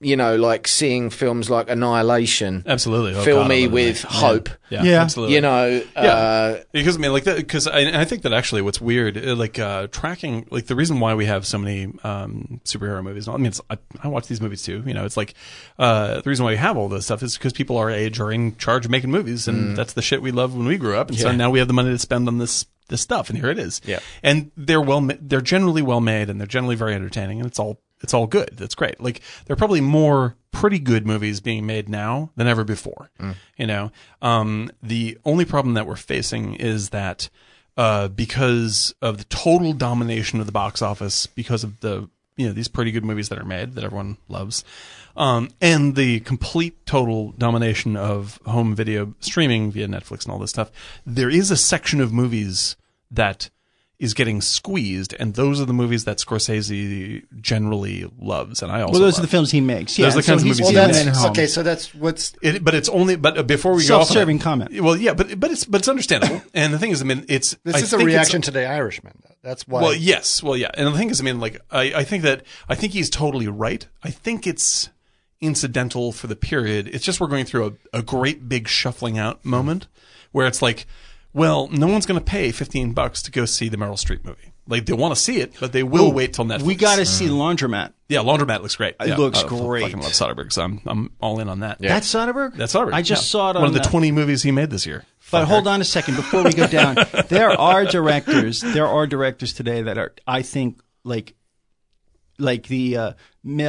you know, like seeing films like Annihilation, absolutely Oh, fill God, I me love with that. hope. Yeah, Yeah. absolutely. You know, uh, because I mean, like that, because I, and I think that actually what's weird, uh, like uh, tracking, like the reason why we have so many um, superhero movies. I mean, it's, I, I watch these movies too. You know, it's like uh, the reason why we have all this stuff is because people our age are in charge of making movies, and that's the shit we love when we grew up. And so now we have the money to spend on this this stuff, and here it is. Yeah. and they're well, ma- they're generally well made, and they're generally very entertaining, and it's all it's all good. That's great. Like there are probably more pretty good movies being made now than ever before. You know, um, the only problem that we're facing is that uh, because of the total domination of the box office, because of the you know these pretty good movies that are made that everyone loves, um, and the complete total domination of home video streaming via Netflix and all this stuff. There is a section of movies that is getting squeezed, and those are the movies that Scorsese generally loves, and I also Well, those love. are the films he makes. Yeah, Those are the and so kinds of he's movies he doing makes. that at home. okay, so that's what's It, but it's only but uh, before we go off on that- Self-serving comment. Well, yeah, but but it's but it's understandable. and the thing is, I mean, it's this I is a think it's- reaction to the Irishman. That's why. Well, yes, well, yeah. And the thing is, I mean, like I, I think that I think he's totally right. I think it's incidental for the period. It's just we're going through a, a great big shuffling out moment where it's like, well, no one's going to pay fifteen bucks to go see the Meryl Streep movie. Like they want to see it, but they will wait till Netflix. Uh-huh. We got to see Laundromat. yeah, Laundromat looks great. It looks I great. fucking love Soderbergh, so I'm I'm all in on that. Yeah. That's Soderbergh. That's Soderbergh. I just yeah. saw it on one of the the- twenty movies he made this year. But hold on a second before we go down. there are directors. There are directors today that are, I think, like, like the uh,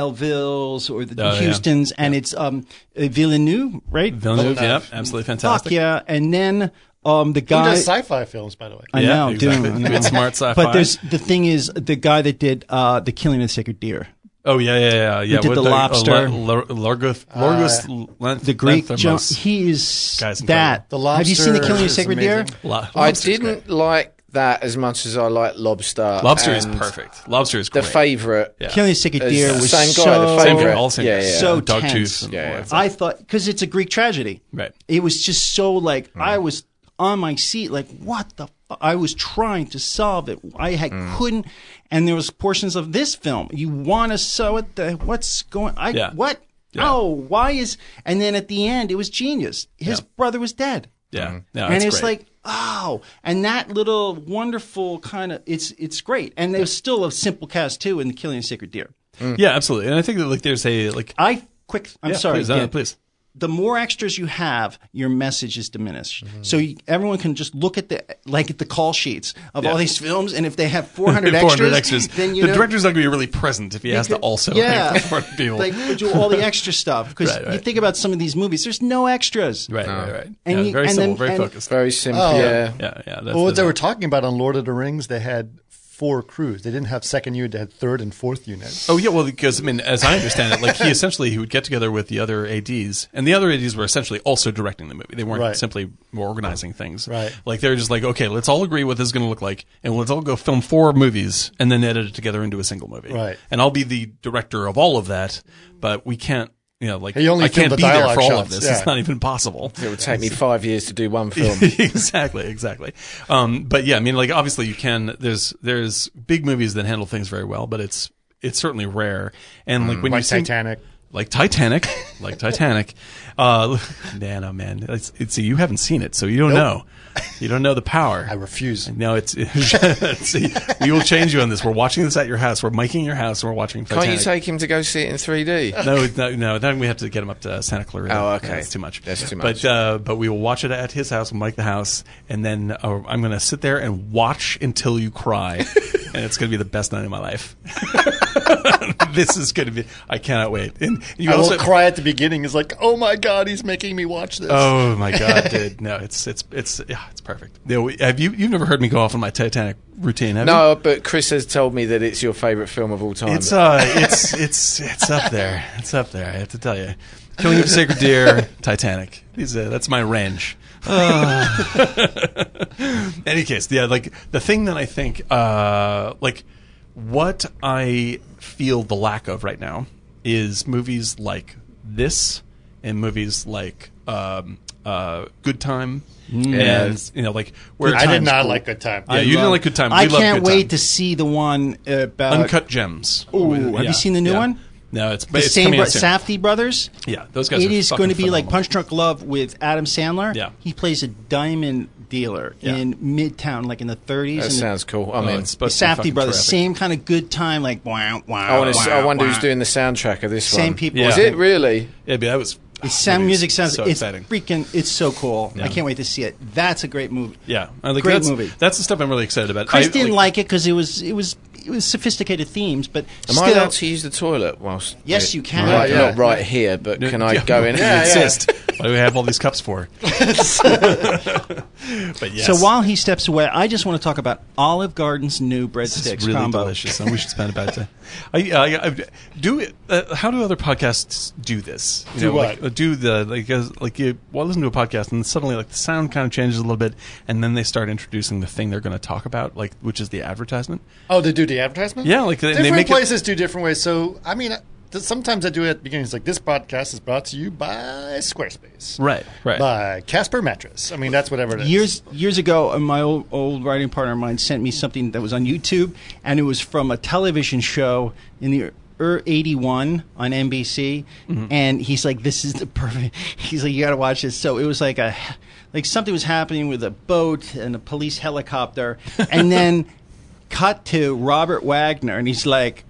Melvilles or the Oh, yeah. Houstons, and it's um, uh, Villeneuve, right? Villeneuve, yeah, absolutely fantastic. Fuck yeah! And then um, the he guy. does sci-fi films, by the way. I Yeah, know, exactly. doing I know. Good smart sci-fi. But there's the thing is the guy that did uh, the Killing of the Sacred Deer, Oh yeah, yeah, yeah, yeah. did What the lobster. Uh, Lar- Largus, Largus, Lanth- the Greek. Jo- Lanthimos. he is Guy's that. incredible. The Have you seen the lobster Killing of the is Sacred amazing. Deer? Lo- I lobster's didn't great. like that as much as I like lobster. Lobster is and perfect. Lobster is The great. favorite. Yeah. Killing of the Sacred It's Deer the was same guy, so the Same favorite. guy, all same Yeah, guy. yeah. so Dog tense. tooth and all Yeah, yeah. that. I thought because it's a Greek tragedy. Right. Mm. It was just so like I was on my seat, like what the. Fu-? I was trying to solve it. I had, Mm. couldn't, and there was portions of this film. You want to sew it? The, what's going? I Yeah. what? Yeah. Oh, why is? And then at the end, it was genius. His brother was dead, Yeah, yeah, Mm. and it's it's great. like oh, and that little wonderful kind of it's it's great. And there's still a simple cast too in the Killing of the Sacred Deer. Mm. yeah, absolutely. And I think that like there's a like. I quick. I'm Yeah, sorry. please, uh, Dan. please. The more extras you have, your message is diminished. Mm-hmm. So you, everyone can just look at the like at the call sheets of all these films, and if they have 400, 400 extras, extras. then you the know, director's not going to be really present if he has to also yeah, pay for 400 people. like we do all the extra stuff because Right, you right. think about some of these movies. There's no extras. right, right, right. And yeah, you- very and simple, then- very and- focused. Very simple. Oh. yeah. yeah, yeah. That's Well, what the- they were talking about on Lord of the Rings, they had four crews. They didn't have second unit; they had third and fourth unit. Oh yeah, well because I mean, as I understand it, like he essentially he would get together with the other ads, and the other ads were essentially also directing the movie. They weren't Right. simply organizing things. Right. Like they're just like, okay, let's all agree what this is going to look like, and let's all go film four movies and then edit it together into a single movie. Right. And I'll be the director of all of that, but we can't. You know, like He only I can't filmed the be there dialogue for all of shots, this. yeah. It's not even possible. It would take me five years to do one film. exactly, exactly. Um, but yeah, I mean, like obviously you can. There's there's big movies that handle things very well, but it's it's certainly rare. And like when you Mm, Like see Titanic. like Titanic, like Titanic. Uh, man, oh man, it's, it's you haven't seen it, so you don't know. You don't know the power. I refuse. no, it's, see, we will change you on this. We're watching this at your house. We're miking your house, and we're watching Titanic. Can't you take him to go see it in 3D? no, no, no. Then we have to get him up to Santa Clarita. Oh, okay. that's too much. That's too But much. uh, but we will watch it at his house, Mike the house, and then uh, I'm going to sit there and watch until you cry, and it's going to be the best night of my life. this is going to be. I cannot wait. And you I will also cry at the beginning. It's like, oh my god, he's making me watch this. Oh my god, dude! No, it's it's it's yeah, it's perfect. No, we- have you you've never heard me go off on my Titanic routine? Have No, but Chris has told me that it's your favourite film of all you? time. it's uh, it's it's it's up there. It's up there. I have to tell you, Killing of a Sacred Deer, Titanic. These uh, that's my range. Uh. any case, yeah, like the thing that I think, uh, like what I feel the lack of right now is movies like this and movies like um, uh, Good Time. Mm. And you know, like where I did not like Good Time. Yeah, you didn't like Good Time. We I love can't Good wait Time. to see the one about Uncut Gems. Ooh, have you seen the new one? No, it's but the it's same coming bro- out soon. Safdie brothers. Yeah, those guys. It are is fucking going to be like phenomenal. Punch Drunk Love with Adam Sandler. Yeah. he plays a diamond dealer Yeah. in Midtown, like in the 30s. that and sounds cool. I Oh, mean, it's the supposed to be Safdie fucking brothers, terrific. same kind of good time, like wow, wow. I, wanna, s I wow, wonder who's wow. doing the soundtrack of this one. Same people. Yeah. Is it really? Yeah, but that was. It's sound that is music sounds so it's exciting. freaking it's so cool. I can't wait to see it. That's a great movie. Yeah, I like Great that's, movie. That's the stuff I'm really excited about. Chris I- didn't like it because it was it was it was sophisticated themes, but Am still, I allowed to use the toilet whilst? Yes, you can. Right, Yeah. Not right here, but can I Yeah, go in? yeah, and yeah. insist? What do we have all these cups for? But yes. So while he steps away, I just want to talk about Olive Garden's new breadsticks it's really combo. delicious, and we should spend about. time. I, I, I do. Uh, how do other podcasts do this? You Do like, what? uh, do the like as, like you well listen to a podcast and suddenly like the sound kind of changes a little bit, and then they start introducing the thing they're going to talk about, like which is the advertisement. Oh, they do the advertisement? Yeah, like, they- they different make it- places do different ways. So, I mean, I- th- sometimes I do it at the beginning. It's like this podcast is brought to you by Squarespace, Right. Right. By Casper Mattress. I mean, that's whatever it is. Years years ago, uh, my old, old writing partner of mine sent me something that was on YouTube, and it was from a television show in the er, 81 on NBC. And he's like, "This is the perfect." He's like, "You got to watch this." So it was like a like something was happening with a boat and a police helicopter, and then cut to Robert Wagner, and he's like.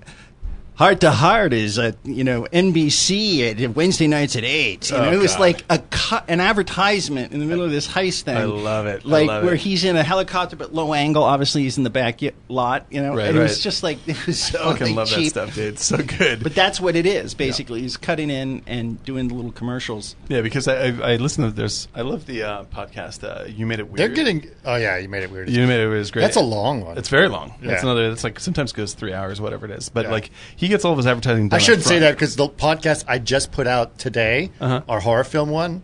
Heart to Heart is at you know NBC at Wednesday nights at eight. You know, it was God. like a cut, an advertisement in the middle of this heist thing. I love it. I Like love where it. he's in a helicopter, but low angle. Obviously, he's in the back y- lot. You know, Right, and it was right. just like it was so I fucking like, love Oh, cheap. that stuff, dude. It's so good. But that's what it is basically. He's cutting in and doing the little commercials. yeah, because I, I I listen to there's I love the uh, podcast. Uh, you made it weird. They're getting. Oh, yeah, you made it weird. You made it was great. That's a long one. It's very long. That's Yeah. another. It's like sometimes goes three hours, whatever it is. But Yeah. like he gets all of his advertising. Done I shouldn't up say front. that because the podcast I just put out today, Uh-huh. our horror film one,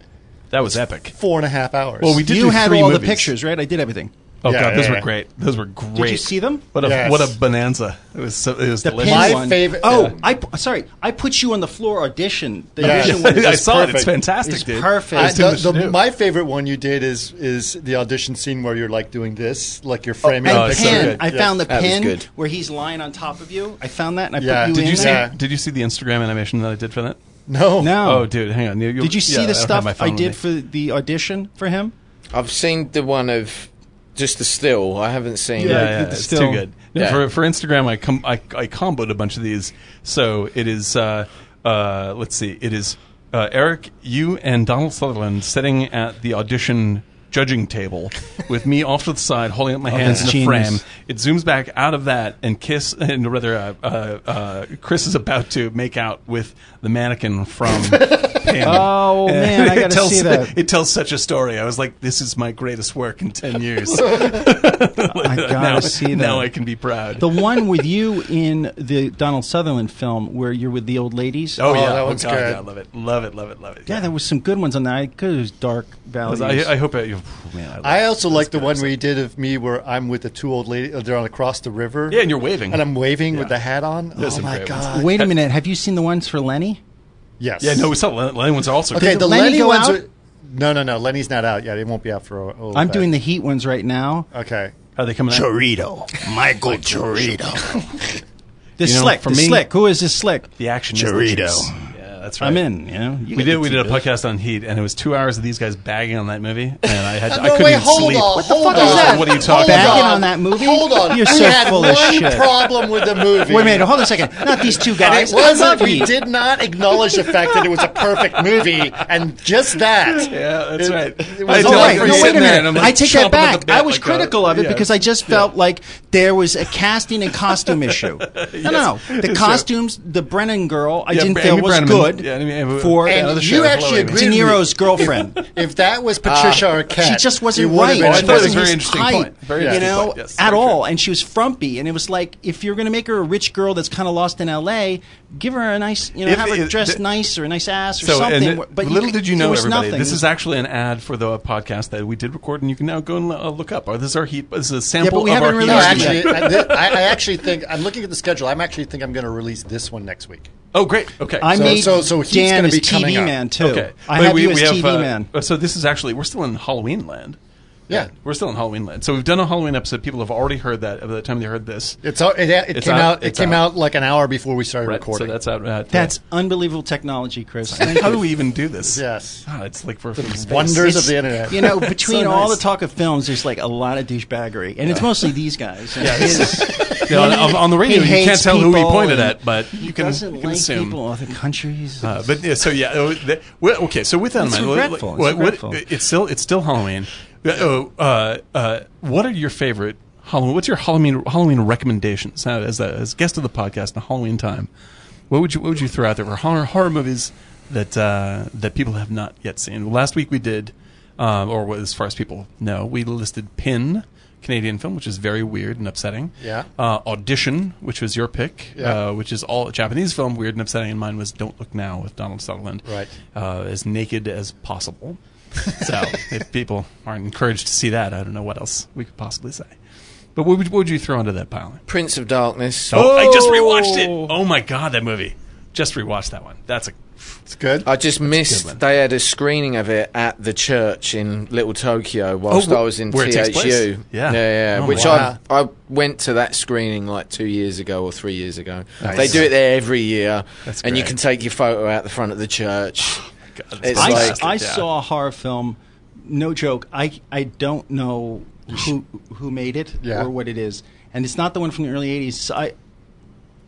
That was epic. four and a half hours. Well, we did. you do had three all the movies. pictures, right? I did everything. Oh Yeah, god, yeah, those were yeah. great. Those were great. you see them? What a Yes. what a bonanza! It was so, it was The delicious. pin My one. favorite- Oh, yeah. I pu- sorry, I put you on the floor audition. The Yes. audition was I saw it. It's perfect. fantastic, It's dude. perfect. I- There's too the- much the- to do. my favorite one you did is is the audition scene where you're like doing this, like you're framing. and Oh, it's so pin. good. I Yeah. found the That was pin good. where he's lying on top of you. I found that and I Yeah. put you Did in Did you see? there. Did you see the Instagram animation that I did for that? no, No. Oh, dude, hang on. You, Did you see yeah, I the don't have stuff my I phone with me. did for the audition for him? I've seen the one of just the still. I haven't yeah, seen. Yeah, yeah, the it's still- too good. No, Yeah. For for Instagram, I com- I, I comboed a bunch of these. So it is. Uh, uh, let's see. It is uh, Eric, you, and Donald Sutherland sitting at the audition judging table with me off to the side, holding up my hands in Oh, that's a genius. frame. It zooms back out of that, and Kiss, and rather, uh, uh, uh, Chris is about to make out with the mannequin from. Pam. Oh, And man, I it gotta tells- see that. It tells such a story. I was like, "This is my greatest work in ten years." I gotta see that. Now I can be proud. The one with you in the Donald Sutherland film where you're with the old ladies. oh, Oh, yeah, that oh, one's God, good. yeah, love it, love it, love it, love it. yeah, there was some good ones on that. I could have Dark Valley. I, I hope I, oh, man. I, love I it. also like the one where you did of me where I'm with the two old ladies. They're on across the river. Yeah, and you're waving. and I'm waving Yeah. with the hat on. Those oh are my great ones. god! Wait a minute. Have you seen the ones for Lenny? Yes. yeah, no, we saw Lenny Lenny ones are also. Okay, Did the Lenny Lenny, go ones. out? Are, no, no, no. Lenny's not out yet. It won't be out for. a- a little I'm bit. doing the Heat ones right now. Uh, Okay. are they coming out? Chorito. Michael Chorito. This You know, slick, for this me- slick. Who is this slick? The action Chorito. Is the juice. yeah, that's right. I'm in. You know, We did. We did a podcast on Heat, and it was two hours of these guys bagging on that movie, and I had. I couldn't even sleep. hold fuck is on, that? What are you talking hold about? Backing on that movie? Hold on. You're we so had full one of shit. problem with the movie. Wait a minute. Hold on a second. Not these two And guys. it wasn't. I love We Heat. did not acknowledge the fact that it was a perfect movie, and just that. Yeah, that's It- right. it I was don't Oh, all like wait, for you no, wait sitting a there minute. and I'm, like, I take chomping that at back. the bit I was like a- critical of it yeah. because I just felt like there was a casting and costume issue. No, no, the costumes, the Brennan girl, I Yeah, didn't Amy feel was Brenneman. good Yeah, Amy- Amy- for And De And show. you Hello, actually Amy. agreed. with Niro's me. girlfriend. If that was Patricia Arquette, Ah, She just wasn't it would right. have She been I thought it was wasn't a very his interesting type, point. Very you interesting know, point, yes, at very all. true. And she was frumpy, and it was like if you're going to make her a rich girl that's kind of lost in L.A., give her a nice, you know, If- have her if- dressed the- nice or a nice ass or So, something. and it- but you little could- did you there know, was everybody, nothing. this is actually an ad for the podcast that we did record, and you can now go and uh, look up. Or this is our heat. This is a sample we of our haven't heat. No, released argument. actually, I, thi- I, I actually think I'm looking at the schedule. I'm actually think I'm going to release this one next week. oh, great. Okay, I So- made so- so he's Dan gonna as be TV coming up. man too. okay. I But have you as TV uh, man. uh, So this is actually we're still in Halloween land. Yeah. We're still in Halloween land. So we've done a Halloween episode. People have already heard that by the time they heard this. It's all, it, it It's came out. out. It's it came out. out. like an hour before we started Right, so recording. that's out. Uh, That's unbelievable technology, Chris. Thank how you. do we even do this? Yes. Ah, it's like we're from space. wonders of It's- the internet. You know, between So all the nice. talk of films, there's like a lot of douchebaggery, and it's mostly these guys. Yeah, Yeah, on- on, on the radio, He you can't hates tell who he people pointed and at, but you can, doesn't you can like assume. people of other countries. Uh, but yeah, so yeah, uh, the, well, okay. So with that in It's mind, what- regretful, it's what- what- regretful. it's still it's still Halloween. Uh, oh, uh, uh, what are your favorite Halloween? What's your Halloween Halloween recommendations uh, as a, as guest of the podcast in Halloween time? What would you what would you throw out there for horror, horror movies that uh, that people have not yet seen? Well, last week we did um, or what- as far as people know. We listed Pin, Canadian film, which is very weird and upsetting. Yeah. Uh, Audition, which was your pick, Yeah. uh, which is all Japanese film, weird and upsetting. And mine was Don't Look Now with Donald Sutherland. Right. Uh, as naked as possible. so if people aren't encouraged to see that, I don't know what else we could possibly say. But what would, what would you throw into that pile? Prince of Darkness. Oh, I just rewatched it. Oh my god, that movie. Just rewatched that one. That's a It's good. Uh, I just one. missed. They had a screening of it at the church in Little Tokyo whilst Oh, wh- I was in where it takes THU. place? Yeah. yeah, yeah. Oh, which wow. I I went to that screening like two years ago or three years ago. Nice. They do it there every year, That's and you great. can take your photo out the front of the church. God, It's I, like- I yeah. saw a horror film. No joke. I I don't know who who made it Yeah. or what it is, and it's not the one from the early '80s. So I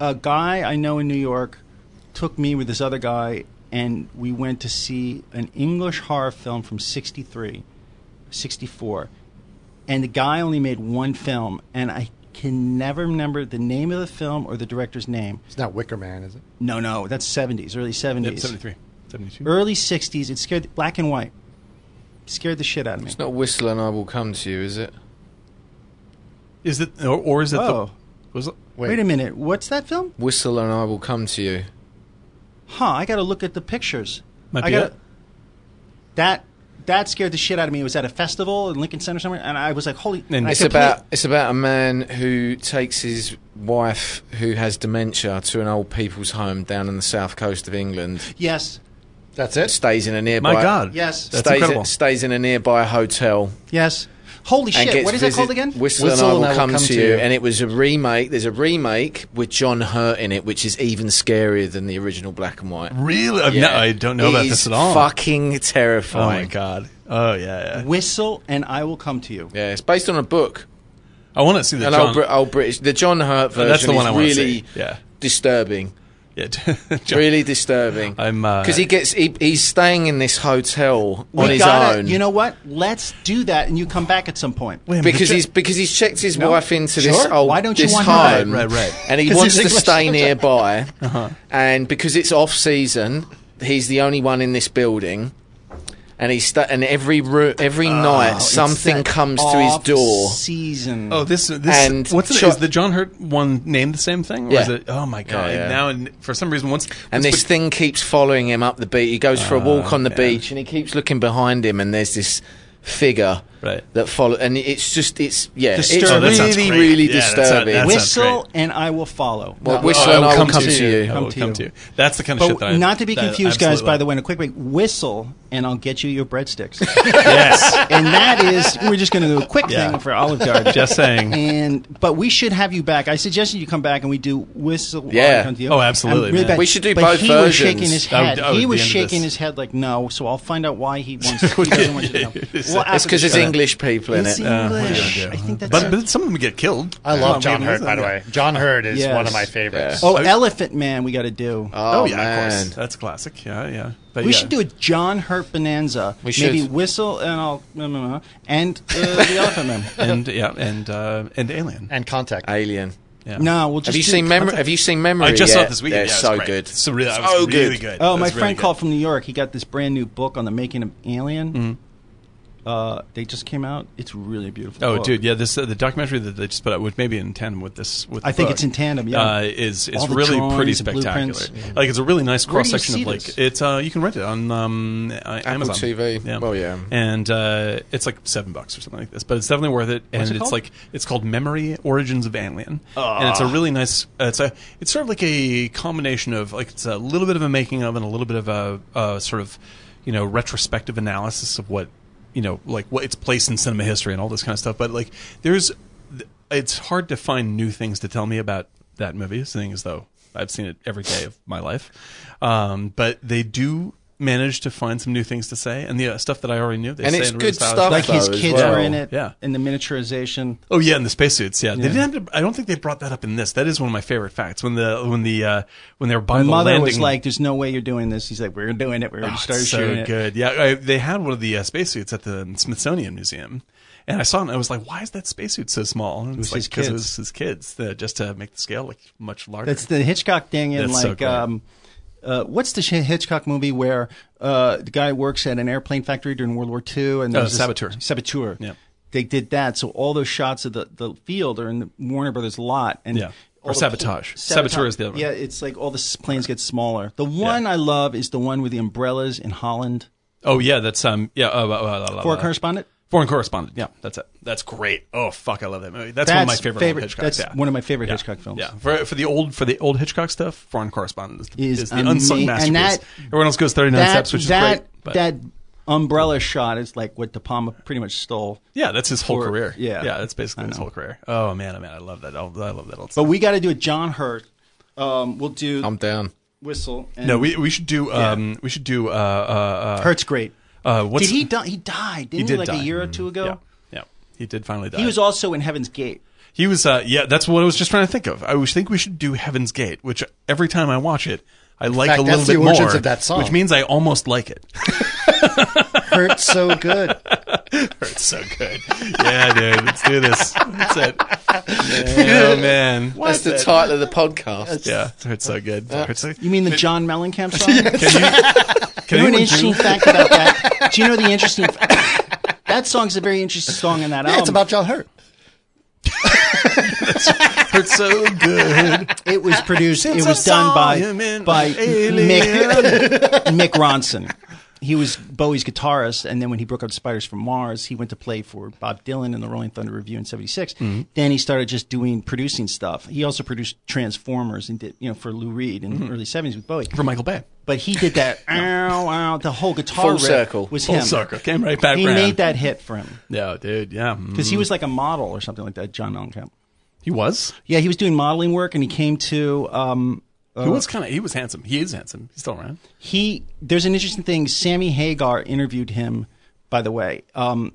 a guy I know in New York took me with this other guy, and we went to see an English horror film from '63, '64, and the guy only made one film, and I can never remember the name of the film or the director's name. it's not Wicker Man, is it? No, no, that's '70s, early Yep, '70s 73. 72. early 60s it scared black and white scared the shit out of me It's not Whistler and I Will Come to You, is it? Is it or, or is it the Oh. was it, wait. a minute what's that film Whistler and I Will Come to You. huh i gotta look at the pictures Might I be gotta, it. that that scared the shit out of me it was at a festival in lincoln center somewhere and i was like holy And I It's It's could play- about it's about a man who takes his wife who has dementia to an old people's home down on the south coast of England. yes That's it. Stays in a nearby My god. Yes. That's stays incredible. In, stays in a nearby hotel yes holy and shit gets what is that visit- called again Whistle, and I will come, to you. And it was a remake. There's a remake with John Hurt in it, which is even scarier than the original black and white. Really? I've Yeah. no, I don't know It about is this at all. Fucking oh my terrifying. god. Oh yeah. yeah. whistle and i will come to you Yeah, it's based on a book. I want to see the An John. Oh, old, Brit- old British. The John Hurt version that's the one I is want really to see. Yeah. disturbing. Yeah. John- Really disturbing. I'm, uh, because he gets he, he's staying in this hotel on we his gotta, own. you know what let's do that and you come back at some point Wait a minute, because the- he's because he's checked his wife into this Sure. old Why don't you this want her? home, Right, right, right. and he 'Cause wants he's to English. stay nearby, uh-huh. and because it's off season, he's the only one in this building, and he's sta and every ro- every night something comes to his Oh, Off door. season Oh, this this And what's it, John- is the John Hurt one named the same thing? Or is Yeah. it, oh my god! yeah. Now and for some reason once And once this thing keeps following him up the beach. He goes for a walk on the man. beach, and he keeps looking behind him. And there's this figure Right. that follow, and it's just it's yeah, Disturbing. Oh, that it's sounds really great. really Yeah, that sound- disturbing. that sounds- whistle great. and i will follow well, whistle Oh, and it'll I will come come to to you. I Come will to come you. to you. That's the kind of But shit that I not to be that I confused, guys. absolutely By love. the way, and a quick break. Whistle, and I'll get you your breadsticks. yes. and that is, we're just going to do a quick Yeah. thing for Olive Garden. Just saying. and but we should have you back. I suggested you come back and we do whistle. Yeah. I Come to You. Oh, absolutely, I'm really man. bad. We should do but both he versions. Was shaking his That would- head. that would be he was the end of shaking this. his head like no. So I'll find out why he wants. he doesn't want you to know. Yeah, yeah, yeah. Well, It's because after there's the show. English people in Uh, It's it. English. I think that's. But, but some of them get killed. I Come Oh, love on, John we Hurt, haven't by the done way. John Hurt is Yes. one of my favorites. Yeah. oh, Elephant Man, we got to do. that. Oh, Oh yeah, man. of course. That's classic. Yeah, yeah. But We yeah. should do a John Hurt bonanza. We Maybe should. whistle and I'll and uh, the Elephant Man. and yeah, and uh, and Alien. And Contact. Alien. Yeah. No, we'll just Have you do seen the Memory? concept. Have you seen Memory? I just saw yet? it this weekend. Yeah, it's so great. good. So really, that was So really good. good. Oh, That my was really friend good. called from New York. He got this brand new book on the making of Alien. Uh, they just came out. It's really beautiful. Mm-hmm. Oh, book. dude, yeah. This uh, the documentary that they just put out, which maybe in tandem with this. With I the think book, it's in tandem, yeah. uh, is is All the really pretty drawings, the spectacular. blueprints. Like it's a really nice Where cross do you section see of like this? it's. Uh, you can rent it on um, uh, Amazon TV. Oh, Well, yeah. and uh, it's like seven bucks or something like this, but it's definitely worth it. and it it's called? like it's called Memory Origins of Alien, and Ah. it's a really nice. Uh, it's a it's sort of like a combination of like it's a little bit of a making of and a little bit of a, a sort of you know retrospective analysis of what you know like what its place in cinema history and all this kind of stuff. But like there's th- it's hard to find new things to tell me about that movie, seeing as though I've seen it every day of my life. Um, but they do manage to find some new things to say, and the uh, stuff that I already knew. They And say it's in good stylish- stuff. Like his though, as kids well. were in it. Yeah. And the miniaturization. Oh yeah, and the spacesuits. Yeah, they didn't. Have to, I don't think they brought that up in this. That is one of my favorite facts. When the when the uh, when they were by the Mother landing, was like, "There's no way you're doing this." He's like, "We're doing it. We're Oh, going to it's start so shooting it." good. Yeah, I, they had one of the uh, spacesuits at the Smithsonian Museum, and I saw it. and I was like, why is that spacesuit so small? And it's was his like because it kids. was his kids, uh, just to make the scale like much larger. That's the Hitchcock thing in That's so like great. um, uh, uh, what's the H- Hitchcock movie where uh, the guy works at an airplane factory during World War II and Oh, there's this- Saboteur. Saboteur. Yeah. They did that, so all those shots of the, the field are in the Warner Brothers lot, and Yeah. Or all the- Sabotage. Saboteur is the other one. Yeah, it's like all the s- planes get smaller. The one I love is the one with the umbrellas in Holland. Oh yeah, that's um yeah. Uh, uh, uh, uh, For a uh, correspondent, Foreign correspondent. Yeah, that's it. That's great. Oh fuck, I love that movie. That's, one of my That's favorite, favorite- old Hitchcock. that's yeah. one of my favorite Yeah. Hitchcock films. Yeah, for, for the old for the old Hitchcock stuff, Foreign Correspondent is, the- Is is the unsung ama- masterpiece. and that- Everyone else goes thirty nine steps, which is that great. But that umbrella shot is like what De Palma pretty much stole. yeah, that's his whole for- career. yeah. yeah, that's basically I his know. whole career. Oh man, oh man, I love that. I love I love that. Old But stuff. we got to do a John Hurt. Um, we'll do I'm down. whistle. And No, we we should do um we should do uh uh Hurt's great. uh, uh what's did he die? He died. Didn't he, did like die. Mm-hmm. a year or two ago? yeah yeah he did finally die. He was also in Heaven's Gate. He was, uh, yeah, that's what I was just trying to think of. I was think we should do Heaven's Gate, which every time I watch it, I like fact, a little that's the bit origins more. of that song. Which means I almost like it. Hurt so good. it's so good. Yeah, dude, let's do this. That's it. Oh man, That's the title of the podcast. yeah, it's so good. It's so- Uh, You mean the John Mellencamp song? yes. Can You know an anyone interesting do- fact about that? Do you know the interesting? fa- that song's a very interesting song in that album. it's about John Hurt. It's so good. It was produced. Since it I was done saw by him in by Alien. Mick, Mick Ronson. He was Bowie's guitarist, and then when he broke up Spiders from Mars, he went to play for Bob Dylan in the Rolling Thunder Review in '76. Mm-hmm. Then he started just doing producing stuff. He also produced Transformers and did you know for Lou Reed in Mm-hmm. the early '70s with Bowie. For Michael Bay. But he did that. ow, ow, the whole guitar Full riff circle. was Full him. circle. Came right back He around. made that hit for him Yeah, dude. Yeah, Mm. because he was like a model or something like that. John Mellencamp. he was. Yeah, he was doing modeling work, and he came to um, he was kind of. He was handsome. He is handsome. He's still around. he there's an interesting thing sammy hagar interviewed him by the way um,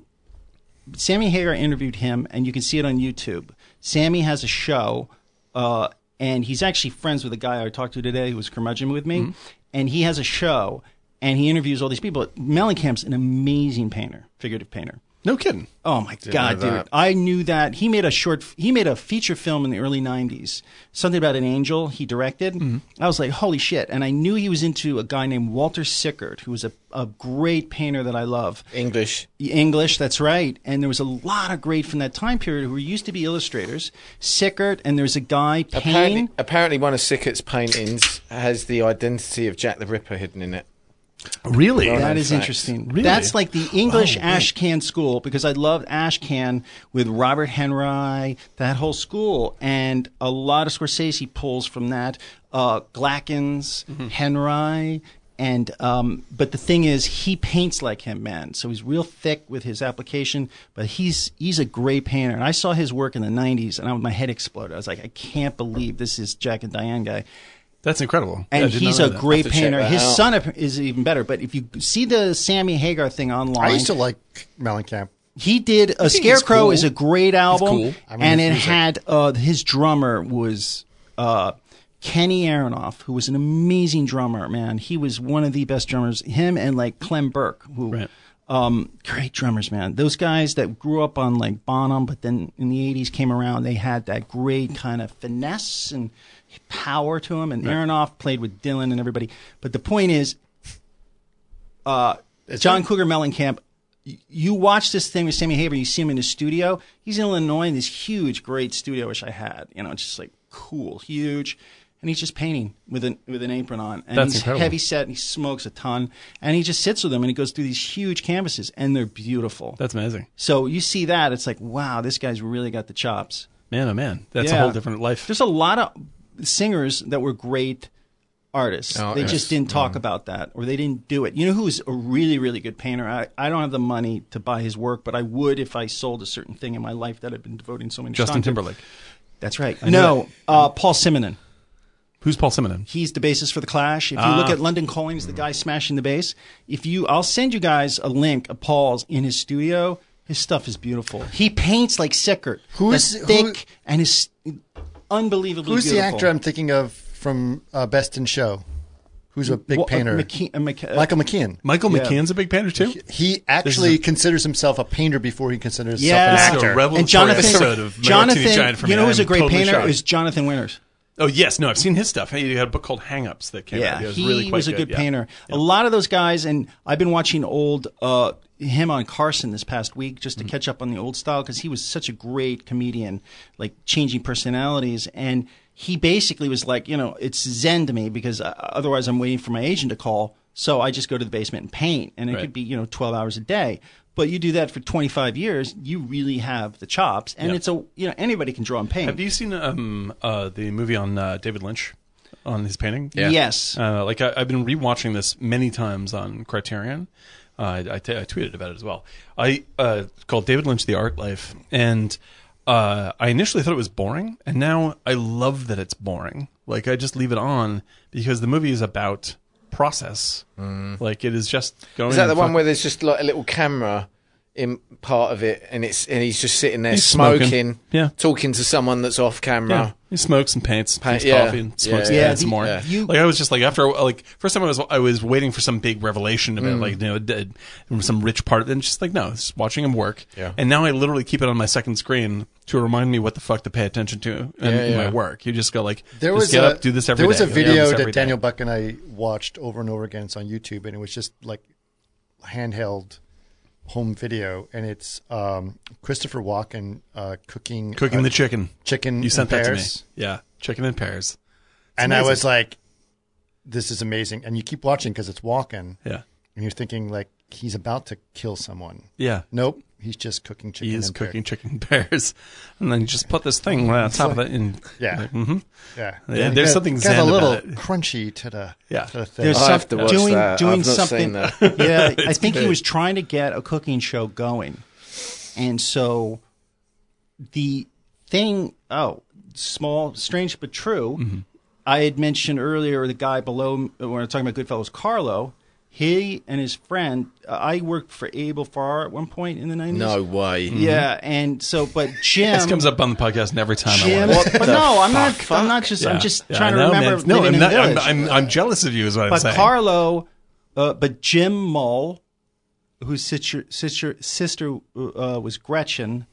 sammy hagar interviewed him and you can see it on youtube sammy has a show uh, and he's actually friends with a guy i talked to today who was curmudgeon with me and he has a show and he interviews all these people mellencamp's an amazing painter figurative painter No kidding. Oh my god, know dude! that. I knew that he made a short. He made a feature film in the early '90s, something about an angel. He directed. Mm-hmm. I was like, holy shit! And I knew he was into a guy named Walter Sickert, who was a, a great painter that I love. English. English, that's right. And there was a lot of great from that time period who used to be illustrators. Sickert, and there's a guy Payne. Apparently, apparently, one of Sickert's paintings has the identity of Jack the Ripper hidden in it. Really? That is fact. interesting. Really? That's like the English Ashcan school because I loved Ashcan with Robert Henry, that whole school, and a lot of Scorsese pulls from that. Uh, Glackens, Henry, and um, but the thing is, he paints like him, man. So he's real thick with his application, but he's he's a great painter. And I saw his work in the '90s, and I, my head exploded. I was like, I can't believe this is Jack and Diane guy That's incredible. Yeah, I and did not he's know a that. great Have to check painter. that His out. son ap- is even better. But if you see the Sammy Hagar thing online, I used to like Mellencamp. he did a he's Scarecrow cool. is a great album, cool. I mean, and his it music. had uh, his drummer was uh, Kenny Aronoff, who was an amazing drummer. Man, he was one of the best drummers. Him and like Clem Burke, who. Right. Um, great drummers, man. Those guys that grew up on like Bonham, but then in the '80s came around. They had that great kind of finesse and power to them. And Aronoff played with Dylan and everybody. But the point is, John Cougar Mellencamp, y- you watch this thing with Sammy Haber, you see him in his studio. He's in Illinois in this huge, great studio, which I had, you know, just like cool, huge. And he's just painting with an with an apron on, and That's he's incredible. heavy set, and he smokes a ton, and he just sits with them, and he goes through these huge canvases, and they're beautiful. That's amazing. so you see that, it's like, wow, this guy's really got the chops. Man, oh man, that's a Yeah. whole different life. There's a lot of singers that were great artists. Oh, they yes. just didn't Mm-hmm. talk about that or they didn't do it. You know who's a really, really good painter? I, I don't have the money to buy his work, but I would if I sold a certain thing in my life that I've been devoting so many Justin time to. Timberlake. That's right. no, uh, Paul Simonon. Who's Paul Simonon? He's the bassist for the Clash. If you look Ah. at London Calling, he's the guy smashing the bass. If you, I'll send you guys a link of Paul's in his studio. His stuff is beautiful. He paints like Sickert. Who The is- who- thick and is unbelievably Who's the beautiful. actor I'm thinking of from uh, Best in Show? Who's a big Well, uh, painter? McKe- um, uh, McKe- uh, Michael McKean. Michael Yeah. McCann's a big painter too. He actually considers himself a painter before he considers Yeah. himself an Actor. actor. revelatory and Jonathan, episode of Male Teenage Jonathan Giant for you me. know who's I'm a great totally painter shocked. is Jonathan Winters. Oh yes, no, I've seen his stuff. He had a book called Hang Ups that came out. Yeah, It was he really quite was a good, yeah. painter. A lot of those guys, and I've been watching old uh, him on Carson this past week just Mm-hmm. to catch up on the old style because he was such a great comedian, like changing personalities. And he basically was like, you know, it's zen to me because uh, otherwise I'm waiting for my agent to call. So I just go to the basement and paint, and it Right. could be you know 12 hours a day. But you do that for 25 years, you really have the chops, and Yeah. it's a you know anybody can draw and paint. Have you seen um, uh, the movie on uh, David Lynch on his painting? Yeah. Yes. Uh, like I, I've been rewatching this many times on Criterion. Uh, I, I t- I tweeted about it as well. I uh, it's called David Lynch: The Art Life, and uh, I initially thought it was boring, and now I love that it's boring. Like I just leave it on because the movie is about process. Like it is just going. Mm. Is that and the one fuck- where there's just like a little camera in part of it, and it's and he's just sitting there He's smoking, smoking. Yeah. talking to someone that's off Yeah. camera. He smokes and paints, drinks yeah. coffee, and smokes Yeah, yeah. and paints Yeah, some more. the- you- like I was just like after like first time I was I was waiting for some big revelation Mm. about like you know d- some rich part, and just like no, it's just watching him work. Yeah. And now I literally keep it on my second screen to remind me what the fuck to pay attention to in, in yeah. my work. You just go like There just was get a, up, do this every There was day, a do this video every that day. Daniel Buck and I watched over and over again. It's on YouTube, and it was just like handheld home video, and it's um, Christopher Walken uh, cooking cooking uh, the chicken. chicken. You in sent that to me. Paris. Yeah, chicken in pears. and I was like, "This is amazing!" And you keep watching because it's Walken, Yeah, and you're thinking like he's about to kill someone. yeah. Nope, he's just cooking chicken. He is in Paris. cooking chicken in pears, and then you just put this thing on top of it, and Yeah. like, mhm. Yeah, Yeah, You there's got- something got a zen little about it. crunchy to the Yeah. to the thing. There's I have some- to watch doing that. doing I've not something. seen that. yeah, I think he was trying to get a cooking show going, and so the thing. Oh, small, strange but true. I had mentioned earlier the guy below when we were talking about Goodfellas, Carlo. He and his friend. uh, I worked for Abel Farr at one point in the nineties. No way. Mm. Yeah, and so, but Jim This comes up on the podcast and every time I Um, Jim, want. What but the no, I'm not. fuck? I'm not just. Yeah. I'm just Yeah, trying I to know, remember. man. No, living I'm in not. the I'm, I'm, village. I'm jealous of you, is what I'm but saying. Carlo, uh, but Jim Mull, whose sister sister sister uh, was Gretchen,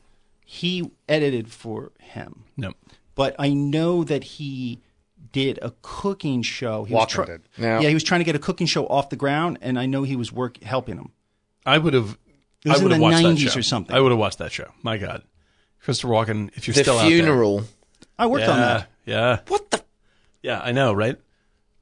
he edited for him. no, But I know that he did a cooking show. He Walken was try- did. Now- yeah, he was trying to get a cooking show off the ground, and I know he was work helping him. I would have. was I in would have the watched that 90s show. or something. I would have watched that show. My God, Christopher Walken. If you're The still funeral. I out worked there, yeah, on that. yeah. What the? Yeah, I know, right?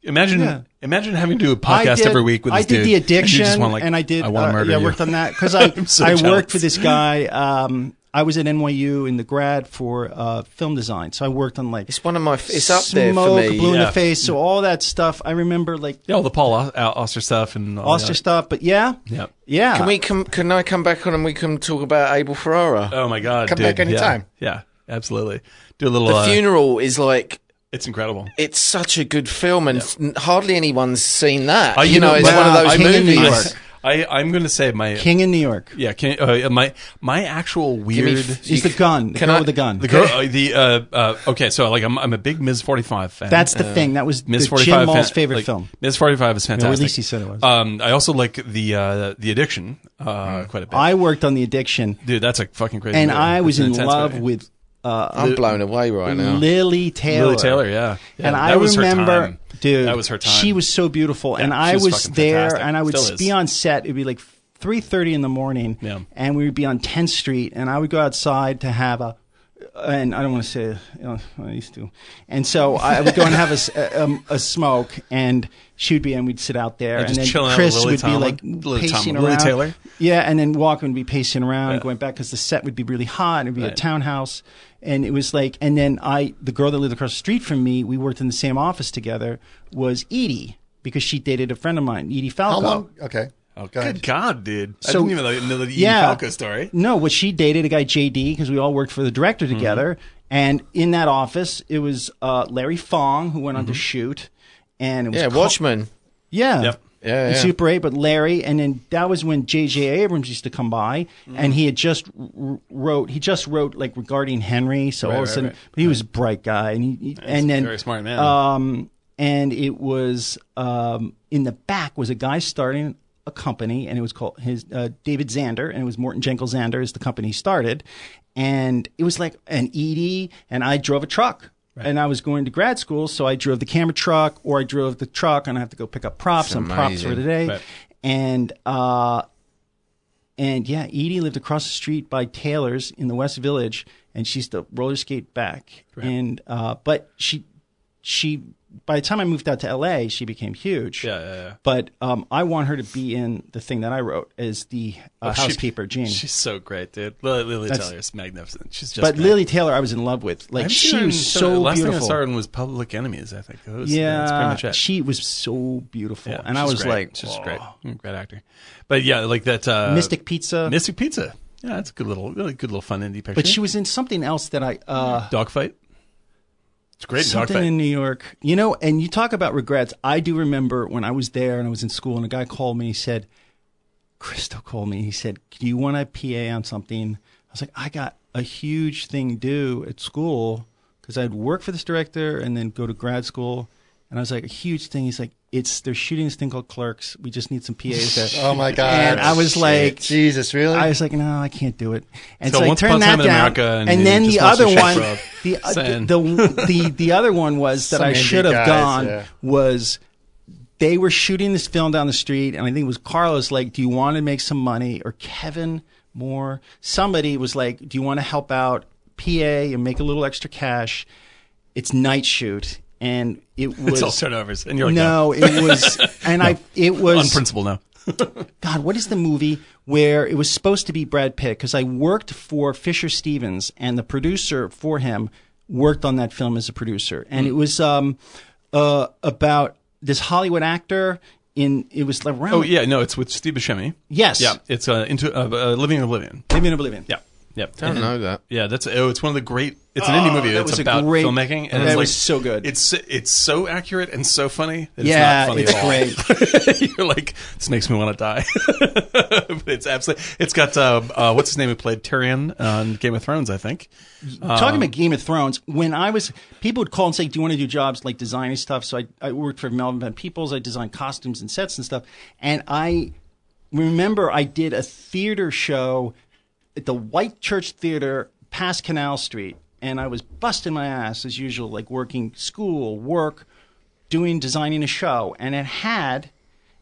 Imagine, imagine having to do a podcast I did, every week with I this dude, did the and you just addiction, and, wanna, like, I did. I want to uh, murder yeah, I you. worked on that because I so I jealous. worked for this guy. Um, I was at NYU in the grad for uh, film design, so I worked on like It's one of my. f- It's up there for Smoke, me. Blue in Yeah. the face, so all that stuff. I remember like yeah, all the Paul Au- Au- Auster stuff and all Oster that. stuff, but yeah, Yeah. yeah. Can we come? Can I come back on and we can talk about Abel Ferrara? Oh my God, Come dude. back anytime. Yeah, yeah, absolutely. Do a little. the uh, funeral is like it's incredible. it's such a good film, and n- hardly anyone's seen that. Uh, you, know, it's what? one of those I'm gonna- King of New movies. York. I, I, am going to say my King in New York Yeah, can, uh, my my actual Give me weird. f- is the you- gun. The Can girl I- with the gun. the girl, uh, the uh, uh, okay, so like I'm I'm a big Ms. Forty Five fan. Uh, That's uh, the thing. That was Ms. the Forty Jim Five. Mall's favorite film. Ms. Forty Five is fantastic. at least he said it was. Um, I also like the uh, the addiction uh, quite a bit. Mm. I worked on the addiction, Dude, that's a fucking crazy. and movie. I It's was an in intense love movie. with uh, I'm blown away right now. Lily Taylor. Lily Taylor. Yeah, Yeah, and that I was her remember, time. dude, That was her time. She was so beautiful, and she I was was, fucking there, fantastic. and I would Still is. be on set. It'd be like three thirty in the morning, Yeah. and we would be on 10th Street, and I would go outside to have a. And I don't want to say you know, I used to, and so I would go and have a s- a, um, a smoke, and she would be, and we'd sit out there, And and, just chilling then out Chris with Lily would Tomlin. be like Lily pacing Tomlin. Lily around. Taylor? Yeah, and then Walken would be pacing around, Yeah. going back because the set would be really hot. It'd be a Right. townhouse, and it was like. And then I, the girl that lived across the street from me, we worked in the same office together. Was Edie because she dated a friend of mine, Edie How Falco. long? Okay. Oh, Go ahead. good God, dude! I So- didn't even know- know the Ian Yeah. Falco story. No, what she dated a guy JD because we all worked for the director Mm-hmm. together, and in that office it was uh, Larry Fong who went on to Mm-hmm. shoot, and it was yeah, Col- Watchmen. Yeah. Yep. Yeah, And yeah. Super 8, but Larry, and then that was when J.J. Abrams used to come by, Mm-hmm. and he had just r- wrote, he just wrote like regarding Henry, so all of a right, sudden, right. but he was a bright guy, and he, he- and then very smart man. Um, and it was um in the back was a guy starting a company, and it was called his uh, David Zander, and it was Morton Jenkel Zander is the company he started, and it was like an ED, and E I drove a truck. and I was going to grad school, so I drove the camera truck, or I drove the truck, and I have to go pick up props. and props amazing. for today, Right. and uh, and yeah, Edie lived across the street by Taylor's in the West Village, and she used to roller skate back. And uh, but she she by the time I moved out to LA, she became huge. Yeah, yeah, yeah. But um, I want her to be in the thing that I wrote as the uh, Oh, She- housekeeper, Jean. She's so great, dude. Lily, Lily That's- Taylor is magnificent. She's just. but great. Lily Taylor, I was in love with. I Like haven't she seen her in was so- the so last beautiful. thing I saw her in was Public Enemies. I think. That was- yeah, that's pretty much it. she was so beautiful, Yeah, and I she's was great. like, she's "Whoa." great, Mm, great actor. But yeah, like that uh, Mystic Pizza. Mystic Pizza. Yeah, that's a good little, really good little fun indie picture. but she was in something else that I uh, Dogfight. It's great. something Dogfight. in New York. You know, and you talk about regrets. I do remember when I was there and I was in school, and a guy called me. He said, "Crystal called me." He said, "Do you want a PA on something?" I was like, "I got a huge thing due at school because I'd work for this director and then go to grad school." And I was like, "A huge thing." He's like, "It's they're shooting this thing called Clerks. We just need some PAs there." Oh my god! And I was Shit. like- Jesus, really? I was like, no, I can't do it. And So so, I Once Upon turned a Time that in down. America and And, you then the just lost other your one, shit, bro. the, uh, Saying. the the the other one was that Some I indie should have guys, gone yeah. was they were shooting this film down the street, and I think it was Carlos like, "Do you want to make some money?" Or Kevin Moore, somebody was like, "Do you want to help out PA and make a little extra cash?" It's night shoot, and it was It's all turnovers, and you're like, no, no, it was, and I it was on principle, no. God, what is the movie where it was supposed to be Brad Pitt? Because I worked for Fisher Stevens, and the producer for him worked on that film as a producer, and Hmm. it was um, uh, about this Hollywood actor. In it was like around Oh yeah, no, it's with Steve Buscemi. Yes. Yeah, it's uh, into uh, uh, Living in Oblivion. Living in Oblivion. Yeah, yeah. I don't know that. Yeah, that's oh, it's one of the great. It's an indie movie. Ah, that It's was a about great- filmmaking, and that it's like, was so good. It's it's so accurate and so funny. That Yeah, it's it's not funny at all. You're like, this makes me want to die. but it's absolutely. It's got uh, uh, what's his name who played Tyrion on Game of Thrones, I think. Talking Um, about Game of Thrones, when I was, people would call and say, "Do you want to do jobs like designing stuff?" So I, I worked for Melvin Van Peoples. I designed costumes and sets and stuff. And I remember I did a theater show at the White Church Theater, past Canal Street, and I was busting my ass as usual, like working school, work, doing designing a show, and it had,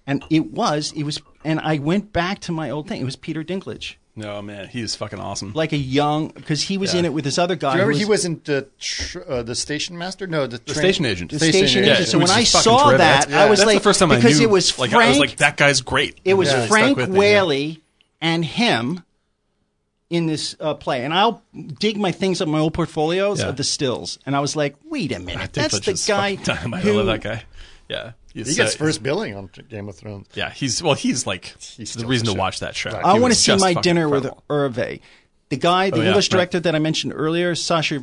and it was, it was, and I went back to my old thing. It was Peter Dinklage. No man, he is fucking awesome. Like a young, because he was in it with this other guy. Do you remember he who wasn't uh, tr- uh, the station master? No, the, train- station agent. The the station, Yeah, agent. So which when I is fucking saw terrific. that, That's- I was that's like, the first time I because knew, it was like, Frank. I was like, that guy's great. it was Yeah, it stuck Frank with me, yeah. Whaley and him in this uh, play, and I'll dig my things up my old portfolios Yeah. of the stills, and I was like, wait a minute, that's Dinklage the is guy fucking Dynamite. who I love that guy. Yeah, he's He gets so- first billing on Game of Thrones. Yeah, he's well. He's like still the reason the to shit. watch that show. I He want to was see just my fucking dinner incredible. Oh, with Hervé, the guy, the yeah, English right. director that I mentioned earlier, Sasha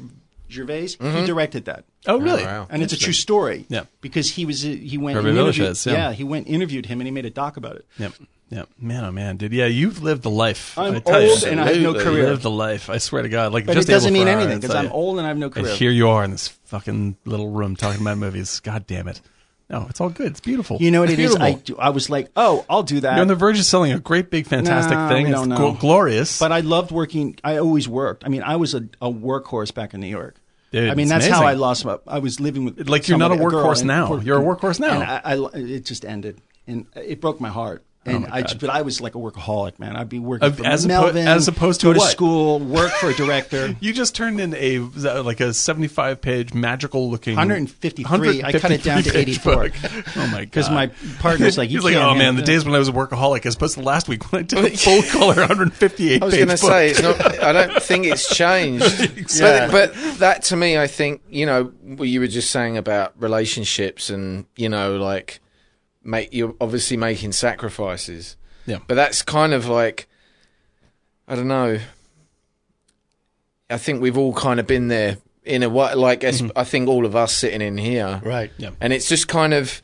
Gervais. He directed that. Oh really? wow. and it's a true story. Yeah. because he was he went Hervé and interviewed- Villechaize, yeah. he went and interviewed him, and he made a doc about it. Yep. Yep. Man, oh man, dude. Yeah, you've lived the life. I'm I tell old you, and I have no You've career. Lived the life. I swear to God. Like, But just it doesn't Abel mean Ferrara, anything I because tell I'm you. old and I have no And career. here you are in this fucking little room talking about movies. God damn it. No, it's all good. It's beautiful. You know what it's it is? beautiful. I, do- I was like, oh, I'll do that. You're on the verge of selling a great, big, fantastic No, thing. we It's don't gl- know. glorious. but I loved working. I always worked. I mean, I was a, a workhorse back in New York. Dude, I mean, it's that's amazing. how I lost my. I was living with Like, you're not a somebody, girl, workhorse and- now. You're a workhorse now. And I, I lo- it just ended, and it broke my heart. And I, just- but I was like a workaholic, man. I'd be working Oh Of- for as oppo- Melvin, as opposed to go to what? school, work for a director. you just turned in a like a 75 page magical looking 153. I cut it down to 153 page 84. book. Oh my god! Because my partner's like, you He's like, can't oh man, handle the it." days when I was a workaholic as opposed to last week when I did a full color 158 I was page going to book. say it's not. I don't think it's changed. Exactly. but, but that to me, I think you know what you were just saying about relationships and you know like make you're obviously making sacrifices. Yeah. But that's kind of like I don't know. I think we've all kind of been there in a way. Like as I think all of us sitting in here, Right. Yeah. and it's just kind of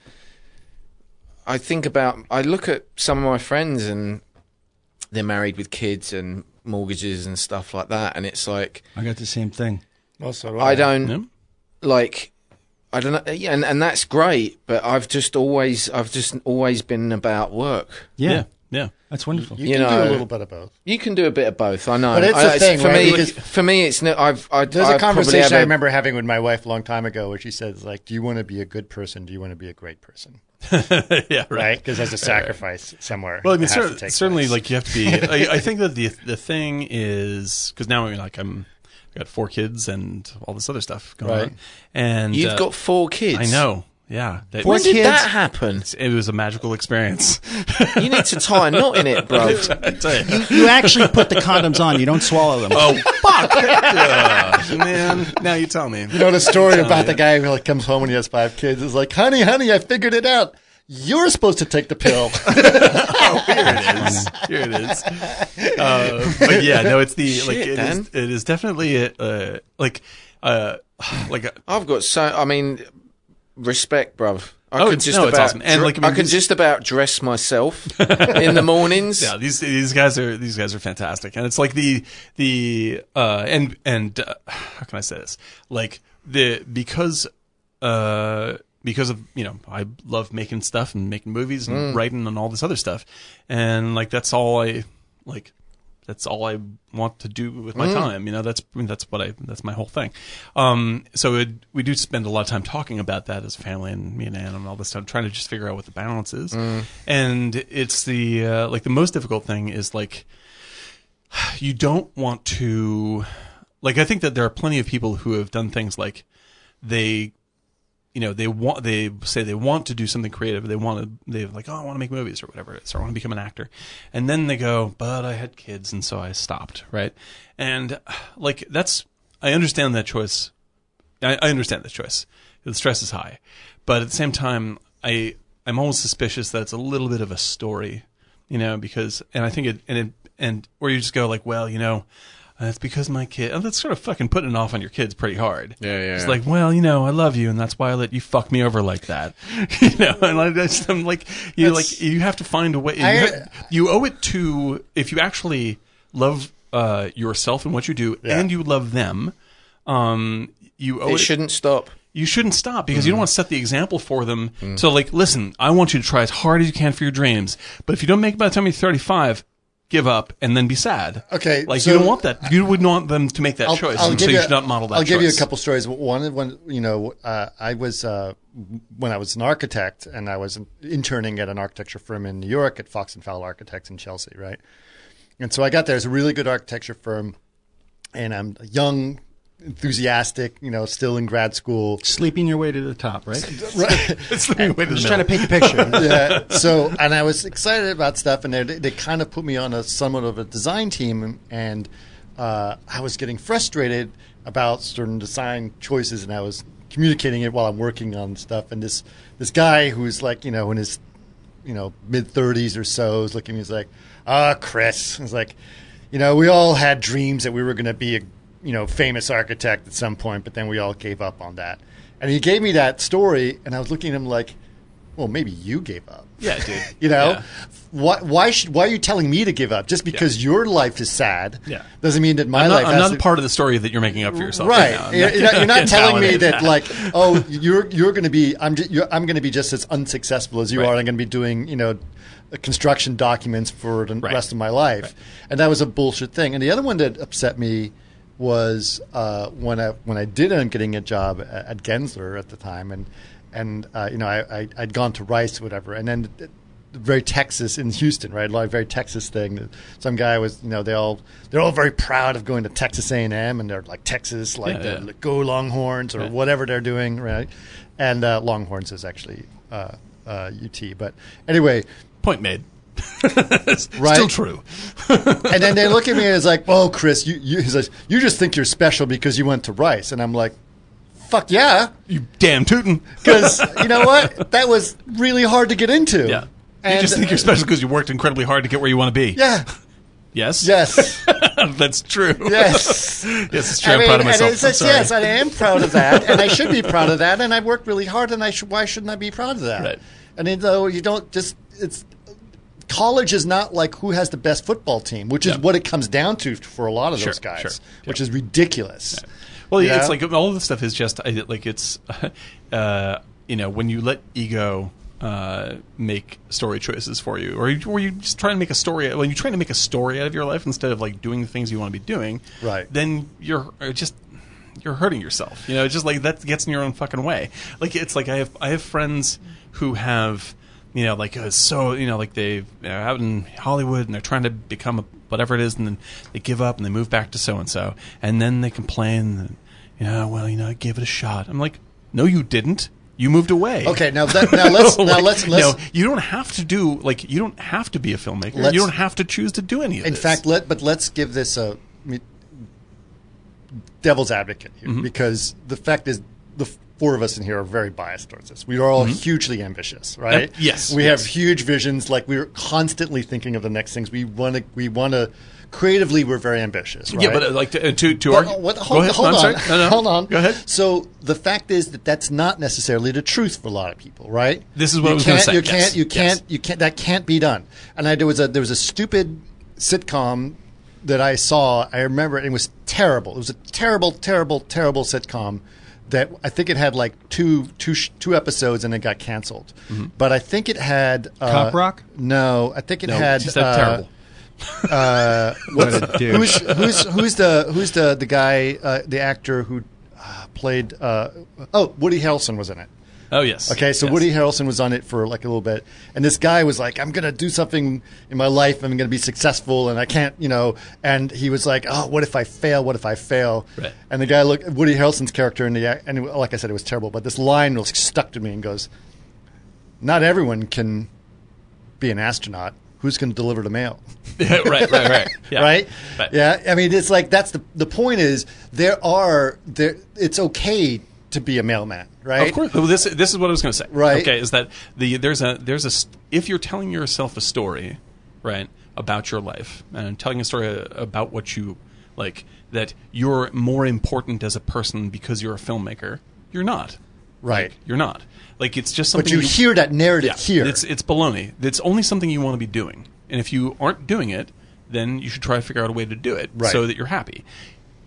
i think about i look at some of my friends and they're married with kids and mortgages and stuff like that and it's like I got the same thing. i don't Yeah. like i don't know yeah, and, and that's great but i've just always i've just always been about work yeah, yeah. That's wonderful. You, You can do a know- little bit of both. You can do a bit of both. I know, But it's I- the thing, for right? me. Because- for me, it's no. I've. I, There's I a probably have conversation a- I remember having with my wife a long time ago where she said, like, do you want to be a good person? Do you want to be a great person? yeah, right. Right? Because there's a sacrifice somewhere. Well, I mean, that has cer- to take certainly, place. like you have to be. I, I think that the the thing is because now I mean, like I'm I got four kids and all this other stuff going Right. on, and You've uh, got four kids. I know. Yeah, That- When did kids. that happen? It was a magical experience. You need to tie a knot in it, bro. I tell you. You actually put the condoms on. You don't swallow them. Oh fuck, Yeah, man! Now you tell me. You know the story about the guy who like comes home and he has five kids. Is like, honey, honey, I figured it out. You're supposed to take the pill. Here it is. Here it is. Uh, but yeah, no, it's the like it is, Dan. it is definitely uh, like uh, like a, I've got so. I mean, respect, bruv. I Oh, could it's- just no, it's about. awesome. And, dre- like, I I, mean, could these- just about dress myself in the mornings. Yeah, these these guys are these guys are fantastic, and it's like the the uh and and uh, how can I say this? Like the because uh because of you know I love making stuff and making movies and writing and all this other stuff, and like that's all I like. That's all I want to do with my time. You know, that's I mean, that's what I that's my whole thing. Um, so it, we do spend a lot of time talking about that as a family and me and Anne and all this time, trying to just figure out what the balance is. And it's the uh, like the most difficult thing is like you don't want to like I think that there are plenty of people who have done things like they you know they want they say they want to do something creative they want to they like oh I want to make movies or whatever it is or I want to become an actor and then they go but I had kids and so I stopped right and like that's I understand that choice I, I understand the choice the stress is high but at the same time I I'm almost suspicious that it's a little bit of a story you know because and I think it and it and where you just go like well you know that's because my kid and that's sort of fucking putting it off on your kids pretty hard Yeah, yeah, it's yeah. like like, well, you know, I love you, and that's why I let you fuck me over like that. you know, and I just, I'm like, you like, you have to find a way. You, I- have- you owe it to if you actually love uh, yourself and what you do, Yeah. and you love them. Um, you owe It it, shouldn't stop. you shouldn't stop because Mm. you don't want to set the example for them. So, like, listen, I want you to try as hard as you can for your dreams, but if you don't make it by the time you're 35. Give up and then be sad. Okay, like so- you don't want that. You would not want them to make that choice, and so you, should not model that. I'll give you a choice. couple stories. One, when you know, uh, I was uh, when I was an architect and I was interning at an architecture firm in New York at Fox and Fowl Architects in Chelsea, right? And so I got there. It's a really good architecture firm, and I'm young, enthusiastic. You know, still in grad school. Sleeping your way to the top, right? It's the way to Just know. trying to paint a picture. yeah. So, and I was excited about stuff, and they, they kind of put me on a somewhat of a design team, and uh, I was getting frustrated about certain design choices, and I was communicating it while I'm working on stuff. And this this guy who's like, you know, in his you know mid 30s or so is looking at me he's like ah chris it's like you know we all had dreams that we were going to be a you know famous architect at some point but then we all gave up on that and he gave me that story and i was looking at him like well maybe you gave up Yeah, dude. you know Yeah. why, why should why are you telling me to give up just because your life is sad Yeah. doesn't mean that my I'm not, life I'm has not to- a part of the story that you're making up for yourself. Right. now. I'm You're, you're not, you're not gonna telling me validate that, like, oh, you're you're going to be I'm just, you're, I'm going to be just as unsuccessful as you Right. are. and I'm going to be doing you know construction documents for the Right. rest of my life, and that was a bullshit thing. And the other one that upset me was uh, when I when I did end up getting a job at, at Gensler at the time, and and uh, you know I, I I'd gone to Rice whatever, and then. It, very Texas in Houston, right? A lot of very Texas thing. Some guy was, you know, they all they're all very proud of going to Texas A and M, and they're like Texas, like Yeah, the yeah. go Longhorns or whatever they're doing, right? And uh, Longhorns is actually uh, uh, UT, but anyway, Point made. Right. Still true. and then they look at me and it's like, "Oh, Chris, you you, he's like, you just think you're special because you went to Rice," and I'm like, "Fuck yeah," You damn tootin'. because you know what? That was really hard to get into. Yeah. you And- just think you're special because you worked incredibly hard to get where you want to be. Yeah. Yes. Yes. That's true. Yes. yes, it's true. I am proud of and myself. it's I'm just, sorry. yes, I am proud of that, and I should be proud of that, and I worked really hard, and I should. Why shouldn't I be proud of that? Right. And then, though you don't just it's college is not like who has the best football team, which is Yeah. what it comes down to for a lot of Sure, those guys, sure. which is ridiculous. Well, Yeah. it's like all of this stuff is just I- like it's, uh, you know, when you let ego uh, make story choices for you, or you- were you just trying to make a story? Well, you're trying to make a story out of your life instead of like doing the things you want to be doing. Right. Then you're uh, just you're hurting yourself. You know, it's just like that gets in your own fucking way. Like it's like I have I have friends who have you know like uh, so you know like they you know, out in Hollywood and they're trying to become a, whatever it is, and then they give up and they move back to so and so, and then they complain. That, you know, well, you know, I gave it a shot. I'm like, no, you didn't. You moved away. Okay, now that, now let's now Like, let's no, let's you don't have to do like you don't have to be a filmmaker. Let's- you don't have to choose to do any of in this. fact let but let's give this a I mean, devil's advocate here Mm-hmm. because the fact is the four of us in here are very biased towards this. We are all hugely ambitious, right? Uh, Mm-hmm. yes, we yes. have huge visions. Like we're constantly thinking of the next things. We want to. We want to. Creatively, we're very ambitious. Right? yeah, but uh, like to uh, to, to But, argue. uh, what- Go hold, ahead. hold No, I'm on. sorry. No, no. hold on. Go ahead. So the fact is that that's not necessarily the truth for a lot of people, right? This is what you I was gonna can't, say, You yes, can't. You yes. can't. You can't. That can't be done. And I, there was a there was a stupid sitcom that I saw. I remember it was terrible. It was a terrible, terrible, terrible sitcom. That I think it had like two two sh- two episodes and it got canceled. Mm-hmm. But I think it had uh, Cop Rock? No, I think it No, had she said uh, terrible. uh, What a dude. who's who's who's the who's the the guy uh, the actor who uh, played uh, oh Woody Harrelson was in it. Oh yes. Okay, so Yes. Woody Harrelson was on it for like a little bit, and this guy was like, "I'm gonna do something in my life. I'm gonna be successful, and I can't, you know." And he was like, "Oh, what if I fail? What if I fail?" Right. And the guy looked Woody Harrelson's character, in the, and like I said, it was terrible. But this line was stuck to me and goes, "Not everyone can be an astronaut. Who's going to deliver the mail?" right, right, right. Yeah. right? Right. Yeah, I mean, it's like that's the the point is there are there. It's okay to be a mailman, right? Of course. Well, this this is what I was going to say. Right. Okay. Is that the there's a there's a st- if you're telling yourself a story, right, about your life and telling a story uh, about what you like that you're more important as a person because you're a filmmaker. You're not. Right. You're not. Like it's just something. But you hear that narrative Yeah, here. It's it's baloney. It's only something you want to be doing. And if you aren't doing it, then you should try to figure out a way to do it Right. so that you're happy.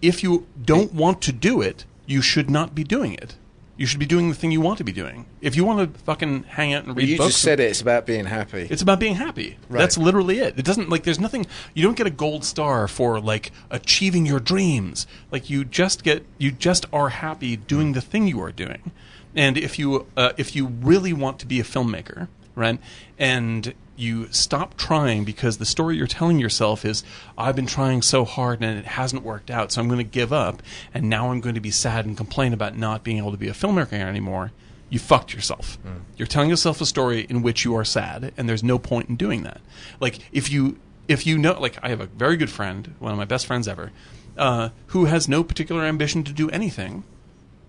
If you don't want to do it, you should not be doing it. You should be doing the thing you want to be doing. If you want to fucking hang out and read You books, just said it. It's about being happy. it's about being happy. That's literally it. It doesn't like there's nothing you don't get a gold star for like achieving your dreams. Like you just get you just are happy doing the thing you are doing. And if you uh, if you really want to be a filmmaker, right? And you stop trying because the story you're telling yourself is I've been trying so hard and it hasn't worked out, so I'm going to give up and now I'm going to be sad and complain about not being able to be a filmmaker anymore you fucked yourself. You're telling yourself a story in which you are sad, and there's no point in doing that. Like if you if you know, like I have a very good friend, one of my best friends ever, uh, who has no particular ambition to do anything,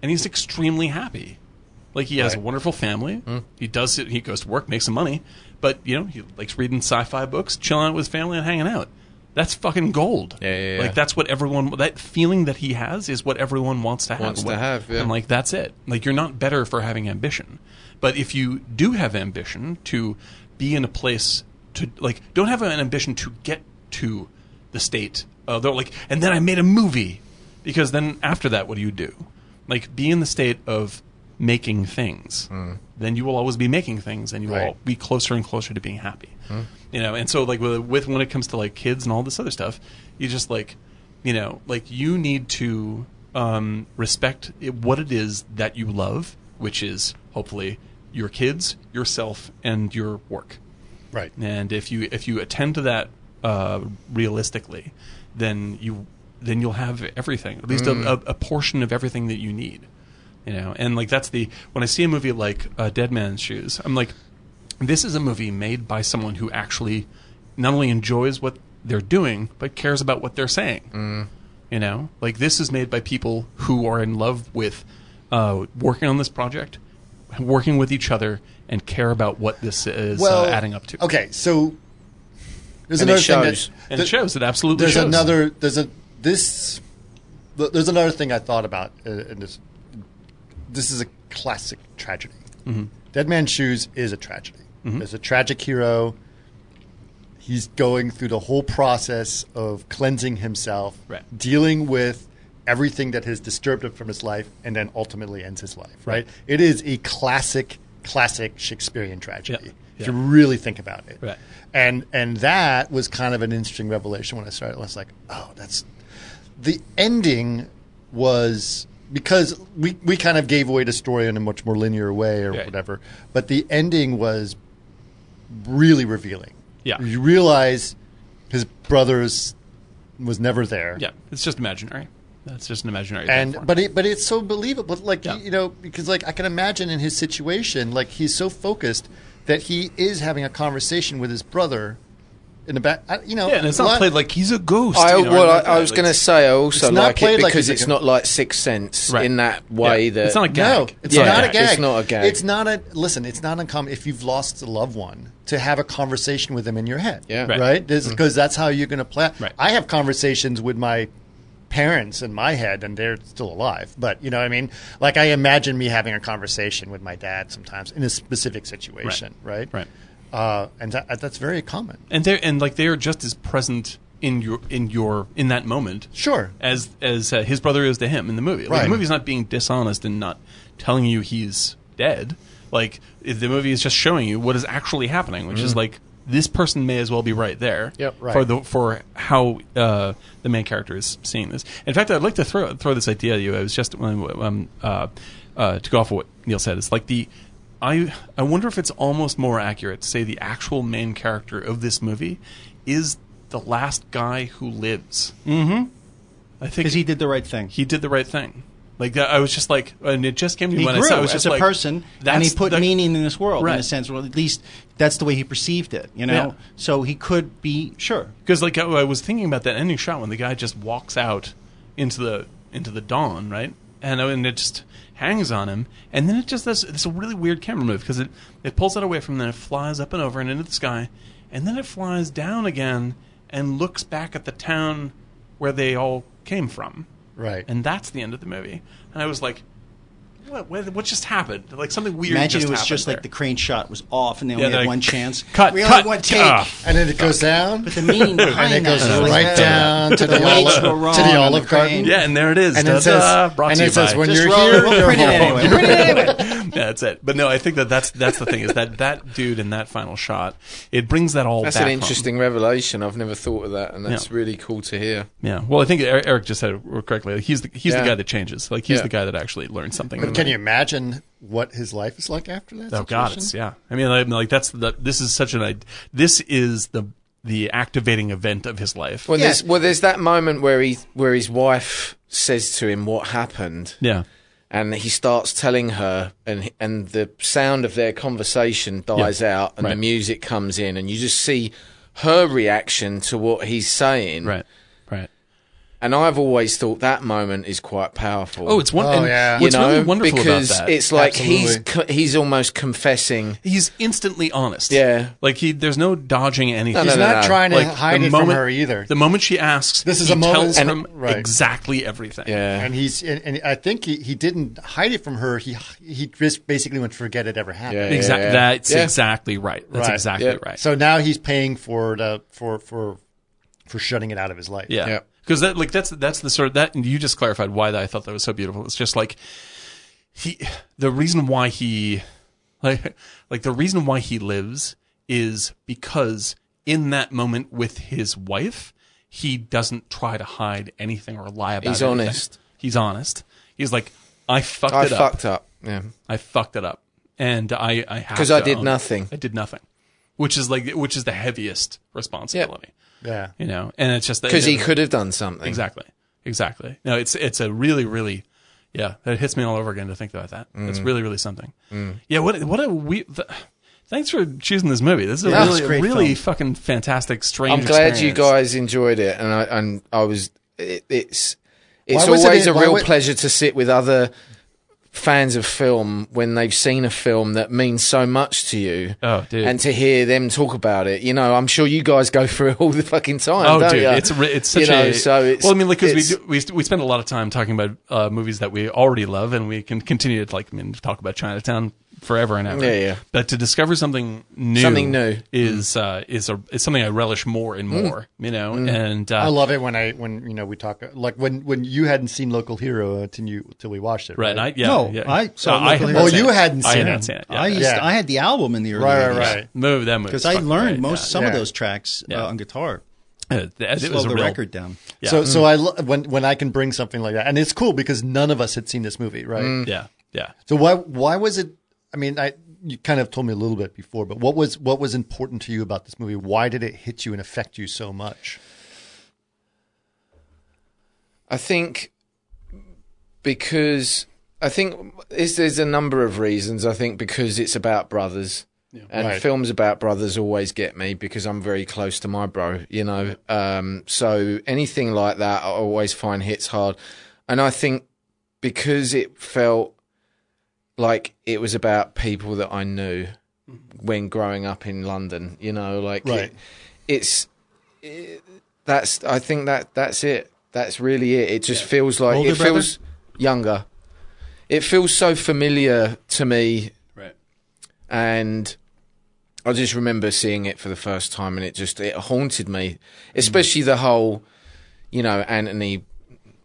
and he's extremely happy. Like he has a wonderful family. Hmm. He does it. He goes to work, makes some money, but you know he likes reading sci-fi books, chilling out with his family, and hanging out. That's fucking gold. Yeah, yeah, yeah. Like that's what everyone. That feeling that he has is what everyone wants to have. Wants to What- have, yeah. And like that's it. Like you're not better for having ambition. But if you do have ambition to be in a place to like don't have an ambition to get to the state. Uh, though like and then I made a movie because then after that what do you do? Like be in the state of making things. Hmm. Then you will always be making things and you will Right. be closer and closer to being happy. Hmm. You know, and so like with, with when it comes to like kids and all this other stuff, you just like, you know, like you need to um, respect it, what it is that you love, which is hopefully your kids, yourself, and your work. Right. And if you if you attend to that uh, realistically, then you then you'll have everything, at least a, a, a portion of everything that you need. You know, and like that's the when I see a movie like uh, Dead Man's Shoes, I'm like, this is a movie made by someone who actually not only enjoys what they're doing but cares about what they're saying. You know, like this is made by people who are in love with uh, working on this project, working with each other, and care about what this is uh, adding up to. Okay, so there's And it another thing shows. that, and that- it shows. It absolutely there's shows. another there's a this th- there's another thing I thought about uh, in this. This is a classic tragedy. Mm-hmm. Dead Man's Shoes is a tragedy. There's a tragic hero. He's going through the whole process of cleansing himself, Right. dealing with everything that has disturbed him from his life, and then ultimately ends his life. Right? It is a classic classic Shakespearean tragedy. Yeah. If Yeah. you really think about it, Right. and and that was kind of an interesting revelation when I started. I was like, oh, that's the ending was because we we kind of gave away the story in a much more linear way or Right. whatever, but the ending was really revealing. Yeah. you realize his brother's was never there. Yeah, it's just imaginary. That's just an imaginary. And platform. but it, but it's so believable. Like Yeah. you know, because like I can imagine in his situation, like he's so focused that he is having a conversation with his brother in the back. I- You know, yeah, and it's a not lot- played like he's a ghost. I, you know, or well, anything I, I like was that. going to say I also It's not like played it like because it's a it's ghost. not like Sixth Sense Right. in that Yeah. way. That it's not a gag. No, it's Yeah. not a It's gag. not a gag. It's not a listen. It's not uncommon if you've lost a loved one to have a conversation with them in your head. Yeah. Mm-hmm. right. Right. Because that's how you're going to plan. Right. I have conversations with my parents in my head, and they're still alive. But you know, what I mean, like I imagine me having a conversation with my dad sometimes in a specific situation. Right. Right. Uh, and that, that's very common. and they are and like they are just as present in your in your in that moment Sure. as as uh, his brother is to him in the movie. Like, Right. The movie's not being dishonest and not telling you he's dead. Like i- the movie is just showing you what is actually happening, which Mm. is like this person may as well be right there. Yep, right. For the for how uh, the main character is seeing this. In fact, I'd like to throw throw this idea at you. I was just um, um, uh, uh, to go off of what Neil said. It's like the I I wonder if it's almost more accurate to say the actual main character of this movie is the last guy who lives. Mm-hmm. I think because he did the right thing. he did the right thing. Like that, I was just like, and it just came to me he when grew I saw. it. I was as just a like, person, and that's he put the- meaning in this world in a Right. sense. Well, at least that's the way he perceived it, you know. Yeah. So he could be sure. Because like I, I was thinking about that ending shot when the guy just walks out into the into the dawn, right? And uh, and it just hangs on him, and then it just does. It's a really weird camera move because it it pulls that away from, him, then it flies up and over and into the sky, and then it flies down again and looks back at the town where they all came from, Right. and that's the end of the movie. And I was like. What, what, what just happened? Like something weird. Imagine just it was happened just there. like the crane shot was off, and they only they're had like, one chance. Cut, we only cut, had one take. ah. and then it goes down. But the meaning and behind it that goes is like, right uh, down to the, the weights were olive, wrong to the on the olive garden. crane. Yeah, and there it is. And it Da-da. says, Brought and to you it says by- when Just you're roll it. here, We'll you're print home. it anyway. We'll print it anyway. Yeah, that's it. But no, I think that that's that's the thing is that that dude in that final shot it brings that all. That's back an home. interesting revelation. I've never thought of that, and that's Yeah. really cool to hear. Yeah. Well, I think Eric Eric just said it correctly. Like, he's the he's Yeah. the guy that changes. Like he's Yeah. the guy that actually learns something. But can you imagine what his life is like after that? Oh God, it's yeah. I mean, like, like that's the this is such an id- this is the the activating event of his life. Well, there's well, there's that moment where he where his wife says to him what happened, Yeah. and he starts telling her, and and the sound of their conversation dies out, and the Right. music comes in, and you just see her reaction to what he's saying. Right. Right. And I've always thought that moment is quite powerful. Oh, it's one. Oh, and yeah. What's you know, really wonderful because about that it's like he's Absolutely. co- he's almost confessing. he's instantly honest. Yeah. Like he, there's no dodging anything. He's No, no, not no. trying to like hide the it moment, from her either. The moment she asks, This is he a moment- tells and- him right. exactly everything. Yeah. and he's and, and I think he, he didn't hide it from her. He he just basically went forget it ever happened. Yeah, Exactly. yeah, yeah. That's Yeah. exactly right. That's Right. exactly Yeah. right. So now he's paying for the for for for shutting it out of his life. yeah. Yeah. Because that like that's that's the sort of that and you just clarified why that I thought that was so beautiful. It's just like he the reason why he like like the reason why he lives is because in that moment with his wife, he doesn't try to hide anything or lie about He's anything. honest. He's honest. He's like, I fucked I it up. fucked up. Yeah. I fucked it up, and I I have 'Cause I to did own it. nothing. I did nothing, which is like which is the heaviest responsibility, yeah. you know. And it's just that- Because he could have done something. exactly, exactly. No, it's it's a really really yeah. It hits me all over again to think about that. It's Mm. really really something. Yeah. What what a we. Th- thanks for choosing this movie. This is Yeah, a it's really a great really film. fucking fantastic strange. I'm glad you experience. guys enjoyed it, and I and I was. It, it's it's Why was it always in- a why real wa- pleasure to sit with other fans of film when they've seen a film that means so much to you. Oh, dude. And to hear them talk about it, you know, I'm sure you guys go through it all the fucking time. Oh, don't dude, ya? it's re- it's such you know, a so it's, well. I mean, like because we it's- do, we we spend a lot of time talking about uh, movies that we already love, and we can continue to like. I mean, talk about Chinatown forever and ever. Yeah, yeah. But to discover something new, Something new. Mm. is uh, is a is something I relish more and more. You know, and uh, I love it when I when you know we talk like when when you hadn't seen Local Hero until you until we watched it. right. I, yeah, No, yeah. Uh, I saw I Local hadn't Hero. oh, seen you it. hadn't seen I it. hadn't seen it. Yeah, I used Yeah. I had the album in the early Right, right, right. move that movie Because I learned most some of Yeah. those tracks Yeah. uh, on guitar. Uh, it Slow was a the real- record down. Yeah. Mm. So so I lo- when when I can bring something like that, and it's cool because none of us had seen this movie, right? Yeah, yeah. So why why was it? I mean, I you kind of told me a little bit before, but what was what was important to you about this movie? Why did it hit you and affect you so much? I think because I think is there's a number of reasons. I think because it's about brothers, and Right. films about brothers always get me because I'm very close to my bro. You know, um, so anything like that I always find hits hard, and I think because it felt like it was about people that I knew when growing up in London. You know, like Mm-hmm. Right. it- it's that's I think that that's it. That's really it. It just feels like Older it feels younger. It feels so familiar to me, Right. and I just remember seeing it for the first time, and it just it haunted me, especially the whole, you know, Anthony.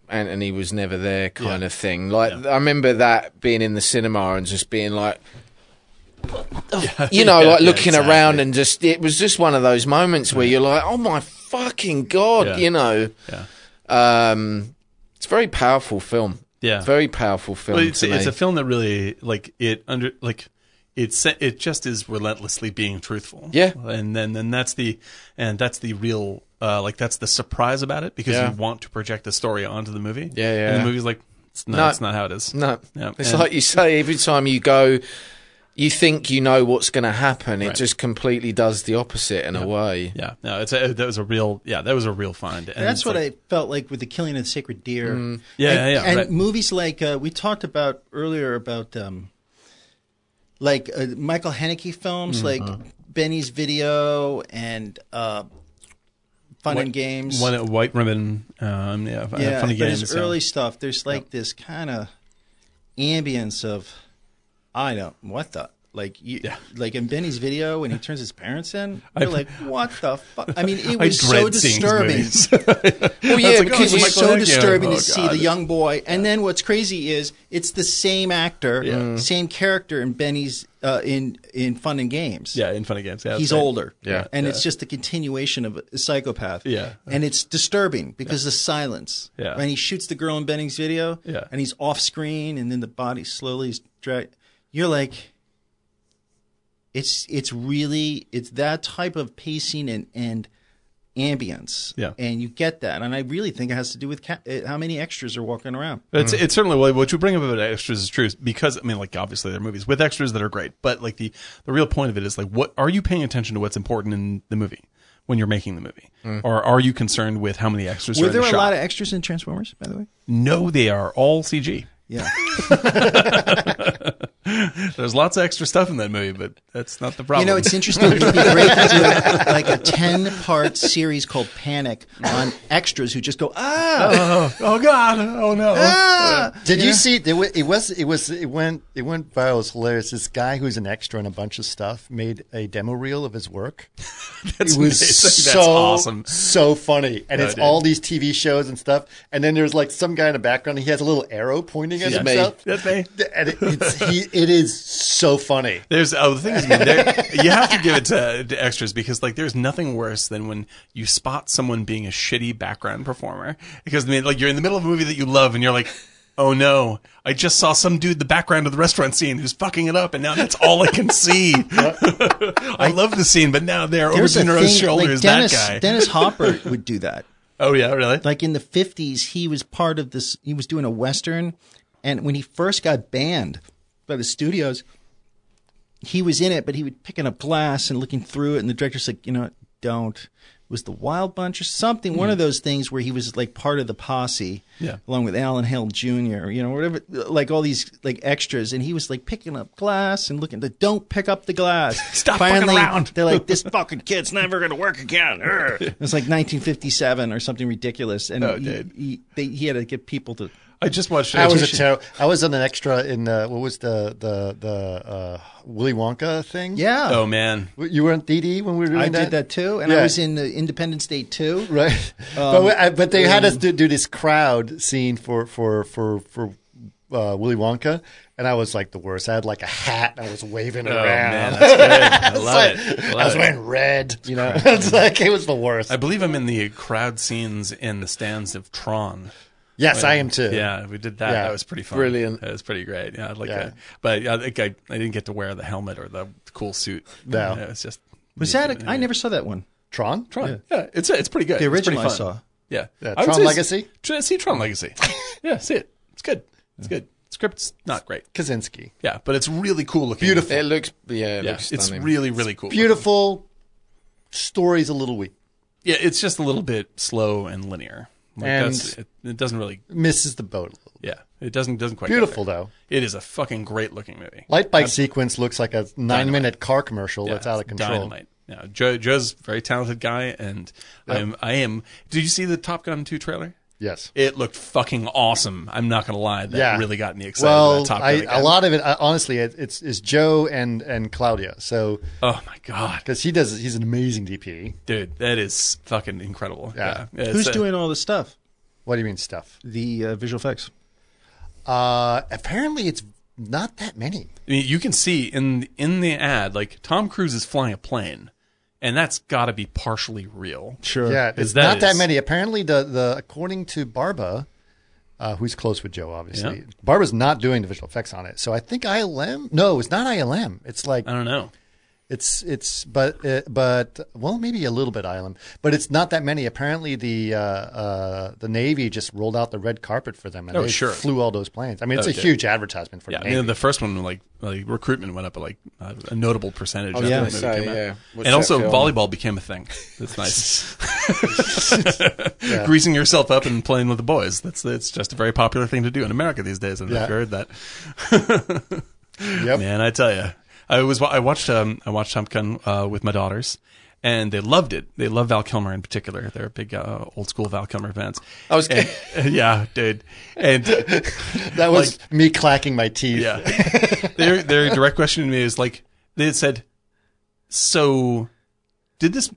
Anthony was never there, kind of thing. Like I remember that being in the cinema and just being like, you know, Yeah, like yeah, looking exactly. around and just it was just one of those moments where you're like, oh my fucking god, Yeah. you know. Yeah. Um, it's a very powerful film. Yeah. very powerful film. Well, it's to it's me. a film that really like it under like it se- it just is relentlessly being truthful. Yeah. and then then that's the and that's the real uh, like that's the surprise about it because Yeah. you want to project the story onto the movie. Yeah, yeah. And the movie's like, it's, no, No. that's not how it is. No, Yeah, it's and- like you say. Every time you go, you think you know what's going to happen. It just completely does the opposite in a way. Yeah, no, it's a, that was a real yeah that was a real find. And That's it's what like, Mm. I felt like with the killing of the sacred deer. Yeah, and, yeah, yeah, and right. movies like uh, we talked about earlier about um, like uh, Michael Haneke films, Mm-hmm. like Benny's Video and uh, Fun and Games. one white ribbon. Um, yeah, yeah, funny but games. his yeah. early stuff. There's like this kind of ambience of I don't what the like you like in Benny's video when he turns his parents in. You're like what the fuck? I mean, it I was so dread seeing these disturbing. movies. Well, yeah, That's like, oh, because it it's was it's Michael so Haneke. disturbing Oh, to see God. the young boy. And then what's crazy is it's the same actor, same character in Benny's uh, in in Fun and Games. yeah, in funny games. Yeah, He's that's right. older, Yeah. and it's just a continuation of a psychopath, Yeah. And it's disturbing because the silence, Yeah. And he shoots the girl in Benning's video, Yeah. And he's off screen, and then the body slowly is dragged. You're like, it's it's really it's that type of pacing and and ambience, Yeah. And you get that, and I really think it has to do with ca- uh, how many extras are walking around. It's it's certainly well, what you bring up about extras is true because I mean like obviously there are movies with extras that are great, but like the the real point of it is like what are you paying attention to what's important in the movie when you're making the movie, or are you concerned with how many extras Mm. Were are in there the a shot? lot of extras in Transformers, by the way? no, they are all CG. Yeah. There's lots of extra stuff in that movie, but that's not the problem. You know, it's interesting. It'd be great to do like a ten-part series called Panic on extras who just go ah. oh, oh god, oh no. Did you see? It was, it was. It was. It went. It went viral. It was hilarious. This guy who's an extra in a bunch of stuff made a demo reel of his work. That's it was amazing. That's so awesome. so funny, and it's dude. all these TV shows and stuff. And then there's like some guy in the background. He has a little arrow pointing at Yeah. me. himself. That's me. And it, it's, he, it is so funny. There's oh the thing is I mean, there, you have to give it to, to extras because like there's nothing worse than when you spot someone being a shitty background performer because I mean like you're in the middle of a movie that you love and you're like oh no I just saw some dude in the background of the restaurant scene who's fucking it up and now that's all I can see I love the scene but now there over There's a Pinro's thing shoulder like is Dennis. that guy Dennis Hopper would do that. oh yeah really Like in the fifties, he was part of this. He was doing a western, and when he first got banned by the studios, he was in it, but he would picking up glass and looking through it, and the director's like, you know, don't. It was the Wild Bunch or something? One of those things where he was like part of the posse, Hmm. Yeah. along with Alan Hale Jr. You know, whatever, like all these like extras, and he was like picking up glass and looking. To, don't pick up the glass. Stop fucking around. They're like this. fuck- Fucking kid's never gonna work again. Urgh. It's like 1957 or something ridiculous, and he, Oh, dude. he, they, he had to get people to I just watched it. I was a It's- ter- I was an extra in the what was the the the uh, Willy Wonka thing? Yeah. oh man, you were in DD when we were doing I that. did that too, and Yeah. I was in um, the Independence Day too. right? but, I, but they had us do, do this crowd scene for for for for uh, Willy Wonka, and I was like the worst. I had like a hat, and I was waving oh around. man, that's good. I love it. I I was love it. wearing red, you know. it's like it was the worst. I believe I'm in the crowd scenes in the stands of Tron. yes, I am too. Yeah, we did that. Yeah. That was pretty fun. Brilliant. That was pretty great. Yeah, I'd like Yeah. that. But I think I, I didn't get to wear the helmet or the cool suit. No. Yeah, it's just Was that? A, I never saw that one. Tron, Tron. Yeah, it's it's pretty good. The It's pretty original I fun. saw. Yeah, Yeah, I would Tron say s- Legacy? tr- See Tron Legacy. yeah, see it. It's good. It's good. Script's not great. Kaczynski. Yeah, but it's really cool looking. Beautiful. It looks, yeah, it Yeah, looks it's stunning. really really cool. Beautiful. Story's a little weak. Yeah, it's just a little bit slow and linear. Like And- that's, it, it doesn't really. Misses the boat. a little. Yeah, it doesn't doesn't quite. get there. Beautiful though. It is a fucking great looking movie. Light bike sequence looks like a nine-minute car commercial Yeah, that's out of it's control. Dynamite. Yeah, Joe, Joe's a very talented guy, and I'm. I am. Did you see the Top Gun two trailer? Yes. It looked fucking awesome. I'm not gonna lie. That Yeah. really got me excited. Well, about Top Gun I, again. a lot of it, I, honestly, it, it's is Joe and and Claudia. So Oh my god, because he does, he's an amazing DP. dude, that is fucking incredible. Yeah. It's Who's a- doing all the stuff? What do you mean stuff? The uh, visual effects. Uh, apparently, it's not that many. I mean, you can see in in the ad, like Tom Cruise is flying a plane, and that's got to be partially real. Sure. Yeah, is it's that not that is- many. Apparently, the the according to Barba, uh, who's close with Joe, obviously, Yeah. Barba's not doing the visual effects on it. So I think ILM. No, it's not ILM. It's like I don't know. It's it's but uh, but well maybe a little bit island, but it's not that many. Apparently the uh, uh, the Navy just rolled out the red carpet for them and Oh, they sure. flew all those planes. I mean it's a Okay. huge advertisement for Yeah, the I Navy. mean, the first one, like, like recruitment went up like uh, a notable percentage. after was gonna the movie say, came out. Oh, yeah. What's and that also film? volleyball became a thing. That's nice. Greasing yourself up and playing with the boys. That's it's just a very popular thing to do in America these days. I've Yeah. heard that. Yep. Man, I tell you, I was I watched um I watched Top Gun uh, with my daughters, and they loved it. They love Val Kilmer in particular. They're big uh, old school Val Kilmer fans. I was- and, yeah, dude, and That was me clacking my teeth. yeah. their their direct question to me is like they had said, "So, did this?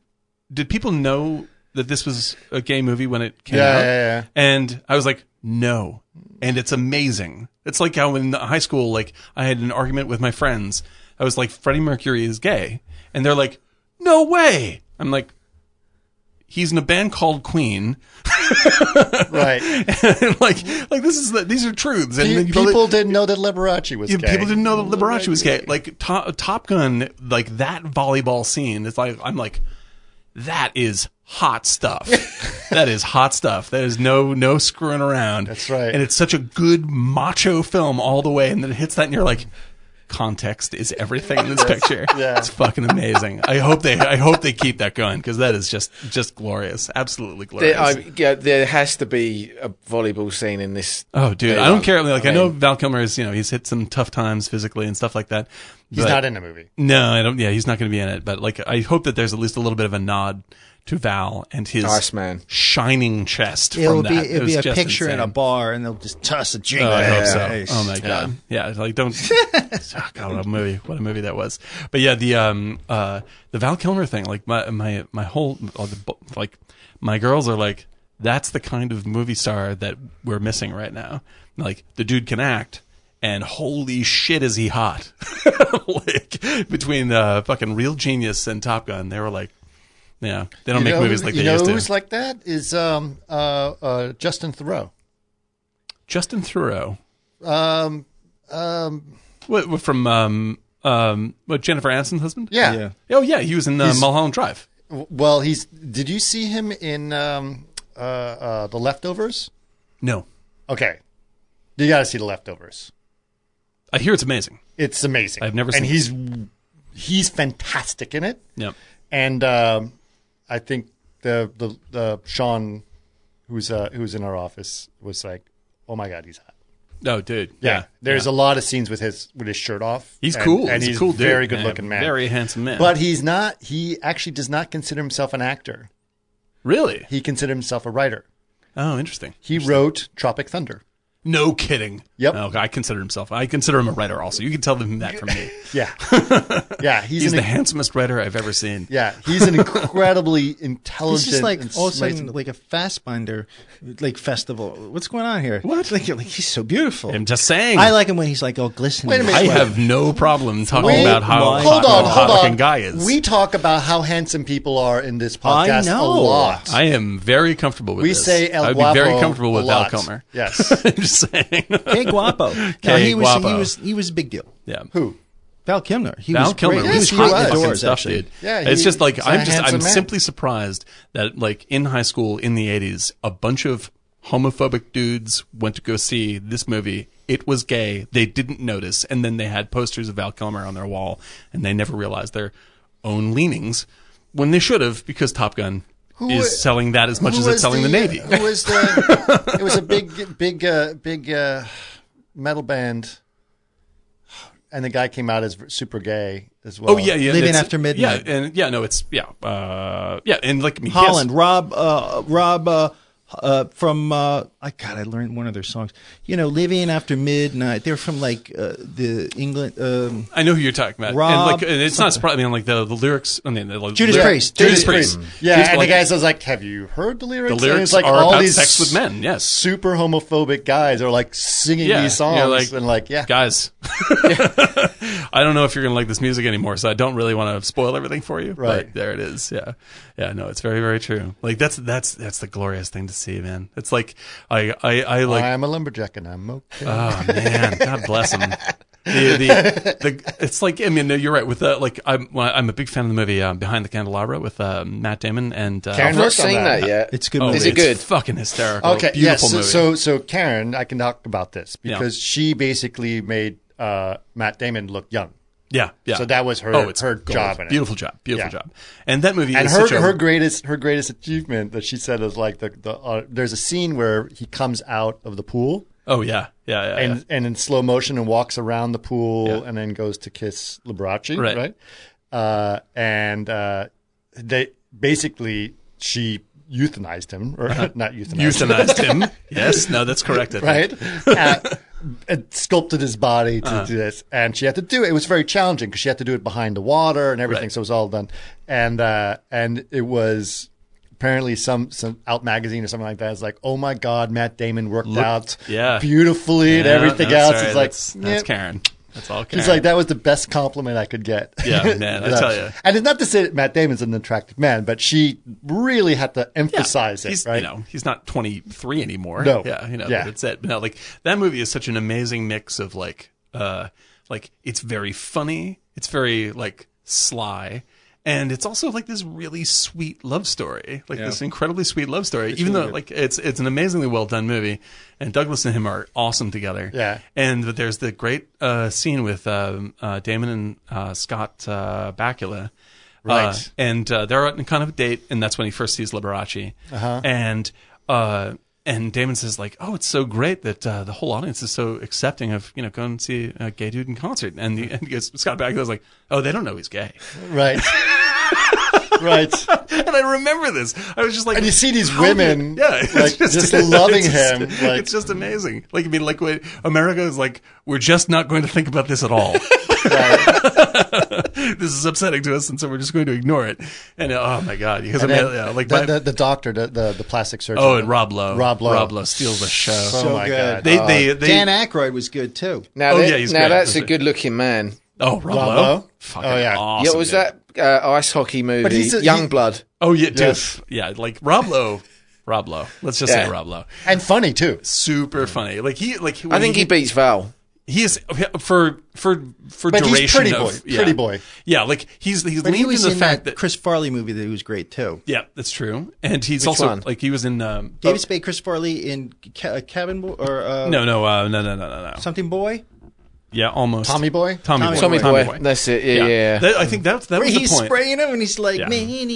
Did people know that this was a gay movie when it came Yeah, out?" yeah, yeah. And I was like, "No," and it's amazing. It's like how in high school, like I had an argument with my friends. I was like, "Freddie Mercury is gay," and they're like, "No way!" I'm like. He's in a band called Queen, Right. and like, like this is the, these are truths. And then you people probably- didn't know that Liberace was yeah, gay. People didn't know that Liberace was gay. Like to- Top Gun, like that volleyball scene. It's like I'm like, that is hot stuff. that is hot stuff. That is no no screwing around. That's right. And it's such a good macho film all the way, and then it hits that, and you're like. Context is everything in this picture. Yeah. It's fucking amazing. I hope they I hope they keep that going because that is just just glorious. Absolutely glorious. There, I, yeah, there has to be a volleyball scene in this. oh dude, Yeah, I don't care. Like I, I know mean- Val Kilmer is, you know, he's hit some tough times physically and stuff like that. He's but- not in the movie. no, I don't. Yeah, he's not going to be in it. But like, I hope that there's at least a little bit of a nod to Val and his Nice man. shining chest. It from will be. that. It'll was be a just picture in a insane. bar, and they'll just toss a jingle. Oh, I hope so. Nice. Oh my god. Yeah, it's like don't. oh, god, what a movie! What a movie that was. But yeah, the um uh the Val Kilmer thing. Like my my my whole all the, bo- like my girls are like that's the kind of movie star that we're missing right now. Like the dude can act. And holy shit, is he hot! like between uh, fucking Real Genius and Top Gun, they were like, yeah, they don't You make know, movies like you they know used to. who's like that is um, uh, uh, Justin Thoreau. Justin Thoreau, Um, um, what, what from um um what Jennifer Aniston's husband? yeah. Yeah. Oh yeah, he was in uh, Mulholland Drive. W- Well, he's. Did you see him in um, uh, uh, the leftovers? No, Okay. You got to see The Leftovers. I hear it's amazing. It's amazing. I've never and seen he's he's fantastic in it. Yeah, And um, I think the the the Sean who's uh, who's in our office was like, "Oh my god, he's hot." oh dude, yeah, Yeah. There's a lot of scenes with his with his shirt off. he's And- cool, And he's, he's, a cool, dude. very Yeah. good-looking man. very handsome man. But he's not he actually does not consider himself an actor. really, He considered himself a writer. oh interesting. He wrote Tropic Thunder. No kidding. Yep. No, Oh, I consider himself. I consider him a writer. Also, you can tell them that from me. Yeah, yeah. He's, He's an the handsomest writer I've ever seen. yeah. He's an incredibly intelligent. This is like and all of a sudden smart- like a Fassbinder like festival. What's going on here? What? Like, you're like he's so beautiful. I'm just saying. I like him when he's like all glistening. Wait a minute. I have no problem talking We- about how my- hot, Hold how hot looking guy is. We talk about how handsome people are in this podcast know. a lot. I am very comfortable with we this. say El I would Guapo be very comfortable with a lot. Val Kilmer. Yes. I'm just saying. Hey, guapo. no, Hey, he was guapo. he was he was a big deal. yeah. Who? Val Kilmer. He Val was Kilmer was Great. he was he hot was. in the fucking doors, stuff, actually. dude. Yeah, it's he- just like he's a I'm just I'm handsome man. simply surprised that like in high school in the 80s, a bunch of homophobic dudes went to go see this movie. It was gay. They didn't notice, and then they had posters of Val Kilmer on their wall, and they never realized their own leanings when they should have because Top Gun is wa- selling that as much Who as it's was uh, selling the, Navy. Who was the? it was a big, big, uh, big uh, metal band, and the guy came out as super gay as well. Oh yeah, yeah. Leaving that's- After Midnight. Yeah, and yeah, no, it's yeah, uh, yeah, and like I mean, yes. Holland, Rob, uh, Rob uh, uh, from uh, I God, I learned one of their songs. You know, Living After Midnight. They're from like uh, the England. Um, I know who you're talking about. Rob and like, and it's not surprising. I mean, like the, the lyrics. I mean, the, Judas lyric- Priest. Judas, Judas Priest. Yeah, Judas- and like, the guy says like, "Have you heard the lyrics?" The And lyrics it's like are all about these sex with men. Yes. super homophobic guys are like singing Yeah. these songs You're like, and like, yeah, Guys, I don't know if you're gonna like this music anymore, so I don't really want to spoil everything for you. Right. But there it is. Yeah. Yeah. No, it's very, very true. Like that's that's that's the glorious thing to see, man. It's like I I, I like I'm a lumberjack and I'm okay. Oh man, God bless him. The, the, the, it's like I mean no, you're right with uh, like I'm well, I'm a big fan of the movie um, Behind the Candelabra with uh, Matt Damon and uh, Karen I've Look on not seen that. that yet. it's a good. oh, movie. Is it it's good? Fucking hysterical. okay, yes. beautiful So, so movie. so Karen, I can talk about this because she basically made uh, Matt Damon look young. yeah, yeah. Oh, so that was her- her gold. job in it. Beautiful job, beautiful Yeah. job. And that movie and is her such a, her greatest her greatest achievement that she said is like the the uh, there's a scene where he comes out of the pool oh yeah, yeah, yeah. and yeah. and in slow motion and walks around the pool Yeah. and then goes to kiss Liberace Right. right, Uh, and uh, they basically she euthanized him or not euthanized him, Uh-huh. Euthanized him. Yes, no, that's correct. I think. right uh, and sculpted his body to Uh-huh. do this and she had to do it it was very challenging because she had to do it behind the water and everything Right. so it was all done and uh and it was apparently some some out magazine or something like that it's like oh my god matt damon worked out yeah. beautifully and Yeah, everything that's else right. it's like that's, that's yeah. Karen. That's all Karen. It's like that was the best compliment I could get. Yeah, man, I tell ya. And it's not to say that Matt Damon's an attractive man, but she really had to emphasize it, he's, right? You know, he's not 23 anymore. No. Yeah, you know, Yeah. but it's that. But no, like that movie is such an amazing mix of like, uh, like it's very funny, it's very like sly, and it's also like this really sweet love story, like this incredibly sweet love story. even though like it's it's an amazingly well done movie, and Douglas and him are awesome together. Yeah. And but there's the great uh, scene with um, uh, Damon and uh, Scott uh, Bakula. Uh, Right. and uh, they're on kind of a date, and that's when he first sees Liberace. Uh-huh. And uh, and Damon says like, "Oh, it's so great that uh, the whole audience is so accepting of you know going to see a gay dude in concert." And, the, and he goes, Scott Bakula's like, "Oh, they don't know he's gay." Right. right. and I remember this. I was just like, And you see these how did- women, yeah, it's like, just loving it's just- him, like- it's just amazing. Like I mean, like wait, America is like, we're just not going to think about this at all. this is upsetting to us, and so we're just going to ignore it. And uh, oh my god, because I mean, And yeah, like the, my- the, the doctor, the, the, the plastic surgeon. oh, and Rob Lowe, Rob Lowe. Rob Lowe steals the show. Oh So my god. good. they, they, they, Dan Aykroyd was good too. Now, Oh, that- yeah, he's now great. that's a That's it. good looking man. oh Rob, Rob Lowe, Lowe? Fucking Oh, yeah. awesome, yeah, was dude. that uh, ice hockey movie, he's a- Young he- Blood? Oh yeah, dude. Yes. yeah, like Rob Lowe, Rob Lowe. Let's just Yeah. say Rob Lowe. and funny too. Super funny. Like he, like I think he beats Val. He is for for for But he's duration. pretty of- boy, yeah. pretty boy. Yeah, like he's he's But he leaned was in the in fact that, that, Oh. Chris Farley movie that he was great too. yeah, that's true. And he's also one? like he was in um, David Spade, Chris Farley in ca- Cabin Boy or uh, no no uh, no no no no no something boy. yeah almost Tommy Boy? Tommy, Boy Tommy Boy. That's it. Yeah, yeah. yeah. That- I think that's that Where was he's the point. spraying him and he's like, Yeah. man,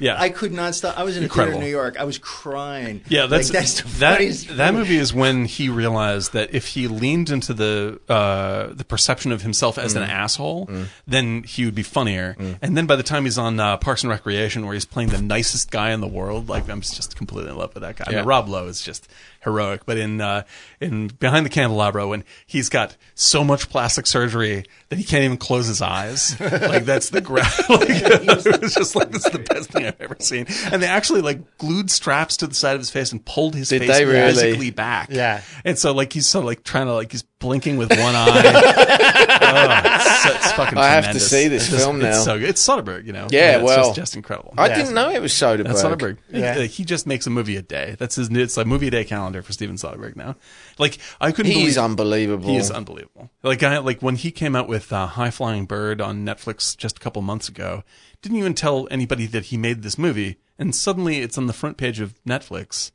Yeah. I could not stop. I was in a Incredible. theater in New York. I was crying. Yeah, that's like, that's the that. funniest That movie is when he realized that if he leaned into the uh, the perception of himself as an asshole, then he would be funnier. And then by the time he's on uh, Parks and Recreation, where he's playing the nicest guy in the world, like I'm just completely in love with that guy. I mean, Yeah. Rob Lowe is just heroic, but in uh, in Behind the Candelabra, when he's got so much plastic surgery that he can't even close his eyes, like that's the gra- like, it was just like this is the best thing I've ever seen. And they actually like glued straps to the side of his face and pulled his face they really? physically back. Yeah. and so like he's so like trying to like he's blinking with one eye. oh, it's, so- it's fucking I have to tremendous. see this It's just- film it's now. so good. It's Soderbergh, you know. Yeah, it's well, just, just incredible. I didn't know it was Soderbergh. That's Soderbergh. Yeah. He, he just makes a movie a day. That's his. It's a movie a day calendar for Steven Soderbergh now. Like I couldn't. He's believe, unbelievable. He is unbelievable. Like I like when he came out with uh, High Flying Bird on Netflix just a couple months ago. Didn't even tell anybody that he made this movie, and suddenly it's on the front page of Netflix.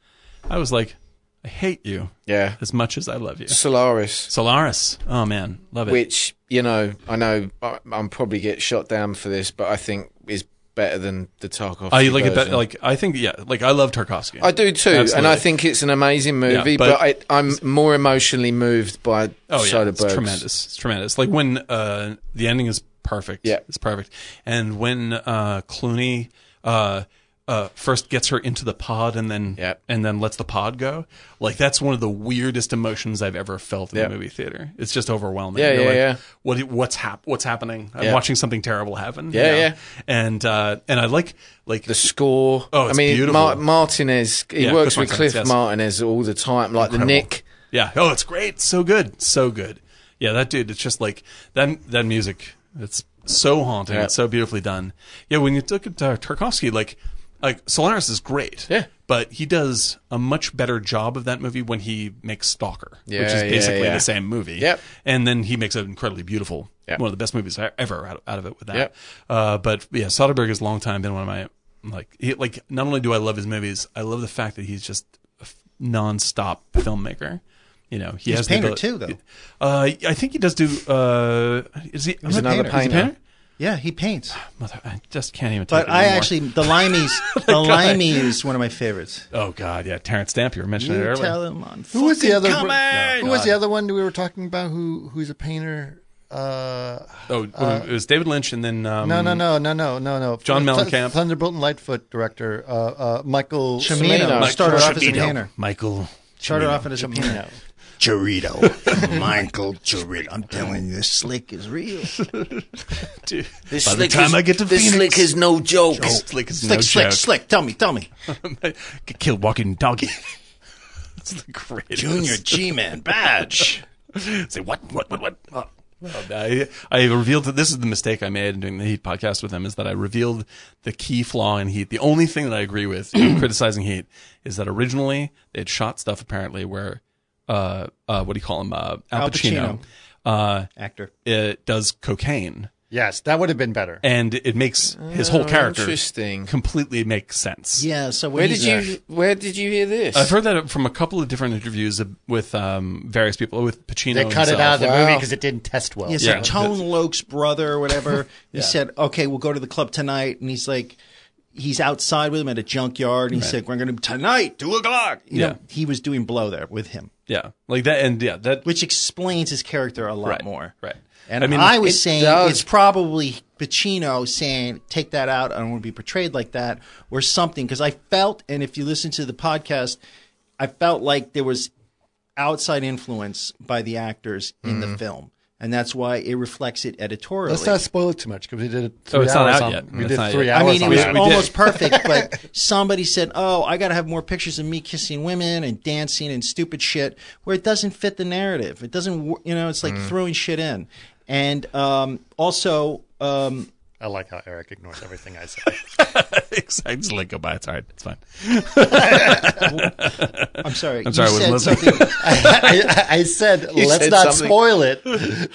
I was like, I hate you yeah. as much as I love you. Solaris, Solaris. Oh man, love it. which you know, I know I, I'm probably get shot down for this, but I think is better than the Tarkovsky. I Oh, like it. version. Be- like I think yeah. Like I love Tarkovsky. I do too, and Absolutely. I think it's an amazing movie. Yeah, but but- I, I'm more emotionally moved by Oh yeah, Soderbergh's. it's tremendous. It's tremendous. Like when uh, the ending is perfect. Yeah. it's perfect. And when uh, Clooney uh, uh, first gets her into the pod and then Yeah. and then lets the pod go, like that's one of the weirdest emotions I've ever felt in Yeah. the movie theater. It's just overwhelming. Yeah, You're yeah, like, yeah. What what's hap- What's happening? I'm Yeah. watching something terrible happen. Yeah, yeah. And uh, and I like like The score. Oh, it's I mean, beautiful. Martinez. He Yeah, works Cliff with Martinez, Cliff yes. Martinez all the time, like the Incredible. Nick. Yeah. Oh, it's great. So good. So good. Yeah, that dude. It's just like that. That music. It's so haunting. Yeah. It's so beautifully done. Yeah. When you look at uh, Tarkovsky, like, like Solaris is great. Yeah. But he does a much better job of that movie when he makes Stalker, Yeah, which is yeah, basically yeah. the same movie. Yep. And then he makes an incredibly beautiful, Yep. one of the best movies I- ever out, out of it with that. Yep. Uh, but yeah, Soderbergh has long time been one of my like he, like. Not only do I love his movies, I love the fact that he's just a f- nonstop filmmaker. You know, he He's has a painter the, too, though. Uh, I think he does do. Uh, is he? He's another painter. Yeah, he paints. Mother, I just can't even. Take But it I anymore. actually, the limey's, the limey is one of my favorites. Oh God, yeah, Terrence Stamp. You were mentioning You it earlier. tell him on. Who was the other? Come on! who was the other one we were talking about? Who who's a painter? Uh, oh, it was David Lynch, and then um, no, no, no, no, no, no, no. John Thu- Mellencamp. Thunderbolt and Lightfoot director uh, uh, Michael Chimino Mike started off as a Chimino. painter. Michael. Started off as a painter. Cimino. Chorito, Michael Chorito. I'm telling you, this slick is real. Dude, This By the time I get to this Phoenix, slick is no joke. Oh, slick is Slick, no slick, joke. slick. Tell me, tell me. Get killed walking doggy. That's the greatest. Junior G-Man badge. Say what? What? What? What? Oh. I, I revealed that this is the mistake I made in doing the Heat podcast with him is that I revealed the key flaw in Heat. The only thing that I agree with in criticizing Heat is that originally they had shot stuff apparently where, uh, uh, what do you call him? Uh, Al Al Pacino, Pacino. uh, Actor. it does cocaine Yes, that would have been better. and it makes his whole Oh, character interesting. completely make sense. Yeah, so when Where he's- did you Where did you hear this? I've heard that from a couple of different interviews with um, various people, with Pacino. They cut it out of himself. the Wow. movie because it didn't test well. Yeah, so Yeah. Tone Loke's brother or whatever, he said, okay, we'll go to the club tonight. And he's like, he's outside with him at a junkyard. And he said, we're going to, tonight, two o'clock. You Yeah. know, he was doing blow there with him, Yeah, like that, and yeah, that which explains his character a lot more. Right. And I I, mean, was it saying does- it's probably Pacino saying, take that out. I don't want to be portrayed like that or something. Because I felt, and if you listen to the podcast, I felt like there was outside influence by the actors in Mm-hmm. the film. And that's why it reflects it editorially. Let's not spoil it too much because we did it. Three it's not hours out on- yet. We It's did not three yet. I hours. mean, it on was Yeah, we did. almost perfect, but somebody said, "Oh, I got to have more pictures of me kissing women and dancing and stupid shit," where it doesn't fit the narrative. It doesn't, wo- you know, it's like throwing shit in. And um, also, um, I like how Eric ignores everything I say. I just let go by. It's all right. It's fine. I'm sorry, I'm sorry, I you wasn't said listening. something- I, I- I said let's said not something. spoil it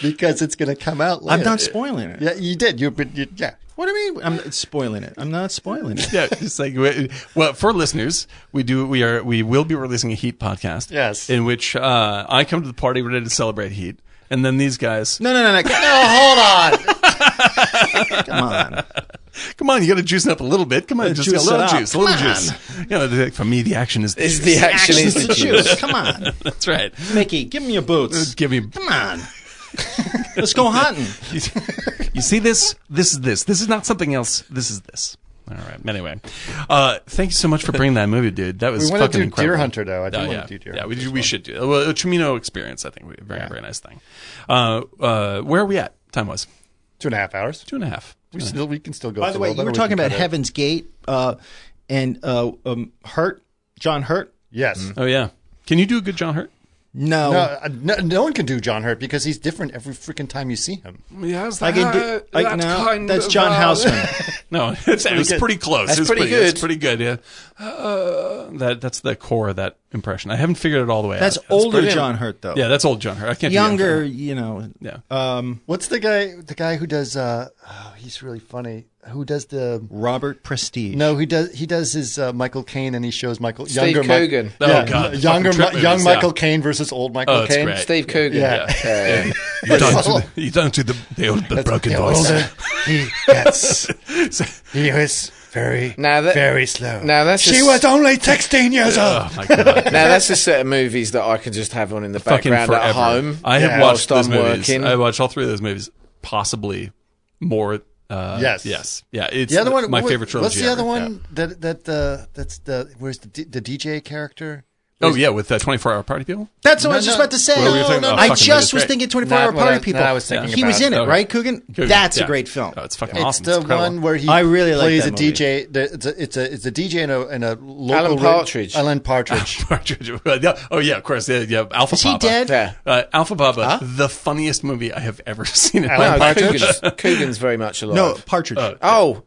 because it's going to come out later. I'm not spoiling it. Yeah, you did. You, but you yeah. What do you mean? I'm not spoiling it. I'm not spoiling it. Yeah, it's like we- well for listeners, we do we are we will be releasing a Heat podcast. Yes. in which uh, I come to the party ready to celebrate Heat, and then these guys. No, no, no, no. Oh, hold on. Come on. Come on, you got to juice it up a little bit. Come on, just a juice it little up. juice, a little Come juice. You know, they're like, for me the action is the Is juice. the action Actions is to the choose. juice? Come on, That's right. Mickey. Give me your boots. Give me. Come on. Let's go hunting. you see this? This is this. This is not something else. This is this. All right. Anyway, uh, thank you so much for bringing that movie, dude. That was We wanna fucking do incredible. Deer Hunter, though. I do Oh, wanna yeah. do Deer Yeah, we, Hunter do- we should do. Well, a Chimino experience, I think, would be a very very nice thing. Uh, uh, where are we at? Time wise, Two and a half hours. two and a half. We still we can still go. By for the a way, little bit, you were or we talking can about cut it. Heaven's Gate uh, and uh, um, Hurt, John Hurt. Yes. Oh yeah. Can you do a good John Hurt? No, No, uh, no, no one can do John Hurt because he's different every freaking time you see him. Yeah, was I can do. I, no, that's John uh, Houseman. No, it's, it was good. pretty close. That's it was pretty It's good. pretty good. Yeah, uh, that that's the core of that impression. I haven't figured it all the way That's out. yet. older brilliant. John Hurt though. yeah, that's old John Hurt. I can't do young younger, John you know. Hurt. Yeah, Um, What's the guy? The guy who does? Uh, oh, he's really funny. Who does the? Robert Prestige. No, he does. He does his uh, Michael Caine, and he shows Michael Steve younger Mi- Coogan. Oh, yeah, God, the younger fucking trip Mi- young movies, yeah. Michael Caine versus old Michael Oh, it's Caine. great. Steve Coogan. Yeah. Yeah. you don't do the you don't do the the, old, the That's- broken the voice. older he gets, he is very Now that- very slow. now that's she just- was only sixteen years old. Oh my god. Now that's a set of movies that I can just have on in the fucking background forever. at home. I have Yeah. watched Whilst those I'm movies. working. I watched all three of those movies, possibly more. Uh, Yes. yes, yeah. It's the other one, my what- favorite trilogy. What's the other ever. one that that uh, that's the where's the D- the DJ character? Yeah. Oh yeah, with uh, 24 Hour Party People. That's what I was No, just no. about to say. Well, we were talking about I fucking just movies, was right? thinking 24 Not Hour what I- Party that People. I was thinking he was about. in it, Okay. right, Coogan? Coogan, That's yeah. a great film. Oh, it's fucking It's awesome. the incredible. one where he I really like plays that a movie. DJ. the- It's a it's a it's a DJ and a, and a local Alan ra- Partridge. Alan Partridge. Partridge. Yeah. Oh yeah, of course. Yeah, yeah. Alpha Is he Papa. dead? Yeah. Uh, Alpha Papa, the funniest movie I have ever seen. in my Alan life. No, Partridge? Coogan's, Coogan's very much alive. No, Partridge. Oh,